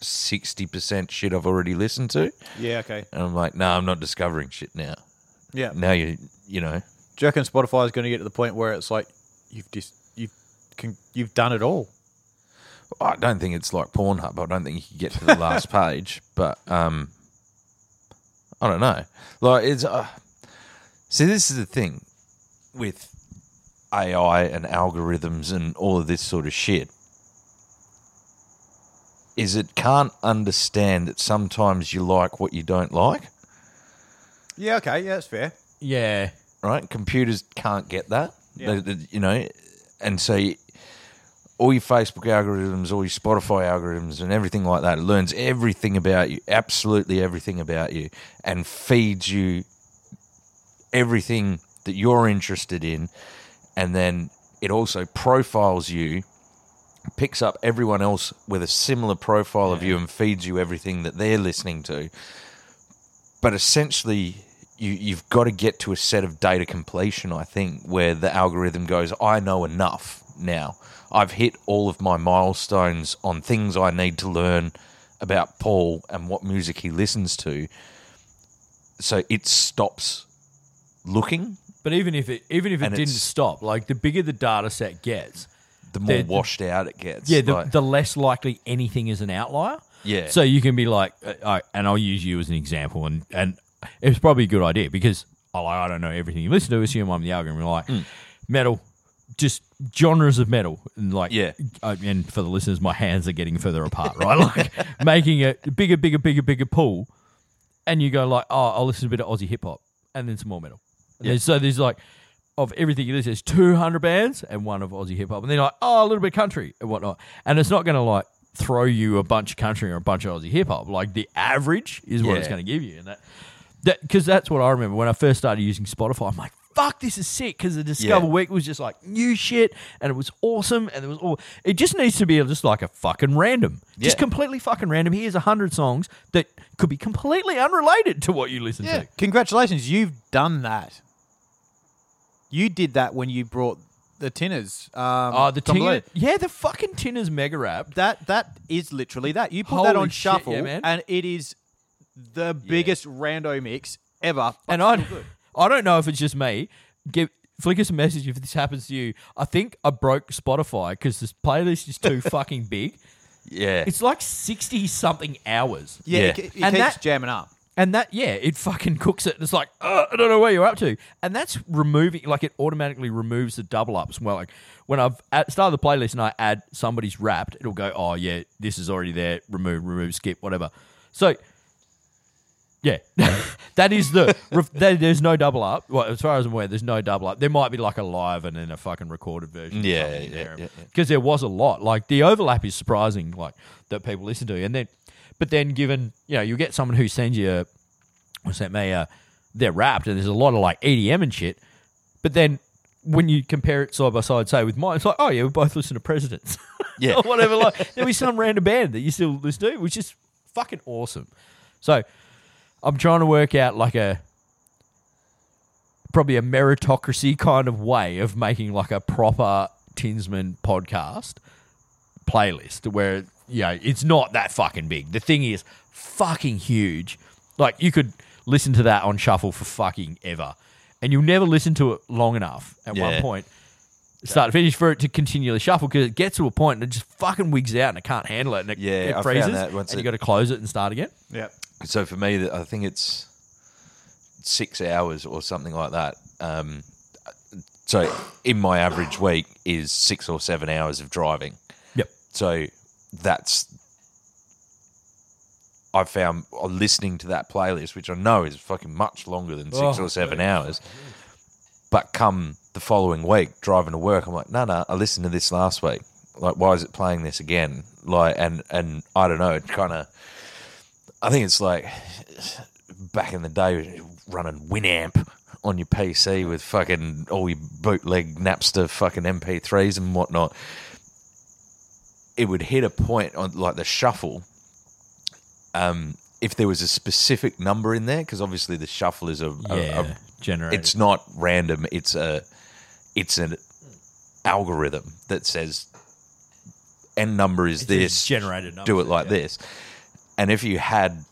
[SPEAKER 4] sixty percent shit I've already listened to,
[SPEAKER 1] Yeah. Okay.
[SPEAKER 4] and I'm like, no, I'm not discovering shit now.
[SPEAKER 1] Yeah.
[SPEAKER 4] Now you, you know,
[SPEAKER 1] Do you reckon Spotify is going to get to the point where it's like you've just you've con- you've done it all?
[SPEAKER 4] I don't think it's like Pornhub. I don't think you can get to the last page, but um, I don't know. Like it's uh, see, this is the thing with AI and algorithms and all of this sort of shit. Is it can't understand that sometimes you like what you don't like,
[SPEAKER 1] Yeah. Okay. Yeah, that's fair.
[SPEAKER 3] Yeah,
[SPEAKER 4] right? Computers can't get that,
[SPEAKER 1] Yeah.
[SPEAKER 4] They- they- you know, and so you- all your Facebook algorithms, all your Spotify algorithms, and everything like that learns everything about you, absolutely everything about you, and feeds you everything that you're interested in, and then it also profiles you. Picks up everyone else with a similar profile of you and feeds you everything that they're listening to but essentially you, you've got to get to a set of data completion i think where the algorithm goes i know enough now i've hit all of my milestones on things i need to learn about paul and what music he listens to so it stops looking
[SPEAKER 3] but even if it even if it
[SPEAKER 4] And
[SPEAKER 3] didn't
[SPEAKER 4] it's-
[SPEAKER 3] stop, like the bigger the data set gets,
[SPEAKER 4] the more
[SPEAKER 3] The-
[SPEAKER 4] washed out it gets
[SPEAKER 3] yeah, the,
[SPEAKER 4] Like,
[SPEAKER 3] the less likely anything is an outlier.
[SPEAKER 4] Yeah.
[SPEAKER 3] So you can be like, uh, I, and I'll use you as an example, and and it's probably a good idea because I I don't know everything you listen to. Assume I'm the algorithm. Like
[SPEAKER 4] Hmm.
[SPEAKER 3] metal, just genres of metal, and like
[SPEAKER 4] Yeah.
[SPEAKER 3] I, and for the listeners, my hands are getting further apart, right? Like making a bigger, bigger, bigger, bigger pool, and you go like, oh, I'll listen to a bit of Aussie hip hop, and then some more metal. Yeah. So there's like of everything you listen, there's 200 bands and one of Aussie hip hop, and then like, oh, a little bit of country and whatnot, and it's not going to like throw you a bunch of country or a bunch of Aussie hip hop. Like the average is what it's
[SPEAKER 4] Yeah.
[SPEAKER 3] going to give you, and that that because that's what I remember when I first started using Spotify. I'm like, fuck, this is sick because the Discover
[SPEAKER 4] Yeah.
[SPEAKER 3] Week was just like new shit, and it was awesome, and it was all. It just needs to be just like a fucking random, just
[SPEAKER 4] Yeah.
[SPEAKER 3] completely fucking random. Here's a hundred songs that could be completely unrelated to what you listen to.
[SPEAKER 1] Congratulations, you've done that. You did that when you brought the Tinners. Um,
[SPEAKER 3] Oh, the
[SPEAKER 1] Tom
[SPEAKER 3] Tinner,
[SPEAKER 1] Blue.
[SPEAKER 3] yeah, the fucking Tinner's mega rap.
[SPEAKER 1] That that is literally that. You put that
[SPEAKER 3] Holy
[SPEAKER 1] on
[SPEAKER 3] shit,
[SPEAKER 1] shuffle,
[SPEAKER 3] yeah, man.
[SPEAKER 1] and it is the biggest rando mix ever. but
[SPEAKER 3] and I,
[SPEAKER 1] still good.
[SPEAKER 3] I don't know if it's just me. Give flick us a message if this happens to you. I think I broke Spotify because this playlist is too fucking big.
[SPEAKER 4] yeah
[SPEAKER 3] It's like sixty something hours.
[SPEAKER 1] yeah,
[SPEAKER 4] Yeah.
[SPEAKER 1] It, ke- it
[SPEAKER 3] And
[SPEAKER 1] keeps
[SPEAKER 3] that-
[SPEAKER 1] jamming up.
[SPEAKER 3] And that, yeah, it fucking cooks it. And it's like, "Uh, I don't know where you're up to. And that's removing, like, it automatically removes the double ups. Well, like, when I've at start of the playlist and I add somebody's rapped, it'll go, oh, yeah, this is already there. Remove, remove, skip, whatever. So, yeah, that is the, ref- there- there's no double up. Well, as far as I'm aware, there's no double up. There might be like a live and then a fucking recorded version.
[SPEAKER 4] Yeah,
[SPEAKER 3] Because
[SPEAKER 4] yeah, yeah, yeah.
[SPEAKER 3] there was a lot. Like, the overlap is surprising, like, that people listen to. And then, but then given, you know, you get someone who sends you, a, or sent me uh, they're wrapped and there's a lot of like EDM and shit. But then when you compare it side by side, say with mine, it's like, oh yeah, we both listen to presidents.
[SPEAKER 4] Yeah.
[SPEAKER 3] or whatever. Like there'll be some random band that you still listen to, which is fucking awesome. So I'm trying to work out like a probably a meritocracy kind of way of making like a proper Tinsman podcast. playlist where you know it's not that fucking big. The thing is fucking huge. Like you could listen to that on shuffle for fucking ever, and you'll never listen to it long enough at
[SPEAKER 4] Yeah.
[SPEAKER 3] one point, start to finish, for it to continually shuffle because it gets to a point and it just fucking wigs out and it can't handle it and it,
[SPEAKER 4] Yeah, I
[SPEAKER 3] it
[SPEAKER 4] found
[SPEAKER 3] freezes
[SPEAKER 4] that once
[SPEAKER 3] and
[SPEAKER 4] it-
[SPEAKER 3] you got to close it and start again.
[SPEAKER 1] Yeah.
[SPEAKER 4] So for me, I think it's six hours or something like that. Um, so in my average week is six or seven hours of driving.
[SPEAKER 3] Yep.
[SPEAKER 4] So that's I found uh, listening to that playlist, which I know is fucking much longer than six
[SPEAKER 3] Oh,
[SPEAKER 4] or seven hours. But come the following week, driving to work, I'm like, no, no, I listened to this last week. Like, why is it playing this again? Like, and and I don't know. It kind of, I think it's like back in the day, running Winamp on your PC with fucking all your bootleg Napster fucking MP3s and whatnot it would hit a point on like the shuffle. Um, if there was a specific number in there, because obviously the shuffle is a, a- a-
[SPEAKER 3] Yeah, generated.
[SPEAKER 4] it's not random. It's a, it's an algorithm that says, n number is this.
[SPEAKER 3] generated numbers,
[SPEAKER 4] Do it like
[SPEAKER 3] yeah.
[SPEAKER 4] this, and if you had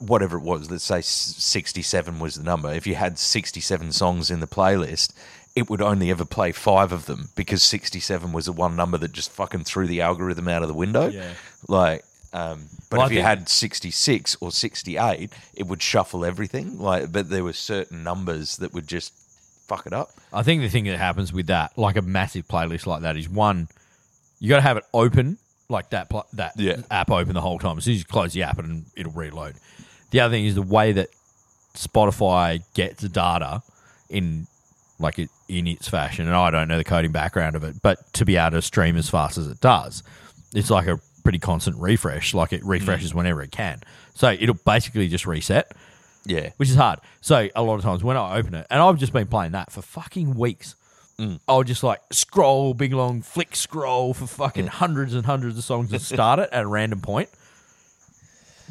[SPEAKER 4] whatever it was, let's say s- sixty-seven was the number. If you had sixty-seven songs in the playlist. It would only ever play five of them because sixty-seven was the one number that just fucking threw the algorithm out of the window.
[SPEAKER 3] Yeah.
[SPEAKER 4] Like, um, but
[SPEAKER 3] Well,
[SPEAKER 4] if
[SPEAKER 3] I
[SPEAKER 4] you
[SPEAKER 3] think-
[SPEAKER 4] had 66 or 68, it would shuffle everything. Like, but there were certain numbers that would just fuck it up.
[SPEAKER 3] I think the thing that happens with that, like a massive playlist like that, is one, you got to have it open, like that pl- that
[SPEAKER 4] Yeah.
[SPEAKER 3] app open the whole time. As soon as you close the app, and it'll reload. The other thing is the way that Spotify gets data in like it, in its fashion, and I don't know the coding background of it, but to be able to stream as fast as it does, it's like a pretty constant refresh. Like it refreshes whenever it can, so it'll basically just reset
[SPEAKER 4] Yeah.
[SPEAKER 3] which is hard. So a lot of times when I open it, and I've just been playing that for fucking weeks. I'll just like scroll, big long flick scroll for fucking hundreds and hundreds of songs and start it at a random point.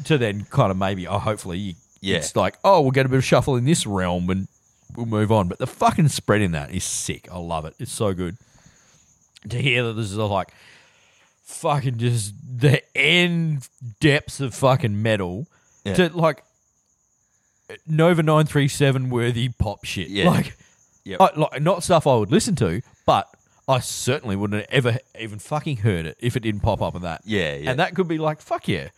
[SPEAKER 3] To then kind of maybe, oh, hopefully, you,
[SPEAKER 4] Yeah.
[SPEAKER 3] it's like, oh, we'll get a bit of shuffle in this realm and we'll move on. But the fucking spread in that is sick. I love it. It's so good to hear that this is all like fucking just the end depths of fucking metal
[SPEAKER 4] Yeah.
[SPEAKER 3] to like Nova 937 worthy pop shit.
[SPEAKER 4] Yeah.
[SPEAKER 3] Like,
[SPEAKER 4] Yep.
[SPEAKER 3] I- like, not stuff I would listen to, but I certainly wouldn't have ever even fucking heard it if it didn't pop up in that.
[SPEAKER 4] Yeah, yeah.
[SPEAKER 3] And that could be like, fuck yeah.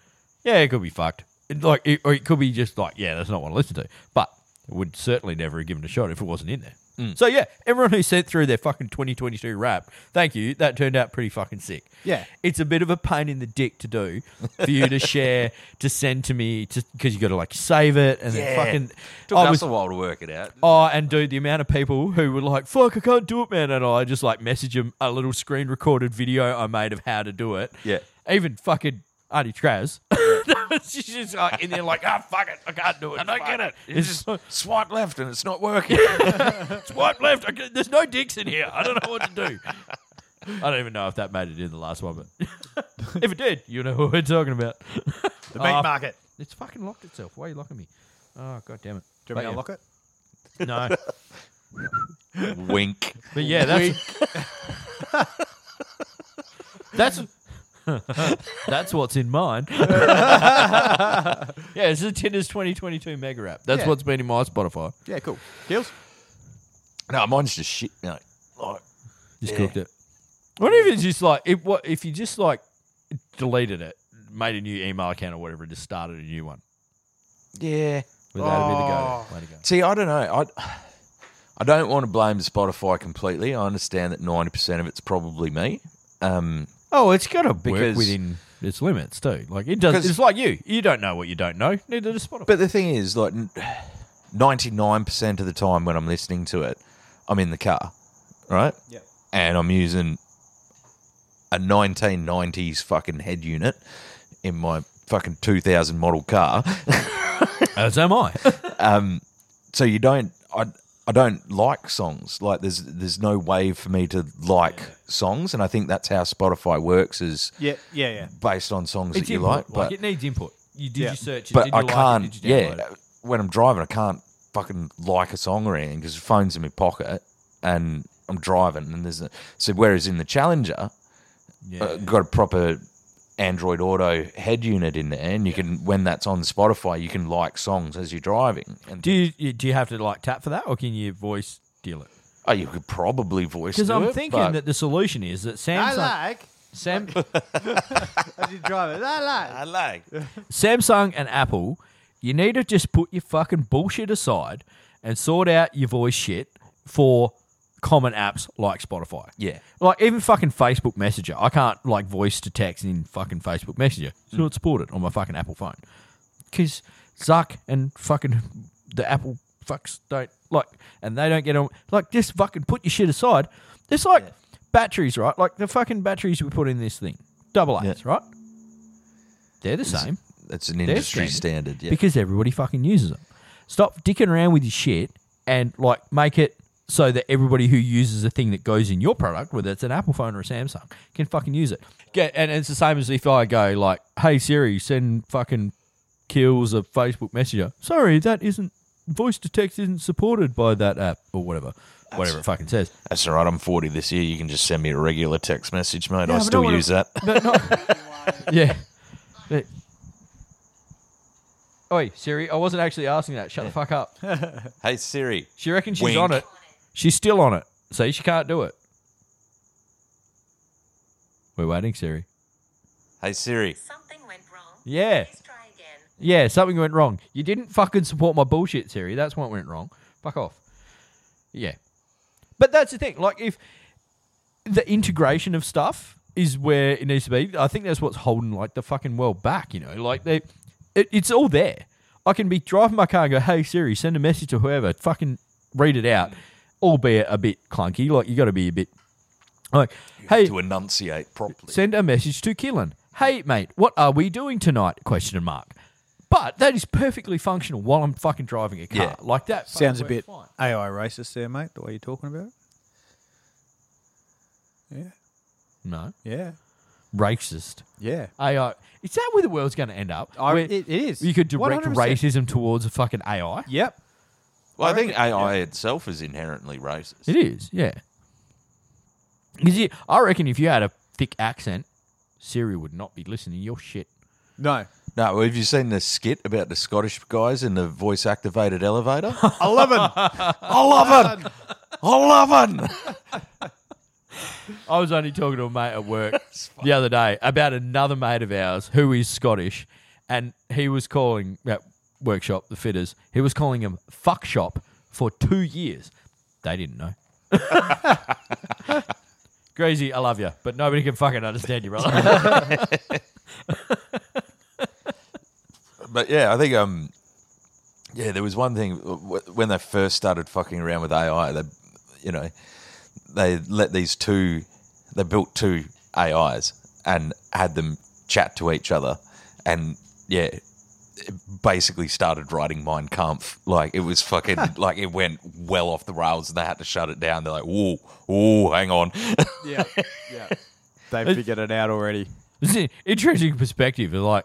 [SPEAKER 3] Yeah, it could be fucked. It- Like, it, or it could be just like, yeah, that's not what I listen to. But I would certainly never have given it a shot if it wasn't in there.
[SPEAKER 4] Mm.
[SPEAKER 3] So yeah, everyone who sent through their fucking 2022 rap, thank you. That turned out pretty fucking sick.
[SPEAKER 1] Yeah.
[SPEAKER 3] It's a bit of a pain in the dick to do for you to share, to send to me, to because you got to like save it and then fucking.
[SPEAKER 4] Took
[SPEAKER 3] I
[SPEAKER 4] us
[SPEAKER 3] was-
[SPEAKER 4] a while to work it out.
[SPEAKER 3] Oh, and dude, the amount of people who were like, "Fuck, I can't do it, man," and I just like message them a little screen recorded video I made of how to do it.
[SPEAKER 4] Yeah.
[SPEAKER 3] Even fucking Auntie Traz. She's just like in there, like, "Ah, fuck it, I can't do it. I don't get it. It's just
[SPEAKER 4] Swipe left and it's not working.
[SPEAKER 3] swipe left. I can't- there's no dicks in here. I don't know what to do." I don't even know if that made it in the last one, but if it did, you know what we're talking about.
[SPEAKER 1] The meat
[SPEAKER 3] Oh.
[SPEAKER 1] market.
[SPEAKER 3] It's fucking locked itself. Why are you locking me? Oh god damn it!
[SPEAKER 1] Do you want me
[SPEAKER 3] But
[SPEAKER 1] to
[SPEAKER 3] yeah.
[SPEAKER 1] lock it?
[SPEAKER 3] No,
[SPEAKER 4] Wink.
[SPEAKER 3] but yeah, that's that's that's what's in mine. yeah, this is Tinder's 2022 mega app. That's
[SPEAKER 1] Yeah.
[SPEAKER 3] what's been in my Spotify.
[SPEAKER 1] Yeah, cool. Deals?
[SPEAKER 4] No, mine's just shit. No. Like,
[SPEAKER 3] Just cooked it. What if it's just like if what if you just like deleted it, made a new email account or whatever, and just started a new one?
[SPEAKER 4] yeah. Oh.
[SPEAKER 3] Would that be the go? Way to go.
[SPEAKER 4] See, I don't know. I I don't want to blame Spotify completely. I understand that ninety percent of it's probably me. Um,
[SPEAKER 3] Oh, it's got to
[SPEAKER 4] Because-
[SPEAKER 3] work within its limits too. Like it does.
[SPEAKER 4] Because-
[SPEAKER 3] It's like you. You don't know what you don't know. Neither does Spotify.
[SPEAKER 4] But the thing is, like, ninety nine percent of the time when I'm listening to it, I'm in the car, right? Yeah. And I'm using a nineteen nineties fucking head unit in my fucking two thousand model car.
[SPEAKER 3] As am I.
[SPEAKER 4] so you don't I I don't like songs. Like there's there's no way for me to like songs, and I think that's how Spotify works is
[SPEAKER 1] Yeah, yeah, yeah.
[SPEAKER 4] based on songs
[SPEAKER 3] It's
[SPEAKER 4] that you
[SPEAKER 3] input.
[SPEAKER 4] like.
[SPEAKER 3] Like,
[SPEAKER 4] But
[SPEAKER 3] it needs input. You did
[SPEAKER 1] Yeah.
[SPEAKER 3] you search it?
[SPEAKER 4] but
[SPEAKER 3] did you
[SPEAKER 4] I
[SPEAKER 3] like
[SPEAKER 4] can't.
[SPEAKER 3] It, did you
[SPEAKER 4] yeah,
[SPEAKER 3] download it?
[SPEAKER 4] when I'm driving, I can't fucking like a song or anything because the phone's in my pocket and I'm driving. And there's a, so whereas in the Challenger, uh, got a proper Android Auto head unit in there, and you can when that's on Spotify, you can like songs as you're driving. And
[SPEAKER 3] Do you- you do you have to like tap for that, or can you voice deal it?
[SPEAKER 4] oh, you could probably voice
[SPEAKER 3] Because
[SPEAKER 4] do
[SPEAKER 3] I'm
[SPEAKER 4] it,
[SPEAKER 3] thinking
[SPEAKER 4] but-
[SPEAKER 3] that the solution is that
[SPEAKER 1] I
[SPEAKER 3] Samsung,
[SPEAKER 1] like
[SPEAKER 3] Sam,
[SPEAKER 1] as you drive it. I like.
[SPEAKER 4] I like.
[SPEAKER 3] Samsung and Apple, you need to just put your fucking bullshit aside and sort out your voice shit for common apps like Spotify.
[SPEAKER 4] Yeah.
[SPEAKER 3] Like even fucking Facebook Messenger. I can't like voice to text in fucking Facebook Messenger. It's not supported on my fucking Apple phone. Cause Zuck and fucking the Apple fucks don't like and they don't get on like just fucking put your shit aside. It's like batteries, right? Like the fucking batteries we put in this thing. Double A's,
[SPEAKER 4] Yeah.
[SPEAKER 3] right? They're the same.
[SPEAKER 4] That's an
[SPEAKER 3] They're
[SPEAKER 4] industry standard. yeah.
[SPEAKER 3] Because everybody fucking uses them. Stop dicking around with your shit and like make it so that everybody who uses a thing that goes in your product, whether it's an Apple phone or a Samsung, can fucking use it. Get, and it's the same as if I go like, "Hey Siri, send fucking kills a Facebook Messenger." Sorry, that isn't voice to text isn't supported by that app or whatever, whatever it fucking says.
[SPEAKER 4] That's all right. I'm 40 this year. You can just send me a regular text message, mate. I
[SPEAKER 3] but I
[SPEAKER 4] still
[SPEAKER 3] wanna-
[SPEAKER 4] use that.
[SPEAKER 3] Yeah. But- Oi, Siri, I wasn't actually asking that. Shut the fuck up.
[SPEAKER 4] hey Siri.
[SPEAKER 3] She reckons she's
[SPEAKER 4] Wink.
[SPEAKER 3] on it. She's still on it. See, she can't do it. We're waiting, Siri.
[SPEAKER 4] Hey Siri.
[SPEAKER 5] Something went wrong.
[SPEAKER 3] Yeah.
[SPEAKER 5] Please try again.
[SPEAKER 3] Yeah, something went wrong. You didn't fucking support my bullshit, Siri. That's what went wrong. Fuck off. Yeah. But that's the thing. Like, if the integration of stuff is where it needs to be, I think that's what's holding, like, the fucking world back, you know? Like, they, it, it's all there. I can be driving my car and go, hey, Siri, send a message to whoever. Fucking read it out, albeit a bit clunky. Like, you got to be a bit. Like, hey,
[SPEAKER 4] To enunciate properly.
[SPEAKER 3] Send a message to Killen. Hey mate, what are we doing tonight? Question mark. But that is perfectly functional while I'm fucking driving a car.
[SPEAKER 4] Yeah.
[SPEAKER 3] Like that fucking
[SPEAKER 1] Sounds a
[SPEAKER 3] works
[SPEAKER 1] bit
[SPEAKER 3] fine.
[SPEAKER 1] AI racist there, mate, the way you're talking about it.
[SPEAKER 3] no
[SPEAKER 1] Yeah.
[SPEAKER 3] racist.
[SPEAKER 1] Yeah.
[SPEAKER 3] AI. Is that where the world's going to end up?
[SPEAKER 1] I-
[SPEAKER 3] Where
[SPEAKER 1] it- it is.
[SPEAKER 3] You could direct
[SPEAKER 1] 100%.
[SPEAKER 3] racism towards a fucking AI.
[SPEAKER 1] Yep.
[SPEAKER 4] well, I think AI itself is inherently racist.
[SPEAKER 3] It is. Yeah. Because I reckon if you had a thick accent, Siri would not be listening to your shit.
[SPEAKER 1] No.
[SPEAKER 4] No, have you seen the skit about the Scottish guys in the voice activated elevator?
[SPEAKER 1] I love it.
[SPEAKER 4] I love it. I love it.
[SPEAKER 3] I was only talking to a mate at work the other day about another mate of ours who is Scottish, and he was calling at workshop the fitters. He was calling him fuck shop for two years. They didn't know. Greasy, I love you, but nobody can fucking understand you, brother.
[SPEAKER 4] But yeah, I think um, yeah, there was one thing wh- when they first started fucking around with AI. They, you know, they let these two, they built two AIs and had them chat to each other, and yeah, it basically started writing Mein Kampf. Like it was fucking like it went well off the rails, and they had to shut it down. They're like, whoa, whoa, hang on.
[SPEAKER 1] yeah. Yeah. They figured it out already.
[SPEAKER 3] it's an interesting perspective. of Like,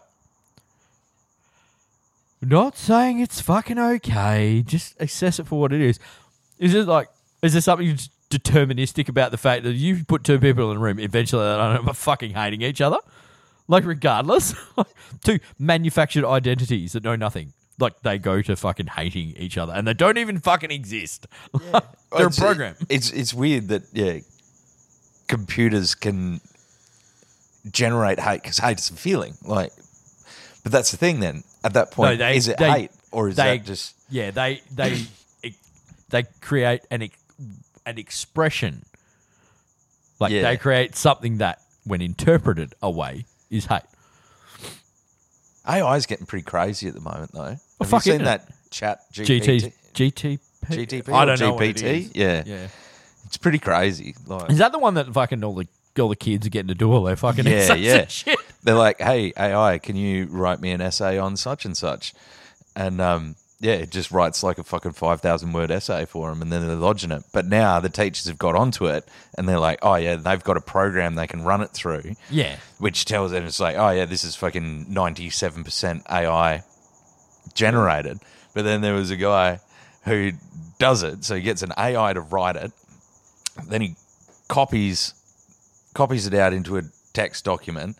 [SPEAKER 3] not saying it's fucking okay. Just assess it for what it is. Is it like? Is there something that's deterministic about the fact that you put two people in a room, eventually they don't end up fucking hating each other? Like, regardless, two manufactured identities that know nothing. Like they go to fucking hating each other, and they don't even fucking exist. They're a
[SPEAKER 4] It's-
[SPEAKER 3] program.
[SPEAKER 4] It's it's weird that yeah, computers can generate hate because hate is a feeling. Like, but that's the thing. Then at that
[SPEAKER 3] No,
[SPEAKER 4] point,
[SPEAKER 3] they-
[SPEAKER 4] is it
[SPEAKER 3] they-
[SPEAKER 4] hate or is
[SPEAKER 3] they-
[SPEAKER 4] that just
[SPEAKER 3] yeah? They they they create an ex- an expression, like
[SPEAKER 4] Yeah.
[SPEAKER 3] they create something that, when interpreted away, is hate.
[SPEAKER 4] AI is getting pretty crazy at the moment though? Have
[SPEAKER 3] fuck,
[SPEAKER 4] you seen
[SPEAKER 3] isn't it?
[SPEAKER 4] that chat GPT?
[SPEAKER 3] GT GTP.
[SPEAKER 4] GTP
[SPEAKER 3] I
[SPEAKER 4] or
[SPEAKER 3] don't know what it
[SPEAKER 4] GPT?
[SPEAKER 3] is.
[SPEAKER 4] Yeah.
[SPEAKER 3] Yeah,
[SPEAKER 4] it's pretty crazy. Like,
[SPEAKER 3] is that the one that fucking all the all the kids are getting to do all their fucking
[SPEAKER 4] Yeah,
[SPEAKER 3] essays
[SPEAKER 4] yeah.
[SPEAKER 3] and shit?
[SPEAKER 4] they're like, "Hey AI, can you write me an essay on such and such?" And um, yeah, it just writes like a fucking five thousand word essay for them, and then they're lodging it. But now the teachers have got onto it, and they're like, "Oh yeah, they've got a program they can run it through."
[SPEAKER 3] Yeah,
[SPEAKER 4] which tells them it's like, "Oh yeah, this is fucking ninety-seven percent AI generated." But then there was a guy who does it, so he gets an AI to write it, then he copies copies it out into a tax document,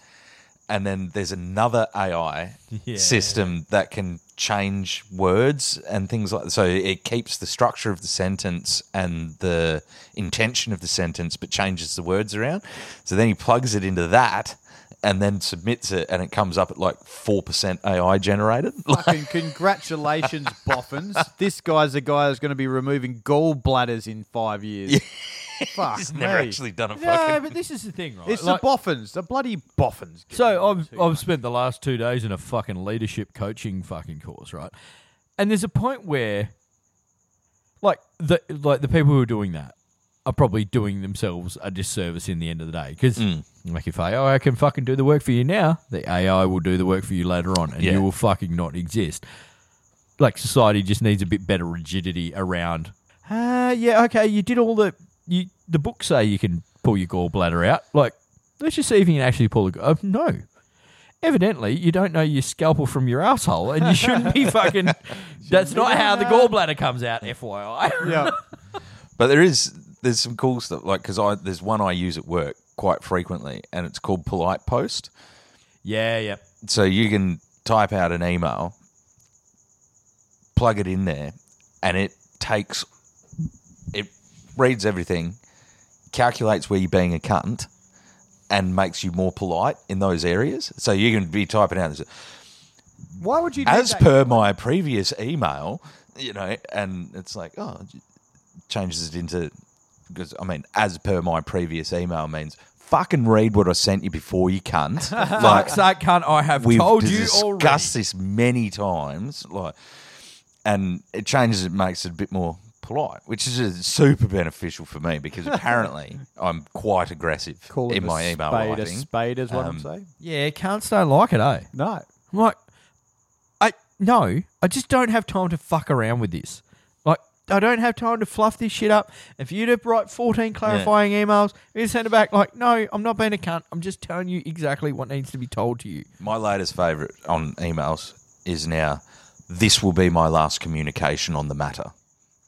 [SPEAKER 4] and then there's another AI system that can change words and things like so it keeps the structure of the sentence and the intention of the sentence but changes the words around so then he plugs it into that and then submits it and it comes up at like 4% AI generated
[SPEAKER 1] Fucking congratulations, boffins. This guy's the guy who's going to be removing gallbladders in five years. Fuck
[SPEAKER 4] He's never
[SPEAKER 1] me.
[SPEAKER 4] actually done a fucking
[SPEAKER 3] No, but this is the thing, right?
[SPEAKER 1] It's
[SPEAKER 3] Like-
[SPEAKER 1] the boffins, the bloody boffins.
[SPEAKER 3] So I've I've spent the last two days in a fucking leadership coaching fucking course, right? And there's a point where, like the like the people who are doing that are probably doing themselves a disservice in the end of the day because. Like if AI can fucking do the work for you now, the AI will do the work for you later on, and
[SPEAKER 4] Yeah.
[SPEAKER 3] you will fucking not exist. Like society just needs a bit better rigidity around. Uh, yeah, okay, you did all the you the books say you can pull your gallbladder out. Like, let's just see if you can actually pull a gall- oh, no. Evidently, you don't know your scalpel from your asshole, and you shouldn't be fucking. that's not how the gallbladder comes out, FYI.
[SPEAKER 1] yeah.
[SPEAKER 4] But there is there's some cool stuff like because I there's one I use at work quite frequently, and it's called Polite Post.
[SPEAKER 3] yeah, yeah.
[SPEAKER 4] So you can type out an email, plug it in there, and it takes it reads everything, calculates where you're being a cunt, and makes you more polite in those areas. So you can be typing out this
[SPEAKER 1] Why would you do
[SPEAKER 4] as
[SPEAKER 1] that?
[SPEAKER 4] per my previous email, you know, and it's like, oh, it changes it into because I mean, as per my previous email means fucking read what I sent you before you cunt. like
[SPEAKER 3] Fuck's sake, cunt! I have
[SPEAKER 4] we've
[SPEAKER 3] told you
[SPEAKER 4] discussed
[SPEAKER 3] already.
[SPEAKER 4] this many times, like, and it changes it, makes it a bit more polite, which is uh, super beneficial for me because apparently I'm quite aggressive
[SPEAKER 1] Call
[SPEAKER 4] in
[SPEAKER 1] it
[SPEAKER 4] my
[SPEAKER 1] a
[SPEAKER 4] email Um,
[SPEAKER 1] spade
[SPEAKER 4] writing.
[SPEAKER 1] a spade is what I'm saying.
[SPEAKER 3] Yeah, cunts don't like it, eh?
[SPEAKER 1] No.
[SPEAKER 3] I'm like, I no, I just don't have time to fuck around with this. Like, I don't have time to fluff this shit up. If you to write fourteen clarifying emails, you send it back. Like, no, I'm not being a cunt. I'm just telling you exactly what needs to be told to you.
[SPEAKER 4] My latest favourite on emails is now, this will be my last communication on the matter.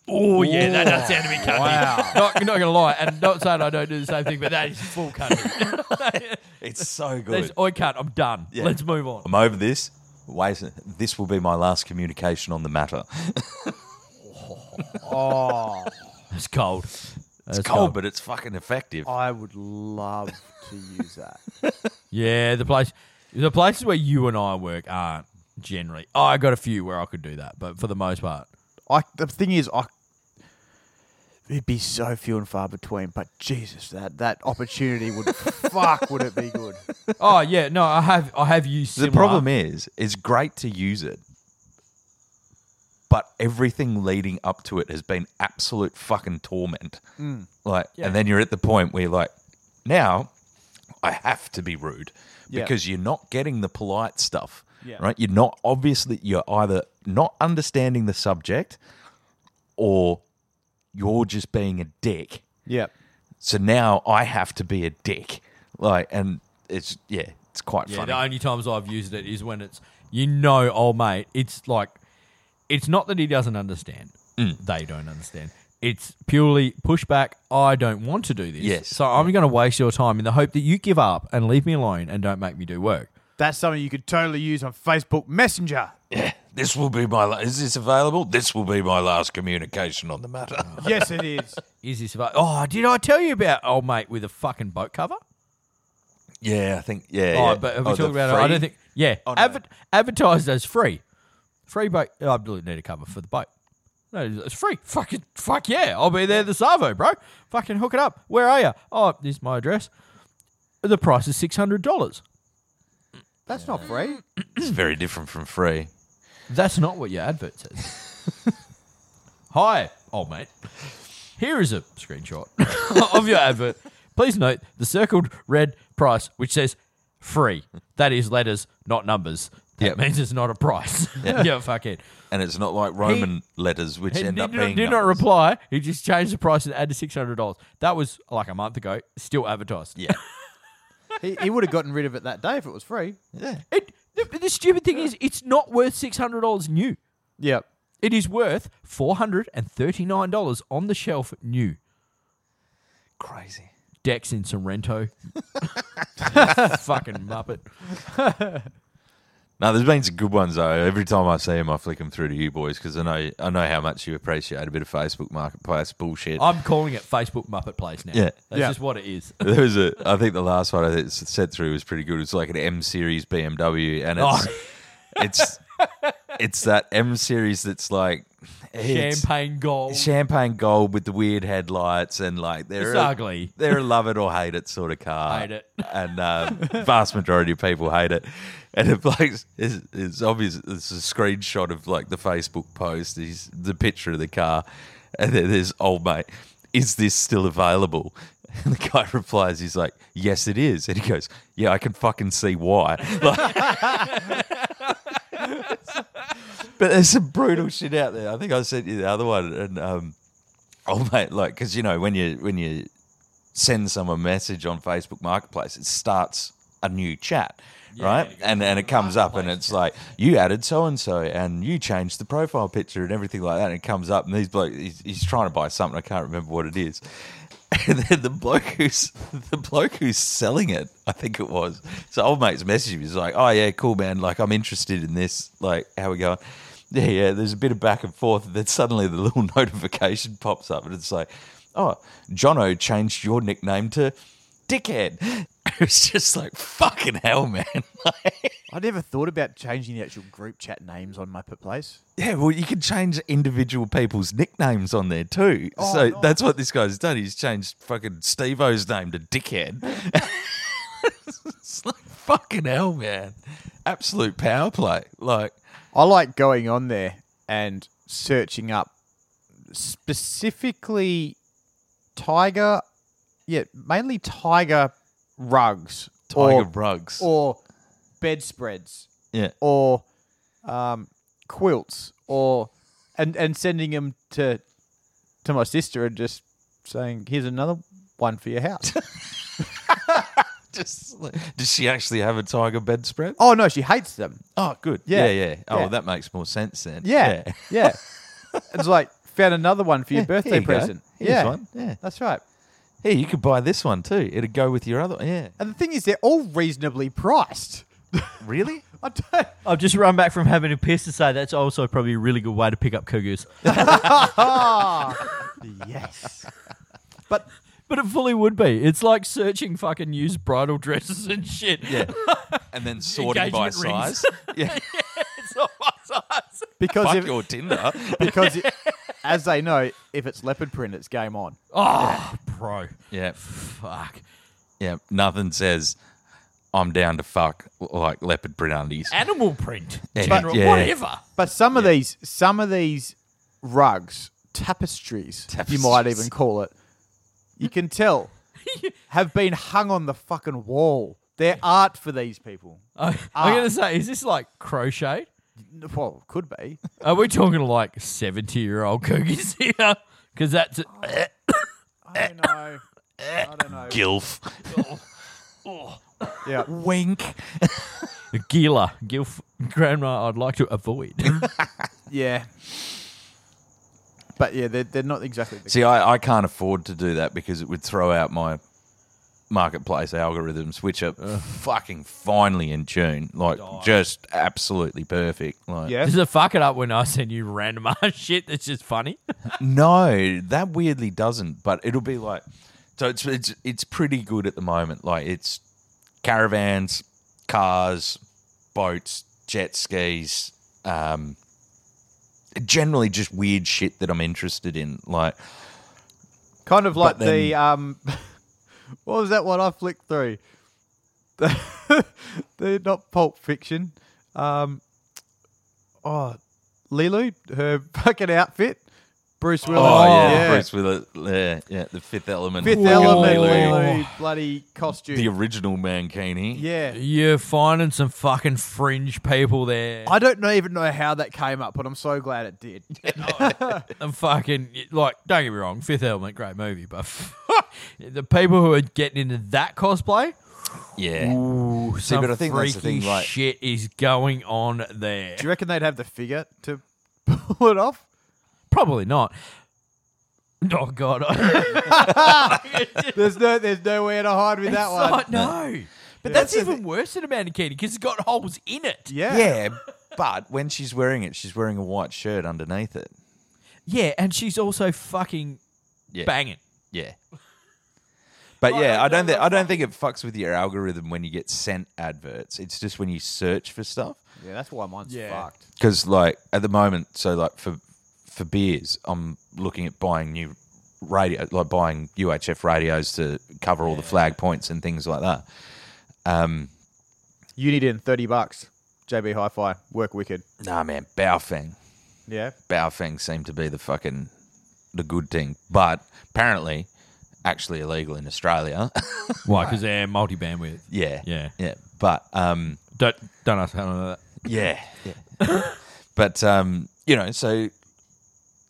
[SPEAKER 3] Oh yeah, that does sound to be cunty.
[SPEAKER 1] Wow.
[SPEAKER 3] not, not gonna lie, and not saying I don't do the same thing, but that is full cunty.
[SPEAKER 4] It's so good.
[SPEAKER 3] That's I cunt. I'm done.
[SPEAKER 4] Yeah.
[SPEAKER 3] Let's move on.
[SPEAKER 4] I'm over this. Wait, this will be my last communication on the matter.
[SPEAKER 1] Oh,
[SPEAKER 3] It's cold. It's
[SPEAKER 4] Cold, but it's fucking effective.
[SPEAKER 1] I would love to use that.
[SPEAKER 3] Yeah, the place, the places where you and I work aren't generally. I got a few where I could do that, but for the most part,
[SPEAKER 1] I the thing is, I it'd be so few and far between. But Jesus, that that opportunity would fuck would it be good?
[SPEAKER 3] oh yeah, no, I have, I have used.
[SPEAKER 4] The
[SPEAKER 3] Similar.
[SPEAKER 4] problem is, it's great to use it, but everything leading up to it has been absolute fucking torment.
[SPEAKER 1] Mm.
[SPEAKER 4] Like, and then you're at the point where you're like, now I have to be rude
[SPEAKER 1] Yeah.
[SPEAKER 4] because you're not getting the polite stuff,
[SPEAKER 1] Yeah.
[SPEAKER 4] right? You're not obviously you're either not understanding the subject or you're just being a dick.
[SPEAKER 1] Yeah,
[SPEAKER 4] So now I have to be a dick, like, and it's yeah, it's quite
[SPEAKER 3] yeah,
[SPEAKER 4] funny.
[SPEAKER 3] the only times I've used it is when it's you know, old mate. It's like, it's not that he doesn't understand;
[SPEAKER 4] Mm.
[SPEAKER 3] they don't understand. It's purely pushback. I don't want to do this.
[SPEAKER 4] Yes.
[SPEAKER 3] So I'm going to waste your time in the hope that you give up and leave me alone and don't make me do work.
[SPEAKER 1] that's something you could totally use on Facebook Messenger.
[SPEAKER 4] Yeah, this will be my. La- is this available? This will be my last communication on the matter.
[SPEAKER 1] Yes, it is.
[SPEAKER 3] Is this about? Oh, did I tell you about old mate with a fucking boat cover?
[SPEAKER 4] yeah, I think. Yeah.
[SPEAKER 3] Oh,
[SPEAKER 4] yeah.
[SPEAKER 3] but
[SPEAKER 4] Oh,
[SPEAKER 3] have we
[SPEAKER 4] the
[SPEAKER 3] talked about it? I
[SPEAKER 4] free- Oh,
[SPEAKER 3] don't think. Yeah, Adver- advertised as free, free boat. I don't need a cover for the boat. No, it's free. Fucking fuck yeah! I'll be there the Savo, bro. Fucking hook it up. Where are you? Oh, this is my address. The price is six hundred dollars.
[SPEAKER 1] That's not free.
[SPEAKER 4] it's very different from free.
[SPEAKER 3] That's not what your advert says. Hi, old mate. Here is a screenshot of your advert. Please note the circled red price, which says free. That is letters, not numbers. That
[SPEAKER 4] Yep.
[SPEAKER 3] means it's not a price. yeah, fuck it.
[SPEAKER 4] And it's not like Roman letters, which
[SPEAKER 3] He did,
[SPEAKER 4] end up
[SPEAKER 3] not,
[SPEAKER 4] being.
[SPEAKER 3] did not
[SPEAKER 4] numbers.
[SPEAKER 3] reply. He just changed the price and added six hundred dollars. That was like a month ago. Still advertised.
[SPEAKER 4] Yeah.
[SPEAKER 1] He, he would have gotten rid of it that day if it was free.
[SPEAKER 3] It, the, the stupid thing is, it's not worth six hundred dollars new.
[SPEAKER 1] Yep.
[SPEAKER 3] It is worth four hundred and thirty nine dollars on the shelf new.
[SPEAKER 4] Crazy.
[SPEAKER 3] Dex in Sorrento. Fucking muppet.
[SPEAKER 4] No, there's been some good ones though. Every time I see them, I flick them through to you boys because I know I know how much you appreciate a bit of Facebook Marketplace bullshit.
[SPEAKER 3] I'm calling it Facebook Muppet Place now.
[SPEAKER 4] Yeah.
[SPEAKER 3] That's
[SPEAKER 1] Yeah.
[SPEAKER 3] just what it is.
[SPEAKER 4] There was a. I think the last one I think set through was pretty good. It's like an M series BMW, and it's
[SPEAKER 3] Oh.
[SPEAKER 4] it's it's that M series that's like it's
[SPEAKER 3] Champagne gold.
[SPEAKER 4] champagne gold with the weird headlights and like they're
[SPEAKER 3] It's
[SPEAKER 4] a-
[SPEAKER 3] ugly.
[SPEAKER 4] They're a love it or hate it sort of car.
[SPEAKER 3] Hate it.
[SPEAKER 4] and uh, vast majority of people hate it. And it like it's, it's obvious. It's a screenshot of like the Facebook post. He's the picture of the car, and then there's old mate. Is this still available? And the guy replies, he's like, "Yes, it is." And he goes, "Yeah, I can fucking see why." Like, but there's some brutal shit out there. I think I sent you the other one, and um, oh mate, like because you know when you when you send someone a message on Facebook Marketplace, it starts a new chat, right? And and it comes up and it's like you added so and so, and you changed the profile picture and everything like that. And it comes up, and these bloke he's, he's trying to buy something. I can't remember what it is. And then the bloke who's the bloke who's selling it, I think it was. So old mate's messaged me. He's like, "Oh yeah, cool man. Like I'm interested in this. Like how we going?" Yeah, yeah. There's a bit of back and forth, and then suddenly the little notification pops up, and it's like, "Oh, Jono changed your nickname to Dickhead." It was just like fucking hell, man. Like,
[SPEAKER 1] I never thought about changing the actual group chat names on Muppet Place.
[SPEAKER 4] yeah, well, you can change individual people's nicknames on there too. so that's what this guy's done. He's changed fucking Steve-O's name to Dickhead. it's like fucking hell, man. Absolute power play. Like,
[SPEAKER 1] I like going on there and searching up specifically tiger, yeah, mainly tiger rugs,
[SPEAKER 4] Tiger
[SPEAKER 1] or,
[SPEAKER 4] Rugs.
[SPEAKER 1] or bedspreads,
[SPEAKER 4] yeah.
[SPEAKER 1] or um, quilts, or and and sending them to to my sister and just saying, "Here's another one for your house."
[SPEAKER 4] Just like, does she actually have a tiger bedspread?
[SPEAKER 1] oh no, she hates them.
[SPEAKER 4] Oh, good.
[SPEAKER 1] Yeah.
[SPEAKER 4] yeah. Oh,
[SPEAKER 1] Yeah.
[SPEAKER 4] well, that makes more sense then.
[SPEAKER 1] Yeah, yeah. it's like found another one for your
[SPEAKER 4] Yeah,
[SPEAKER 1] birthday
[SPEAKER 4] here you go.
[SPEAKER 1] present.
[SPEAKER 4] Here's
[SPEAKER 1] yeah,
[SPEAKER 4] one. Yeah.
[SPEAKER 1] that's right.
[SPEAKER 4] Hey, you could buy this one too. It'd go with your other. Yeah.
[SPEAKER 1] And the thing is, they're all reasonably priced.
[SPEAKER 4] Really?
[SPEAKER 1] I don't.
[SPEAKER 5] I've just run back from having a piss to say that's also probably a really good way to pick up cougars.
[SPEAKER 1] Yes.
[SPEAKER 3] But it fully would be. It's like searching fucking used bridal dresses and shit.
[SPEAKER 4] Yeah. and then sorting by
[SPEAKER 3] Engagement rings.
[SPEAKER 4] size. Yeah.
[SPEAKER 3] It's not my size.
[SPEAKER 1] Because
[SPEAKER 4] Fuck
[SPEAKER 1] if,
[SPEAKER 4] your Tinder.
[SPEAKER 1] because it, as they know, if it's leopard print, it's game on.
[SPEAKER 3] Oh, bro.
[SPEAKER 4] yeah.
[SPEAKER 3] Fuck.
[SPEAKER 4] Yeah. Nothing says I'm down to fuck like leopard print undies.
[SPEAKER 1] Ah,
[SPEAKER 3] Animal print.
[SPEAKER 4] Yeah,
[SPEAKER 3] General,
[SPEAKER 4] yeah.
[SPEAKER 3] whatever.
[SPEAKER 1] But some of these, some of these rugs, tapestries, you might
[SPEAKER 4] Tapestries.
[SPEAKER 1] even call it, you can tell have been hung on the fucking wall. They're art for these people.
[SPEAKER 3] I, I'm going to say, is this like crochet?
[SPEAKER 1] Well, could be.
[SPEAKER 3] Are we talking like 70 year old cookies here? Because that's.
[SPEAKER 1] I don't know. I don't know. Oh.
[SPEAKER 4] Gilf.
[SPEAKER 1] Yeah.
[SPEAKER 4] Wink.
[SPEAKER 3] Gila, Gilf, Grandma, I'd like to avoid.
[SPEAKER 1] Yeah. But yeah, they're, they're not exactly the
[SPEAKER 4] See, I, I can't afford to do that because it would throw out my marketplace algorithms, which are fucking finely in tune, like just absolutely perfect. Like,
[SPEAKER 1] Yeah.
[SPEAKER 3] Does it fuck it up when I send you random ass shit that's just funny?
[SPEAKER 4] No, that weirdly doesn't. But it'll be like, so it's it's it's pretty good at the moment. Like it's caravans, cars, boats, jet skis, um, generally just weird shit that I'm interested in. Like
[SPEAKER 1] Kind of like
[SPEAKER 4] But then-
[SPEAKER 1] the um, what was that one I flicked through? The, the not Pulp Fiction. Um, oh, Lulu, her fucking outfit. Bruce Willis.
[SPEAKER 4] oh yeah, Bruce Willis, yeah, yeah, the Fifth Element,
[SPEAKER 1] Fifth
[SPEAKER 4] fucking
[SPEAKER 1] Element,
[SPEAKER 4] Lulu,
[SPEAKER 1] Lulu, bloody costume.
[SPEAKER 4] the original Mankini.
[SPEAKER 1] yeah.
[SPEAKER 3] You're finding some fucking fringe people there.
[SPEAKER 1] I don't know, even know how that came up, but I'm so glad it did.
[SPEAKER 3] And fucking, like, don't get me wrong, Fifth Element, great movie, but the people who are getting into that cosplay,
[SPEAKER 4] yeah.
[SPEAKER 3] ooh,
[SPEAKER 4] See,
[SPEAKER 3] some
[SPEAKER 4] but I think
[SPEAKER 3] freaky
[SPEAKER 4] that's the thing, like-
[SPEAKER 3] shit is going on there.
[SPEAKER 1] Do you reckon they'd have the figure to pull it off?
[SPEAKER 3] Probably not.
[SPEAKER 5] Oh God!
[SPEAKER 1] There's no there's nowhere to hide with that one.
[SPEAKER 5] Oh, no, but that's even worse than a manicure because it's got holes in it.
[SPEAKER 1] yeah.
[SPEAKER 4] Yeah, but when she's wearing it, she's wearing a white shirt underneath it.
[SPEAKER 5] Yeah, and she's also fucking
[SPEAKER 4] Yeah.
[SPEAKER 5] banging.
[SPEAKER 4] Yeah. But yeah,
[SPEAKER 5] Right,
[SPEAKER 4] I don't
[SPEAKER 5] okay,
[SPEAKER 4] think I don't think it fucks with your algorithm when you get sent adverts. It's just when you search for stuff.
[SPEAKER 1] Yeah, that's why mine's fucked.
[SPEAKER 4] Because like at the moment, so like for for beers, I'm looking at buying new radio, like buying UHF radios to cover all the flag points and things like that.
[SPEAKER 1] You need in thirty bucks. JB Hi-Fi, work wicked.
[SPEAKER 4] Nah, man, Baofeng.
[SPEAKER 1] Yeah.
[SPEAKER 4] Baofeng seemed to be the fucking the good thing, but apparently, actually illegal in Australia.
[SPEAKER 3] Why? Because they're multi bandwidth.
[SPEAKER 4] yeah,
[SPEAKER 3] Yeah.
[SPEAKER 4] yeah. But um,
[SPEAKER 3] Don't don't ask how that.
[SPEAKER 4] Yeah. but um, you know, so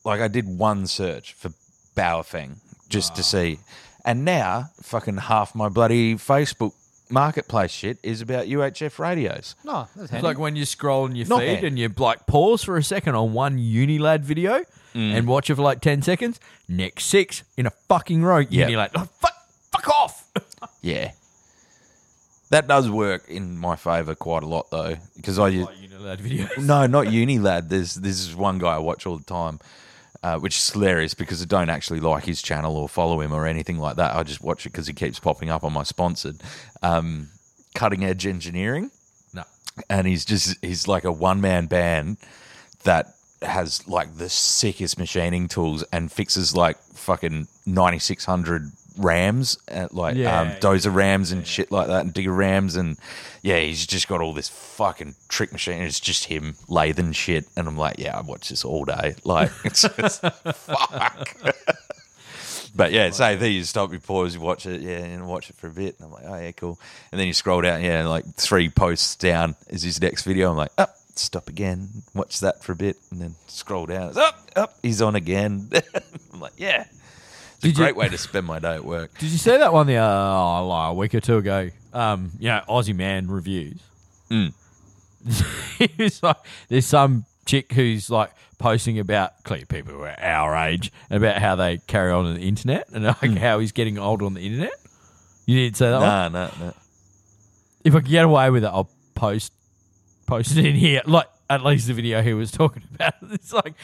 [SPEAKER 4] like I did one search for Baofeng just to see. And now fucking half my bloody Facebook marketplace shit is about UHF radios.
[SPEAKER 1] No, that's
[SPEAKER 3] It's like when you scroll on your
[SPEAKER 4] Not
[SPEAKER 3] feed
[SPEAKER 4] handy.
[SPEAKER 3] and you like pause for a second on one Unilad video and watch it for like ten seconds. Next six in a fucking row.
[SPEAKER 4] Yep.
[SPEAKER 3] Unilad, oh, fuck, fuck off.
[SPEAKER 4] Yeah. That does work in my favor quite a lot though, because I use,
[SPEAKER 3] Unilad video.
[SPEAKER 4] no, not uni lad. There's this is one guy I watch all the time, uh, which is hilarious because I don't actually like his channel or follow him or anything like that. I just watch it because he keeps popping up on my sponsored, um, cutting edge engineering,
[SPEAKER 3] No.
[SPEAKER 4] and he's just he's like a one man band that has like the sickest machining tools and fixes like fucking ninety six hundred. Rams, uh, like
[SPEAKER 3] Yeah,
[SPEAKER 4] um, Dozer Rams and shit like that, and Digger Rams, and yeah, he's just got all this fucking trick machine. and It's just him lathing shit, and I'm like, yeah, I watch this all day. Like, it's just fuck. but yeah, say there you stop, you pause, you watch it, yeah, and watch it for a bit, and I'm like, oh yeah, cool. And then you scroll down, yeah, like three posts down is his next video. I'm like, up. Stop again, watch that for a bit, and then scroll down. It's up, up. He's on again. I'm like, yeah, it's
[SPEAKER 3] Did
[SPEAKER 4] a
[SPEAKER 3] you-
[SPEAKER 4] great way to spend my day at work.
[SPEAKER 3] Did you see that one the uh, oh, like a week or two ago? Um, you know, Aussie Man reviews. Mm. was like, there's some chick who's like posting about clearly people who are our age about how they carry on on the internet and like how he's getting older on the internet. You didn't say that one.
[SPEAKER 4] Nah, nah, nah.
[SPEAKER 3] If I can get away with it, I'll post post it in here. Like at least the video he was talking about. It's like,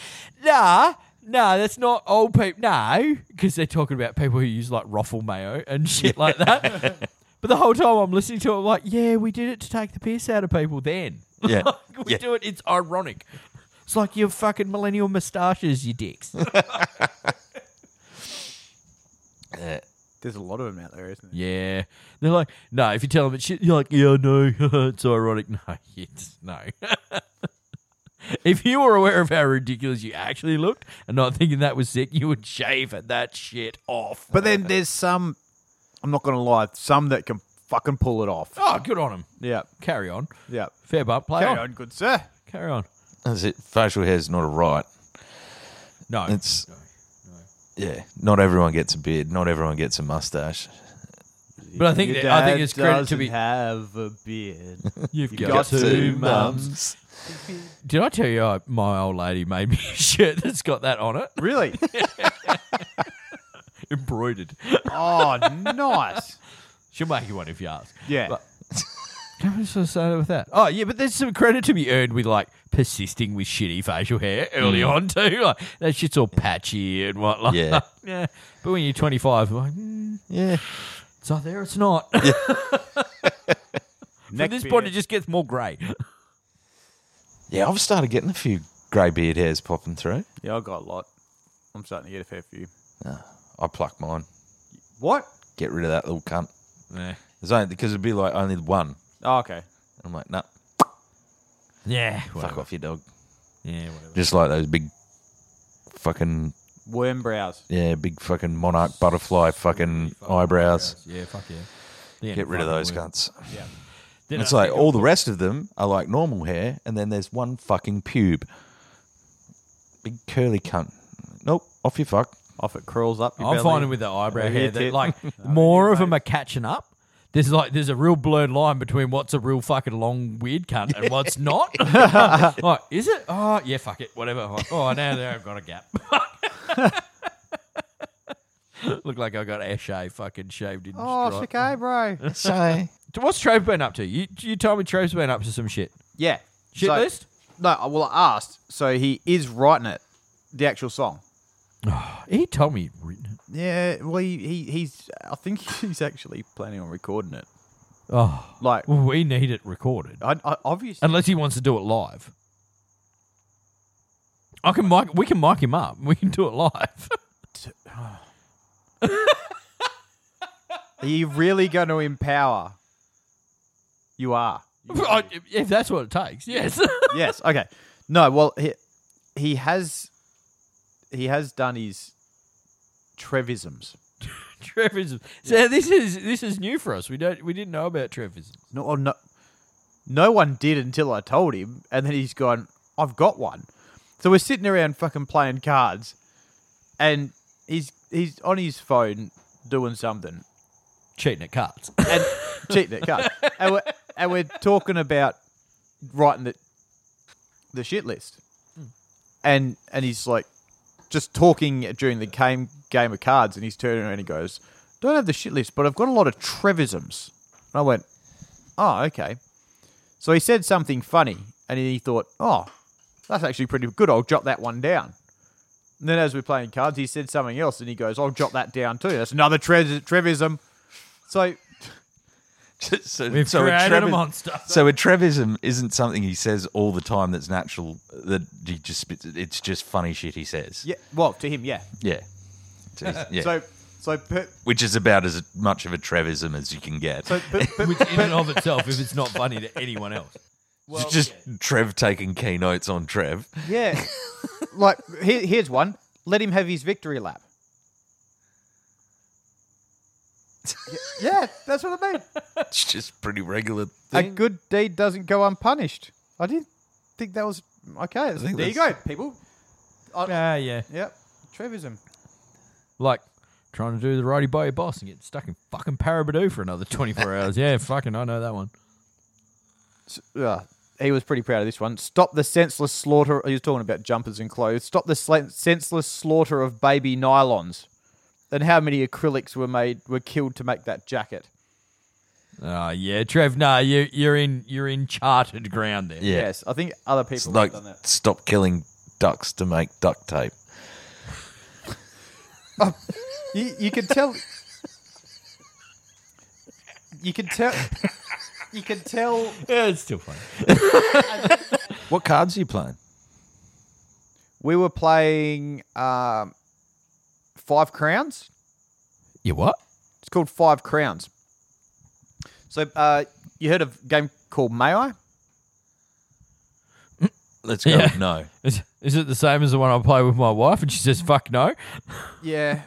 [SPEAKER 3] nah, nah, that's not old people. No, because they're talking about people who use like ruffle mayo and shit like that. but the whole time I'm listening to it, I'm like, yeah, we did it to take the piss out of people. Then
[SPEAKER 4] Yeah.
[SPEAKER 3] we do it. It's ironic. It's like your fucking millennial moustaches, you dicks.
[SPEAKER 4] yeah.
[SPEAKER 1] There's a lot of them out there, isn't there?
[SPEAKER 3] yeah, they're like, no. If you tell them it's shit, you're like, yeah, no, it's ironic. No, it's no. if you were aware of how ridiculous you actually looked and not thinking that was sick, you would shave that shit off.
[SPEAKER 1] But then there's some. I'm not gonna lie, some that can fucking pull it off.
[SPEAKER 3] Oh, good on him.
[SPEAKER 1] Yeah,
[SPEAKER 3] Carry on.
[SPEAKER 1] yeah.
[SPEAKER 3] Fair bump. Play
[SPEAKER 1] Carry
[SPEAKER 3] on.
[SPEAKER 1] on, good sir.
[SPEAKER 3] Carry on.
[SPEAKER 4] That's it. Facial hair's not a right.
[SPEAKER 3] No.
[SPEAKER 4] It's yeah. Not everyone gets a beard. Not everyone gets a mustache.
[SPEAKER 3] but I think that, I think it's credit to be.
[SPEAKER 1] have a beard.
[SPEAKER 3] You've
[SPEAKER 1] You
[SPEAKER 3] got,
[SPEAKER 1] got
[SPEAKER 3] to,
[SPEAKER 1] to,
[SPEAKER 3] mum.
[SPEAKER 1] mums.
[SPEAKER 3] Did I tell you I, my old lady made me a shirt that's got that on it,
[SPEAKER 1] really?
[SPEAKER 3] embroidered?
[SPEAKER 1] Oh, nice.
[SPEAKER 3] She'll make you one if you ask.
[SPEAKER 1] Yeah.
[SPEAKER 3] But- Can I just say that with that? Oh yeah, but there's some credit to be earned with like persisting with shitty facial hair early on too. Like that shit's all patchy and what like
[SPEAKER 4] Mm. Yeah.
[SPEAKER 3] yeah. But when you're 25, like, mm,
[SPEAKER 4] Yeah.
[SPEAKER 3] it's either there, or it's not. At
[SPEAKER 1] Neck
[SPEAKER 3] this
[SPEAKER 1] beard.
[SPEAKER 3] point, it just gets more grey.
[SPEAKER 4] Yeah. I've started getting a few grey beard hairs popping through.
[SPEAKER 1] yeah, I got a lot. I'm starting to get a fair few.
[SPEAKER 4] I pluck mine.
[SPEAKER 1] What?
[SPEAKER 4] Get rid of that little cunt.
[SPEAKER 3] Yeah.
[SPEAKER 4] There's only because it'd be like only one.
[SPEAKER 1] Oh, okay.
[SPEAKER 4] I'm like, nah.
[SPEAKER 3] Yeah,
[SPEAKER 4] Fuck off, your dog.
[SPEAKER 3] Yeah, whatever.
[SPEAKER 4] Just like those big, fucking
[SPEAKER 1] Worm brows.
[SPEAKER 4] yeah, big fucking monarch butterfly fucking eyebrows.
[SPEAKER 3] Yeah, fuck yeah.
[SPEAKER 4] Get rid of those cunts.
[SPEAKER 3] Then
[SPEAKER 4] it's
[SPEAKER 3] I
[SPEAKER 4] like
[SPEAKER 3] think
[SPEAKER 4] all the rest of them are like normal hair, and then there's one fucking pube. Big curly cunt. Nope, off your fuck.
[SPEAKER 1] Off it curls up. Your
[SPEAKER 3] I'm
[SPEAKER 1] belly.
[SPEAKER 3] finding with the eyebrow
[SPEAKER 1] Over
[SPEAKER 3] hair
[SPEAKER 1] here,
[SPEAKER 3] that
[SPEAKER 1] tit.
[SPEAKER 3] like
[SPEAKER 1] Over
[SPEAKER 3] more
[SPEAKER 1] here,
[SPEAKER 3] of them
[SPEAKER 1] mate.
[SPEAKER 3] are catching up. There's like there's a real blurred line between what's a real fucking long weird cunt and what's not. like, is it? Oh yeah, fuck it, whatever. Like, oh now there I've got a gap. Look like I got Ashay fucking shaved in.
[SPEAKER 1] Oh,
[SPEAKER 3] stripe.
[SPEAKER 1] okay, bro.
[SPEAKER 4] So
[SPEAKER 3] What's Trove been up to? You you told me Trove's been up to some shit.
[SPEAKER 1] Yeah.
[SPEAKER 3] Shit
[SPEAKER 1] So-
[SPEAKER 3] list?
[SPEAKER 1] No, I- well, I asked. So he is writing it, the actual song.
[SPEAKER 3] He told me he'd written it.
[SPEAKER 1] Yeah, well, he, he he's. I think he's actually planning on recording it.
[SPEAKER 3] Oh,
[SPEAKER 1] Like,
[SPEAKER 3] well, we need it recorded.
[SPEAKER 1] I, I obviously.
[SPEAKER 3] Unless he wants to do it live. I can mic. We can mic him up. We can do it live.
[SPEAKER 1] Are you really going to empower? You are.
[SPEAKER 3] I- if that's what it takes, yes.
[SPEAKER 1] yes. Okay. No. Well, he he has he has done his Trevisms.
[SPEAKER 3] Trevism. So this is this is new for us. We don't we didn't know about Trevism.
[SPEAKER 1] No, oh, no, no one did until I told him, and then he's gone. I've got one. So we're sitting around fucking playing cards, and he's he's on his phone doing something
[SPEAKER 3] Cheating at cards.
[SPEAKER 1] and cheating at cards, and we're and we're talking about writing the the shit list, and and he's like just talking during the game game of cards, and he's turning around and he goes, "Don't have the shit list, but I've got a lot of Trevisms," and I went, "Oh, okay." So he said something funny, and he thought, "Oh, that's actually pretty good. I'll jot that one down." And then as we're playing cards, he said something else, and he goes, "I'll jot that down too. That's another trevis- Trevism." So
[SPEAKER 4] so,
[SPEAKER 3] We've
[SPEAKER 4] so
[SPEAKER 3] created a
[SPEAKER 4] Trevis-
[SPEAKER 3] monster.
[SPEAKER 4] So a Trevism isn't something he says all the time. That's natural. That he just spits. it- It's just funny shit he says.
[SPEAKER 1] Yeah, well, to him, yeah.
[SPEAKER 4] Yeah. So he's- yeah.
[SPEAKER 1] So, so, per,
[SPEAKER 4] which is about as much of a Trevism as you can get.
[SPEAKER 1] so per, per,
[SPEAKER 3] Which in and of itself, if it's not funny to anyone else.
[SPEAKER 4] it's just Trev taking key notes on Trev.
[SPEAKER 1] yeah. like, here, here's one. Let him have his victory lap. Y- yeah, that's what I mean.
[SPEAKER 4] It's just pretty regular.
[SPEAKER 1] A
[SPEAKER 4] Thing.
[SPEAKER 1] good deed doesn't go unpunished. I didn't think that was okay.
[SPEAKER 4] think
[SPEAKER 1] there you go, people.
[SPEAKER 3] Ah, yeah.
[SPEAKER 1] Yep, Trevism.
[SPEAKER 3] Like trying to do the righty by your boss and get stuck in fucking Parabadoo for another 24 hours. Yeah, fucking, I know that one.
[SPEAKER 1] uh, he was pretty proud of this one. Stop the senseless slaughter. He was talking about jumpers and clothes. Stop the sl- senseless slaughter of baby nylons. And how many acrylics were made were killed to make that jacket?
[SPEAKER 3] Ah, yeah, Trev, nah, you, you're in you're in charted ground there.
[SPEAKER 4] Yeah.
[SPEAKER 1] Yes, I think other people
[SPEAKER 4] It's
[SPEAKER 1] have
[SPEAKER 4] like
[SPEAKER 1] done that.
[SPEAKER 4] stop killing ducks to make duct tape.
[SPEAKER 1] You, you can tell. You can tell. You can tell.
[SPEAKER 3] Yeah, it's still funny.
[SPEAKER 4] What cards are you playing?
[SPEAKER 1] We were playing um, Five Crowns.
[SPEAKER 3] You what?
[SPEAKER 1] It's called Five Crowns. So uh, you heard of a game called May I?
[SPEAKER 4] Let's go.
[SPEAKER 3] Yeah.
[SPEAKER 4] No.
[SPEAKER 3] Is, is it the same as the one I play with my wife? And she says, fuck no.
[SPEAKER 1] Yeah.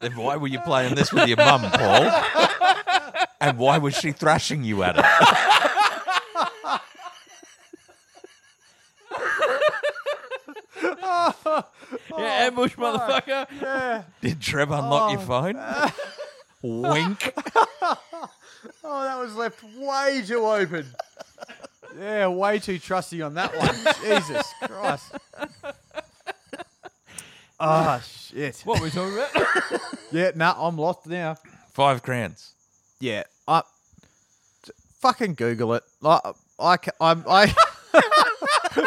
[SPEAKER 4] Then why were you playing this with your mum, Paul? And why was she thrashing you at it?
[SPEAKER 3] yeah, ambush, motherfucker.
[SPEAKER 4] Did Trev unlock your phone? Wink.
[SPEAKER 1] Oh, that was left way too open. yeah, way too trusty on that one. Jesus Christ. Ah, shit.
[SPEAKER 3] What were we talking about?
[SPEAKER 1] Yeah, nah, I'm lost now.
[SPEAKER 4] Five crowns.
[SPEAKER 1] Yeah, I t- fucking Google it. I, I, ca- I'm, I.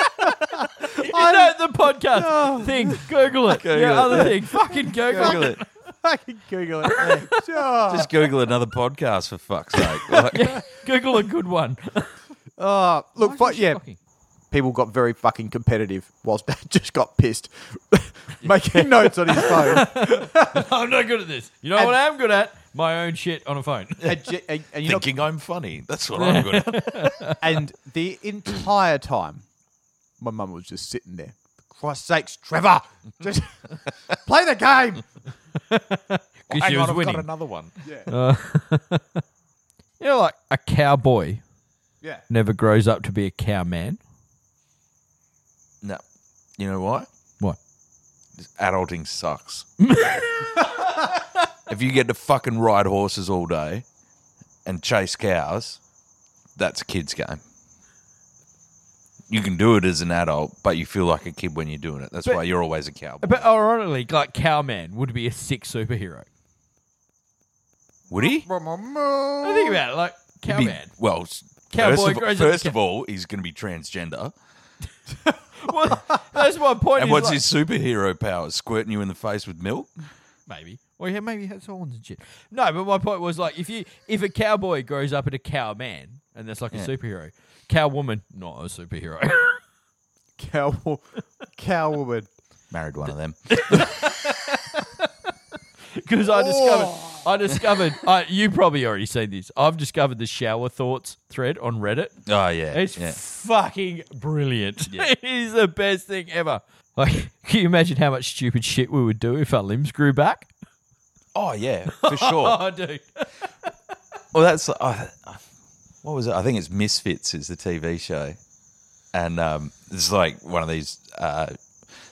[SPEAKER 3] You know the podcast thing. Google it.
[SPEAKER 4] Google
[SPEAKER 3] yeah,
[SPEAKER 4] it,
[SPEAKER 3] other
[SPEAKER 4] yeah.
[SPEAKER 3] thing. Fucking Google,
[SPEAKER 4] Google
[SPEAKER 3] it.
[SPEAKER 4] it.
[SPEAKER 1] fucking Google it. Yeah. Sure.
[SPEAKER 4] Just Google another podcast for fuck's sake. Like,
[SPEAKER 3] Google a good one.
[SPEAKER 1] Ah, look, fu- yeah,
[SPEAKER 3] Fucking-
[SPEAKER 1] people got very fucking competitive whilst Dad just got pissed, making notes on his phone.
[SPEAKER 3] I'm not good at this. You know what I am good at? My own shit on a phone.
[SPEAKER 1] and, j- and, and you know,
[SPEAKER 4] Thinking I'm funny. That's what I'm good at.
[SPEAKER 1] And the entire time, my mum was just sitting there. For Christ's sakes, Trevor, just play the game.
[SPEAKER 3] Because she was winning.
[SPEAKER 4] another one.
[SPEAKER 3] You know, like a cowboy
[SPEAKER 1] Yeah.
[SPEAKER 3] never grows up to be a cowman.
[SPEAKER 4] No. You know what?
[SPEAKER 3] What?
[SPEAKER 4] Adulting sucks. if you get to fucking ride horses all day and chase cows, that's a kid's game. you can do it as an adult, but you feel like a kid when you're doing it. That's why you're always a cowboy.
[SPEAKER 3] But ironically, like Cowman would be a sick superhero.
[SPEAKER 4] Would he?
[SPEAKER 3] I think about it, like
[SPEAKER 4] Be-
[SPEAKER 3] Cowman.
[SPEAKER 4] well, s-
[SPEAKER 3] Cowboy
[SPEAKER 4] first, of,
[SPEAKER 3] grows up
[SPEAKER 4] first
[SPEAKER 3] ca-
[SPEAKER 4] of all, he's going to be transgender.
[SPEAKER 3] well, that's my point.
[SPEAKER 4] And
[SPEAKER 3] is,
[SPEAKER 4] what's
[SPEAKER 3] like-
[SPEAKER 4] his superhero power? Squirting you in the face with milk?
[SPEAKER 3] Maybe. Well, yeah, maybe he has horns and shit. No, but my point was like if you if a cowboy grows up in a cow man and that's like a superhero, cow woman not a superhero.
[SPEAKER 1] Cow, cowwoman.
[SPEAKER 4] Married one of them.
[SPEAKER 3] Because I discovered, I discovered, I, you probably already seen this. I've discovered the shower thoughts thread on Reddit.
[SPEAKER 4] Oh yeah,
[SPEAKER 3] It's
[SPEAKER 4] yeah.
[SPEAKER 3] fucking brilliant. it is the best thing ever. Like, can you imagine how much stupid shit we would do if our limbs grew back?
[SPEAKER 4] oh yeah, for sure.
[SPEAKER 3] Oh, dude.
[SPEAKER 4] Well, that's uh, what was it? I think it's Misfits is the TV show, and um, it's like one of these. Uh,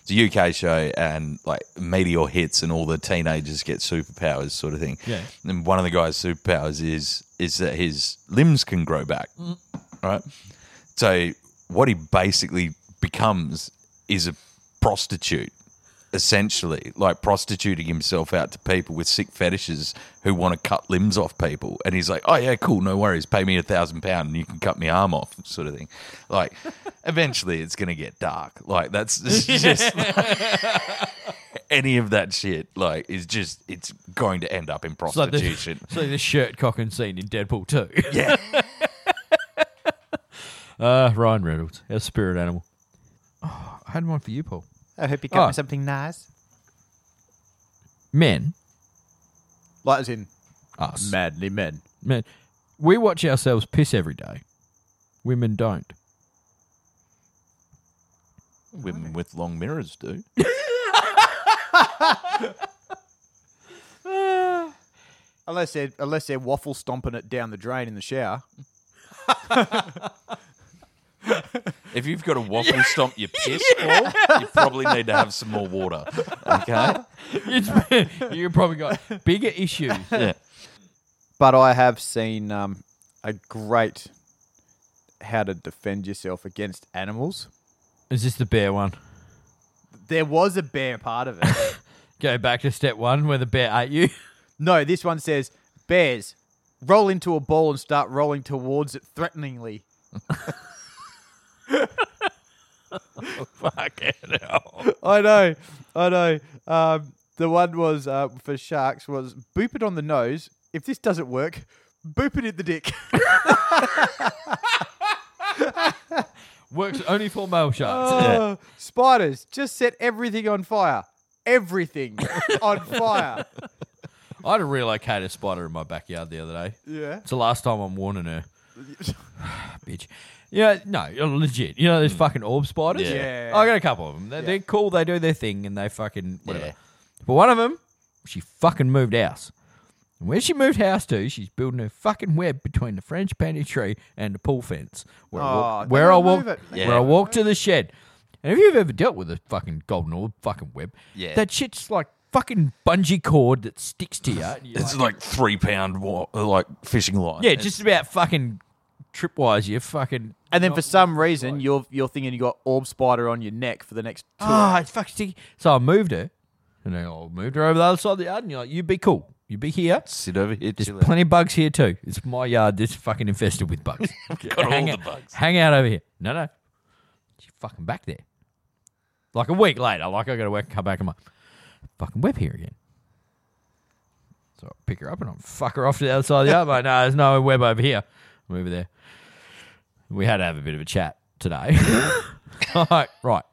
[SPEAKER 4] it's a UK show, and like meteor hits, and all the teenagers get superpowers, sort of thing.
[SPEAKER 3] Yeah.
[SPEAKER 4] And one of the guys' superpowers is is that his limbs can grow back, right? So what he basically becomes is a prostitute, essentially, like prostituting himself out to people with sick fetishes who want to cut limbs off people. And he's like, "Oh yeah, cool, no worries. Pay me a thousand pound and you can cut my arm off," sort of thing. Like, eventually, it's gonna get dark. Like that's it's just. Any of that shit, like, is just, it's going to end up in
[SPEAKER 3] It's like the,
[SPEAKER 4] prostitution.
[SPEAKER 3] it's like the shirt cocking scene in Deadpool 2.
[SPEAKER 4] yeah.
[SPEAKER 3] Uh, Ryan Reynolds, our spirit animal. Oh, I had one for you, Paul.
[SPEAKER 1] I hope you
[SPEAKER 3] got
[SPEAKER 1] got
[SPEAKER 3] me
[SPEAKER 1] something nice.
[SPEAKER 3] Men,
[SPEAKER 1] Like as in
[SPEAKER 3] us,
[SPEAKER 1] madly men.
[SPEAKER 3] men, we watch ourselves piss every day. Women don't.
[SPEAKER 4] Women with long mirrors do.
[SPEAKER 1] Unless they're unless they're waffle stomping it down the drain in the shower.
[SPEAKER 4] If you've got a waffle stomp your piss ball, you probably need to have some more water. Okay?
[SPEAKER 3] It's, you probably got bigger issues.
[SPEAKER 4] Yeah.
[SPEAKER 1] But I have seen um, a great how to defend yourself against animals.
[SPEAKER 3] Is this the bear one?
[SPEAKER 1] There was a bear part of it.
[SPEAKER 3] Go back to step one where the bear ate you.
[SPEAKER 1] no, this one says bears roll into a ball and start rolling towards it threateningly.
[SPEAKER 3] Fucking hell.
[SPEAKER 1] I know, I know. Um, the one was uh, for sharks was boop it on the nose. If this doesn't work, boop it in the dick.
[SPEAKER 3] Works only for male sharks.
[SPEAKER 4] Oh.
[SPEAKER 1] Uh, spiders just set everything on fire. Everything on fire.
[SPEAKER 3] I had a relocated spider in my backyard the other day.
[SPEAKER 1] Yeah.
[SPEAKER 3] It's the last time I'm warning her. Bitch. Yeah, no, legit. You know those fucking orb spiders?
[SPEAKER 1] Hmm. Yeah.
[SPEAKER 3] I got a couple of them. They're, they're cool. They do their thing and they fucking whatever. But one of them, she fucking moved house. And where she moved house to, she's building her fucking web between the French pantry tree and the pool fence. Where, I
[SPEAKER 1] Oh,
[SPEAKER 3] walk,
[SPEAKER 1] they
[SPEAKER 3] where I
[SPEAKER 1] gotta
[SPEAKER 3] walk,
[SPEAKER 1] move it.
[SPEAKER 3] where I walk to the shed. And if you've ever dealt with a fucking golden orb fucking web,
[SPEAKER 4] Yeah.
[SPEAKER 3] that shit's like fucking bungee cord that sticks to you. and you're like-
[SPEAKER 4] It's like three pound wa- like fishing line.
[SPEAKER 3] yeah, just about fucking tripwise you fucking
[SPEAKER 1] And then for some reason, you're you're thinking you got orb spider on your neck for the next. Two.
[SPEAKER 3] Oh, it's fucking sticky. So I moved her. And then I moved her over the other side of the yard and you're like, you'd be cool. You'd be here.
[SPEAKER 4] sit over here.
[SPEAKER 3] There's
[SPEAKER 4] chill out.
[SPEAKER 3] plenty of bugs here too. It's my yard that's fucking infested with bugs.
[SPEAKER 4] Got all
[SPEAKER 3] hang
[SPEAKER 4] the
[SPEAKER 3] out,
[SPEAKER 4] bugs.
[SPEAKER 3] Hang out over here. No, no. She fucking back there. Like a week later, like I gotta work, come back and my fucking web here again. So I pick her up and I fuck her off to the other side of the yard. But no, there's no web over here. I'm over there. We had to have a bit of a chat today. right, right.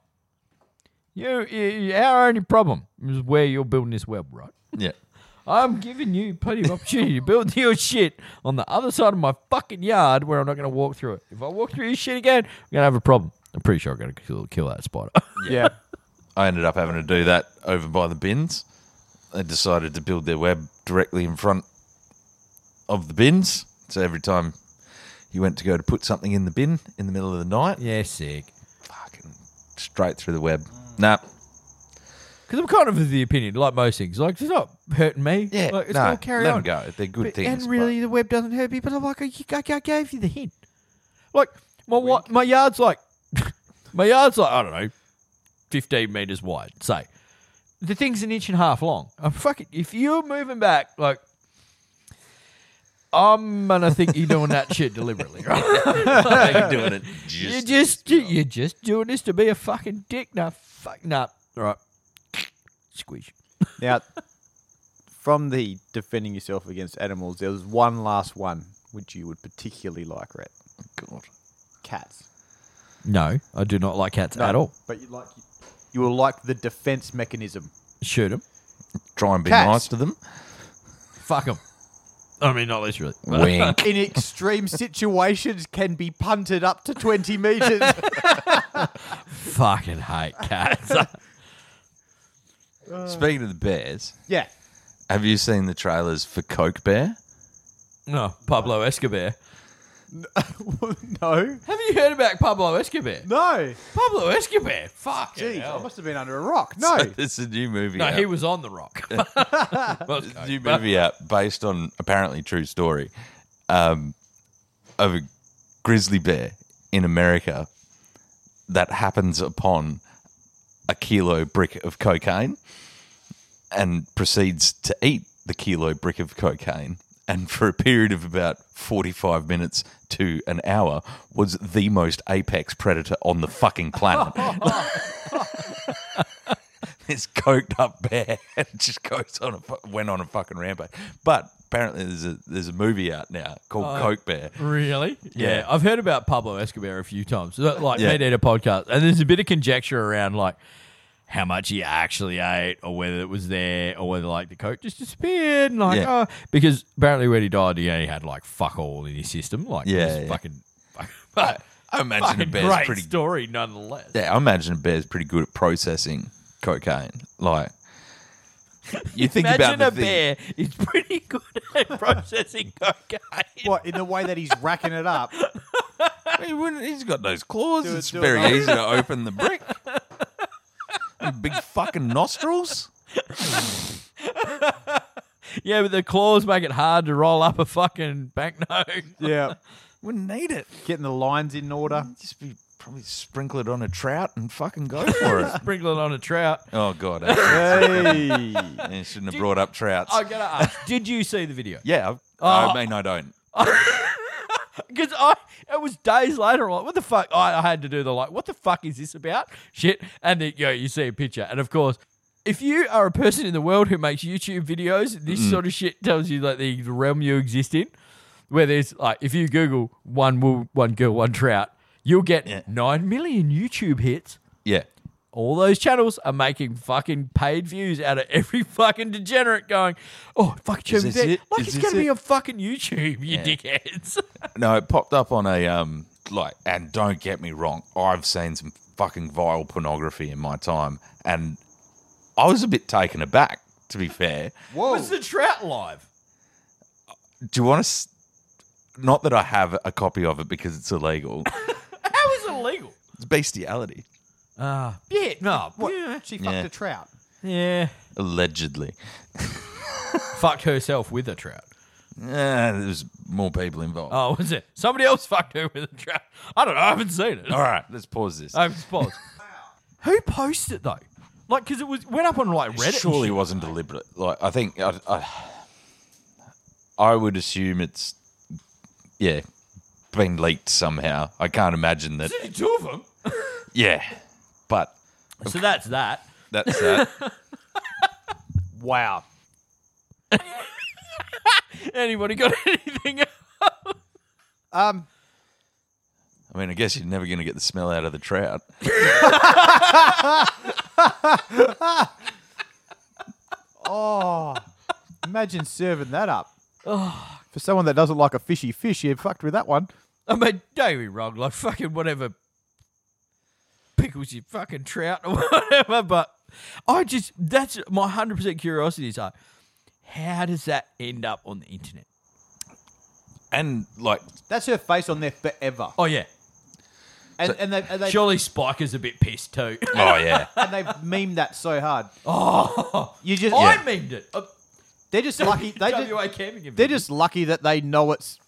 [SPEAKER 3] You, you, you- our only problem is where you're building this web, right?
[SPEAKER 4] Yeah.
[SPEAKER 3] I'm giving you plenty of opportunity to build your shit on the other side of my fucking yard where I'm not going to walk through it. If I walk through your shit again, I'm going to have a problem. I'm pretty sure I'm going to kill, kill that spider.
[SPEAKER 1] Yeah.
[SPEAKER 4] I ended up having to do that over by the bins. They decided to build their web directly in front of the bins. So every time you went to go to put something in the bin in the middle of the night,
[SPEAKER 3] yeah, sick.
[SPEAKER 4] fucking straight through the web. Nah.
[SPEAKER 3] Because I'm kind of of the opinion, like most things, like it's not hurting me.
[SPEAKER 4] Yeah.
[SPEAKER 3] like, it's
[SPEAKER 4] nah,
[SPEAKER 3] gonna carry
[SPEAKER 4] let
[SPEAKER 3] on.
[SPEAKER 4] 'em go. They're good
[SPEAKER 3] But-
[SPEAKER 4] things.
[SPEAKER 3] And
[SPEAKER 4] but-
[SPEAKER 3] really, the web doesn't hurt me. But I'm like, I, I, I gave you the hint. Like my wa- my yard's like My yard's like, I don't know, 15 meters wide, say. The thing's an inch and a half long. I'm fucking, if you're moving back, like, I'm gonna think you're doing that shit deliberately, right?
[SPEAKER 4] They're doing it
[SPEAKER 3] You're
[SPEAKER 4] just.
[SPEAKER 3] just, you're just doing this to be a fucking dick. Nah, fuck, nah. All right. Squish.
[SPEAKER 1] Now, from the defending yourself against animals, there was one last one which you would particularly like, Rhett.
[SPEAKER 4] God.
[SPEAKER 1] Cats.
[SPEAKER 3] No, I do not like cats at all.
[SPEAKER 1] But you like you will like the defense mechanism.
[SPEAKER 3] Shoot them.
[SPEAKER 4] Try and be
[SPEAKER 1] Cats.
[SPEAKER 4] nice to them.
[SPEAKER 3] Fuck them. I mean, not literally.
[SPEAKER 4] Wink.
[SPEAKER 1] In extreme situations, can be punted up to twenty meters.
[SPEAKER 3] Fucking hate cats.
[SPEAKER 4] Speaking of the bears,
[SPEAKER 1] yeah.
[SPEAKER 4] have you seen the trailers for Coke Bear?
[SPEAKER 3] no, Pablo Escobar.
[SPEAKER 1] no.
[SPEAKER 3] Have you heard about Pablo Escobar?
[SPEAKER 1] No.
[SPEAKER 3] Pablo Escobar. Fuck.
[SPEAKER 1] Jeez, I must have been under a rock. No.
[SPEAKER 4] it's a new movie.
[SPEAKER 3] No,
[SPEAKER 4] out.
[SPEAKER 3] he was on the rock.
[SPEAKER 4] It's a new movie out based on apparently true story um, of a grizzly bear in America that happens upon a kilo brick of cocaine and proceeds to eat the kilo brick of cocaine and for a period of about 45 minutes to an hour was the most apex predator on the fucking planet this coked up bear just goes on a fu- went on a fucking rampage. But apparently there's a there's a movie out now called Coke Bear.
[SPEAKER 3] Really? Yeah.
[SPEAKER 4] Yeah.
[SPEAKER 3] I've heard about Pablo Escobar a few times, So, like
[SPEAKER 4] Yeah.
[SPEAKER 3] yeah. Meat Eater podcast, and there's a bit of conjecture around like how much he actually ate, or whether it was there, or whether like the coke just disappeared, and like
[SPEAKER 4] Yeah.
[SPEAKER 3] oh, because apparently when he died, he only had like fuck all in his system, like
[SPEAKER 4] Yeah,
[SPEAKER 3] yeah,
[SPEAKER 4] yeah.
[SPEAKER 3] fucking, fucking,
[SPEAKER 4] I imagine a bear's
[SPEAKER 3] great
[SPEAKER 4] pretty
[SPEAKER 3] story nonetheless.
[SPEAKER 4] Yeah, I imagine a bear's pretty good at processing cocaine. Like you think
[SPEAKER 3] Imagine
[SPEAKER 4] about
[SPEAKER 3] a
[SPEAKER 4] the thing-
[SPEAKER 3] bear is pretty good at processing cocaine.
[SPEAKER 1] What in the way that he's racking it up?
[SPEAKER 4] He wouldn't- he's got those claws.
[SPEAKER 1] Do it,
[SPEAKER 4] it's
[SPEAKER 1] do it,
[SPEAKER 4] very
[SPEAKER 1] mate.
[SPEAKER 4] easy to open the brick. And Big fucking nostrils.
[SPEAKER 3] Yeah, but the claws make it hard to roll up a fucking banknote.
[SPEAKER 1] Yeah.
[SPEAKER 4] Wouldn't need it.
[SPEAKER 1] Getting the lines in order.
[SPEAKER 4] Just be probably sprinkle it on a trout and fucking go for it.
[SPEAKER 3] Sprinkle it on a trout.
[SPEAKER 4] oh god, I
[SPEAKER 1] Hey.
[SPEAKER 4] I shouldn't have brought up trouts.
[SPEAKER 3] I gotta ask, did you see the video?
[SPEAKER 4] Yeah, I've-
[SPEAKER 1] Oh.
[SPEAKER 4] I mean I don't.
[SPEAKER 3] Because I, it was days later. I'm like, what the fuck? I, I had to do the like, what the fuck is this about? Shit. And then, you, know, you see a picture, and of course, if you are a person in the world who makes YouTube videos, this sort of shit tells you like the realm you exist in. Where there's like, if you Google one wool, one girl, one trout, you'll get
[SPEAKER 4] Yeah.
[SPEAKER 3] nine million YouTube hits.
[SPEAKER 4] Yeah.
[SPEAKER 3] all those channels are making fucking paid views out of every fucking degenerate going, oh, fuck, Jeremy
[SPEAKER 4] this
[SPEAKER 3] Bear.
[SPEAKER 4] it?
[SPEAKER 3] Like,
[SPEAKER 4] Is
[SPEAKER 3] it's
[SPEAKER 4] this
[SPEAKER 3] going to be
[SPEAKER 4] it?
[SPEAKER 3] on fucking YouTube, you dickheads.
[SPEAKER 4] No, it popped up on a um like and don't get me wrong, I've seen some fucking vile pornography in my time and I was a bit taken aback, to be fair.
[SPEAKER 1] Whoa.
[SPEAKER 3] Was the trout live?
[SPEAKER 4] Do you want to not that I have a copy of it because it's illegal.
[SPEAKER 3] How is it illegal?
[SPEAKER 4] it's bestiality.
[SPEAKER 3] Ah, yeah, no.
[SPEAKER 1] What?
[SPEAKER 3] Yeah.
[SPEAKER 1] She fucked
[SPEAKER 4] Yeah.
[SPEAKER 1] a trout.
[SPEAKER 3] yeah.
[SPEAKER 4] Allegedly.
[SPEAKER 3] Fucked herself with a trout.
[SPEAKER 4] Yeah, Eh, there's more people involved.
[SPEAKER 3] Oh, was it? Somebody else fucked her with a trout. I don't know. I haven't seen it.
[SPEAKER 4] All right, let's pause this.
[SPEAKER 3] I haven't paused. Who posted it, though? Like, because it was went up on like Reddit. and
[SPEAKER 4] surely
[SPEAKER 3] shit.
[SPEAKER 4] wasn't deliberate. Like I think I, I, I would assume it's yeah been leaked somehow. I can't imagine that.
[SPEAKER 3] There's only two of them.
[SPEAKER 4] Yeah, but
[SPEAKER 3] So that's that.
[SPEAKER 4] that's that.
[SPEAKER 1] Wow.
[SPEAKER 3] Anybody got anything else?
[SPEAKER 1] Um.
[SPEAKER 4] I mean, I guess you're never going to get the smell out of the trout.
[SPEAKER 1] Oh. Imagine serving that up.
[SPEAKER 3] Oh.
[SPEAKER 1] For someone that doesn't like a fishy fish, you fucked with that one.
[SPEAKER 3] I mean, don't be wrong, like fucking whatever pickles you fucking trout or whatever, but I just that's my hundred percent curiosity is like how does that end up on the internet?
[SPEAKER 4] And like,
[SPEAKER 1] That's her face on there forever.
[SPEAKER 3] Oh yeah.
[SPEAKER 1] And, and, they, and, they,
[SPEAKER 3] Surely Spike is a bit pissed too.
[SPEAKER 4] oh yeah,
[SPEAKER 1] and they've memed that so hard.
[SPEAKER 3] Oh
[SPEAKER 1] You just
[SPEAKER 3] I memed it. Uh,
[SPEAKER 1] they're just lucky. They
[SPEAKER 3] WA
[SPEAKER 1] just,
[SPEAKER 3] camping event.
[SPEAKER 1] they're just lucky that they know it's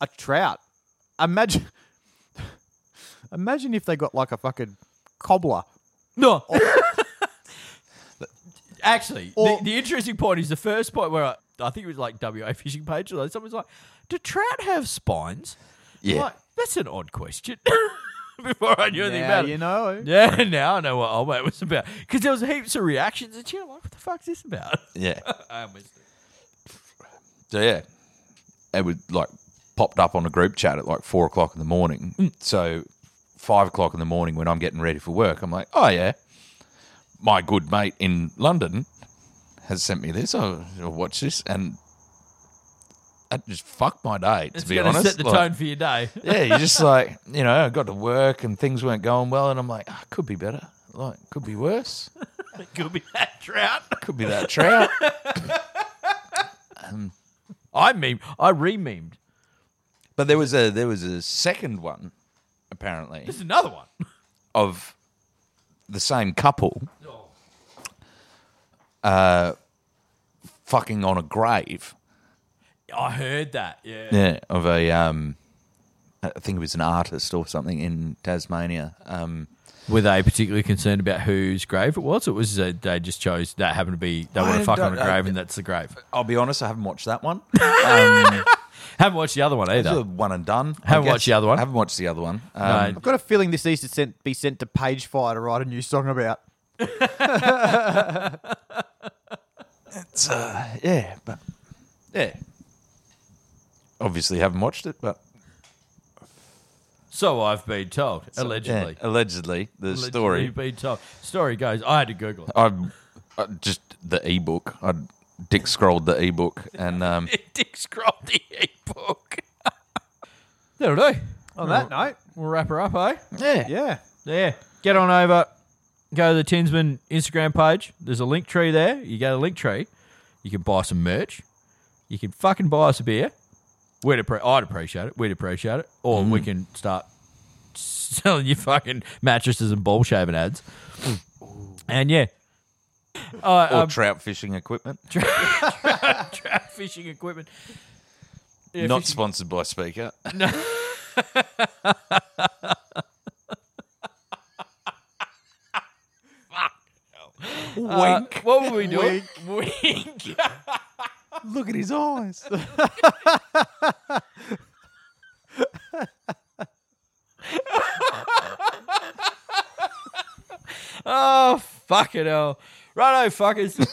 [SPEAKER 1] a trout. Imagine Imagine if they got like a fucking cobbler.
[SPEAKER 3] No. Actually,
[SPEAKER 1] Or-
[SPEAKER 3] the, the interesting point is the first point where I, I think it was like WA fishing page or something, someone's like, "Do trout have spines?" I'm
[SPEAKER 4] Yeah.
[SPEAKER 3] like, that's an odd question. Before I knew anything
[SPEAKER 1] Now
[SPEAKER 3] about
[SPEAKER 1] you
[SPEAKER 3] it.
[SPEAKER 1] know.
[SPEAKER 3] Yeah, now I know what old mate was about because there was heaps of reactions, and you're like, "What the fuck's this about?"
[SPEAKER 4] Yeah.
[SPEAKER 3] I missed it.
[SPEAKER 4] So yeah, it would like popped up on a group chat at like four o'clock in the morning.
[SPEAKER 3] Mm.
[SPEAKER 4] So five o'clock in the morning when I'm getting ready for work, I'm like, oh yeah, my good mate in London has sent me this. I'll, I'll watch this, and that just fucked my day. To
[SPEAKER 3] It's
[SPEAKER 4] be
[SPEAKER 3] gonna
[SPEAKER 4] honest,
[SPEAKER 3] set the
[SPEAKER 4] Like,
[SPEAKER 3] tone for your day.
[SPEAKER 4] yeah, you're just like, you know, I got to work and things weren't going well, and I'm like, ah, could be better. Like, could be worse.
[SPEAKER 3] Could be that trout.
[SPEAKER 4] Could be that trout.
[SPEAKER 3] I meme. I re-memed.
[SPEAKER 4] But there was a there was a second one, apparently.
[SPEAKER 3] There's another one.
[SPEAKER 4] of the same couple uh, fucking on a grave.
[SPEAKER 3] I heard that. Yeah.
[SPEAKER 4] Yeah, of a um, I think it was an artist or something in Tasmania. Um,
[SPEAKER 3] Were they particularly concerned about whose grave it was? It was uh, they just chose that happened to be they want to fuck on a
[SPEAKER 4] don't- I-
[SPEAKER 3] grave, and that's the grave.
[SPEAKER 4] I'll be honest, I haven't watched that one. Um,
[SPEAKER 3] Haven't watched the other one
[SPEAKER 4] it's a
[SPEAKER 3] either.
[SPEAKER 4] one and done. I
[SPEAKER 3] Haven't
[SPEAKER 4] guess.
[SPEAKER 3] watched the other one.
[SPEAKER 4] haven't watched the other one. Um,
[SPEAKER 3] No.
[SPEAKER 1] I've got a feeling this needs to sent, be sent to Page Fire to write a new song about.
[SPEAKER 4] it's, uh, yeah, but yeah, obviously haven't watched it, but
[SPEAKER 3] So I've been told,
[SPEAKER 4] yeah,
[SPEAKER 3] allegedly.
[SPEAKER 4] allegedly the
[SPEAKER 3] Allegedly
[SPEAKER 4] story.
[SPEAKER 3] been told. Story goes. I had to Google it.
[SPEAKER 4] I, I just the ebook. I dick scrolled the ebook and um,
[SPEAKER 3] Dick scrolled the e-book. That'll do.
[SPEAKER 1] On that note,
[SPEAKER 3] We'll wrap her up, eh?
[SPEAKER 4] yeah,
[SPEAKER 1] Oh. yeah.
[SPEAKER 3] Yeah. Get on over. Go to the Tinsman Instagram page. There's a link tree there. You go to the link tree. You can buy some merch. You can fucking buy us a beer. We'd appre- I'd appreciate it. We'd appreciate it. Or we
[SPEAKER 4] Mm.
[SPEAKER 3] can start selling you fucking mattresses and ball shaving ads. And yeah. Uh,
[SPEAKER 4] or
[SPEAKER 3] um,
[SPEAKER 4] trout fishing equipment.
[SPEAKER 3] trout fishing equipment. Yeah,
[SPEAKER 4] Not
[SPEAKER 3] fishing-
[SPEAKER 4] sponsored by Speaker.
[SPEAKER 3] Uh, what were we doing? Wink.
[SPEAKER 4] Look at his eyes.
[SPEAKER 3] Oh, fucking hell. Righto, fuckers.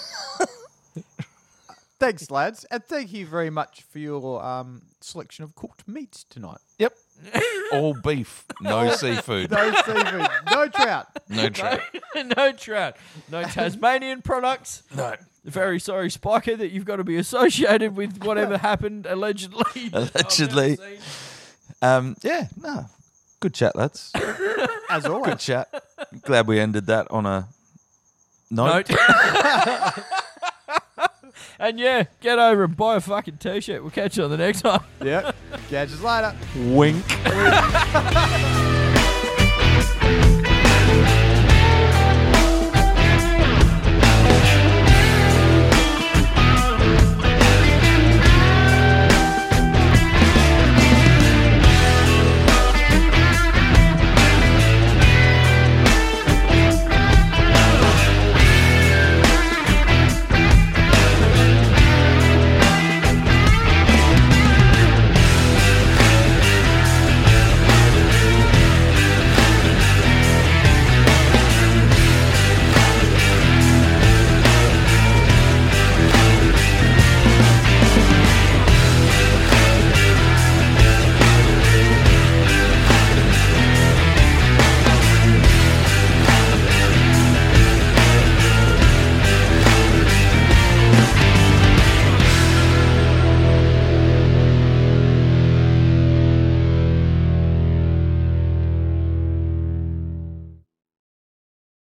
[SPEAKER 1] Thanks, lads, and thank you very much for your um, selection of cooked meats tonight.
[SPEAKER 4] yep. All beef, no seafood,
[SPEAKER 1] No seafood, no trout.
[SPEAKER 4] no trout.
[SPEAKER 3] no trout. No Tasmanian products. No. Very sorry, Spiker, that you've got to be associated with whatever happened allegedly.
[SPEAKER 4] Oh, Allegedly.
[SPEAKER 3] I've never seen.
[SPEAKER 4] Um, yeah, no. Good chat, lads.
[SPEAKER 1] As always,
[SPEAKER 4] Good chat. Glad we ended that on a note.
[SPEAKER 3] Note. and yeah, get over and buy a fucking t shirt. We'll catch you on the next one.
[SPEAKER 1] yep. Catch us later.
[SPEAKER 4] Wink.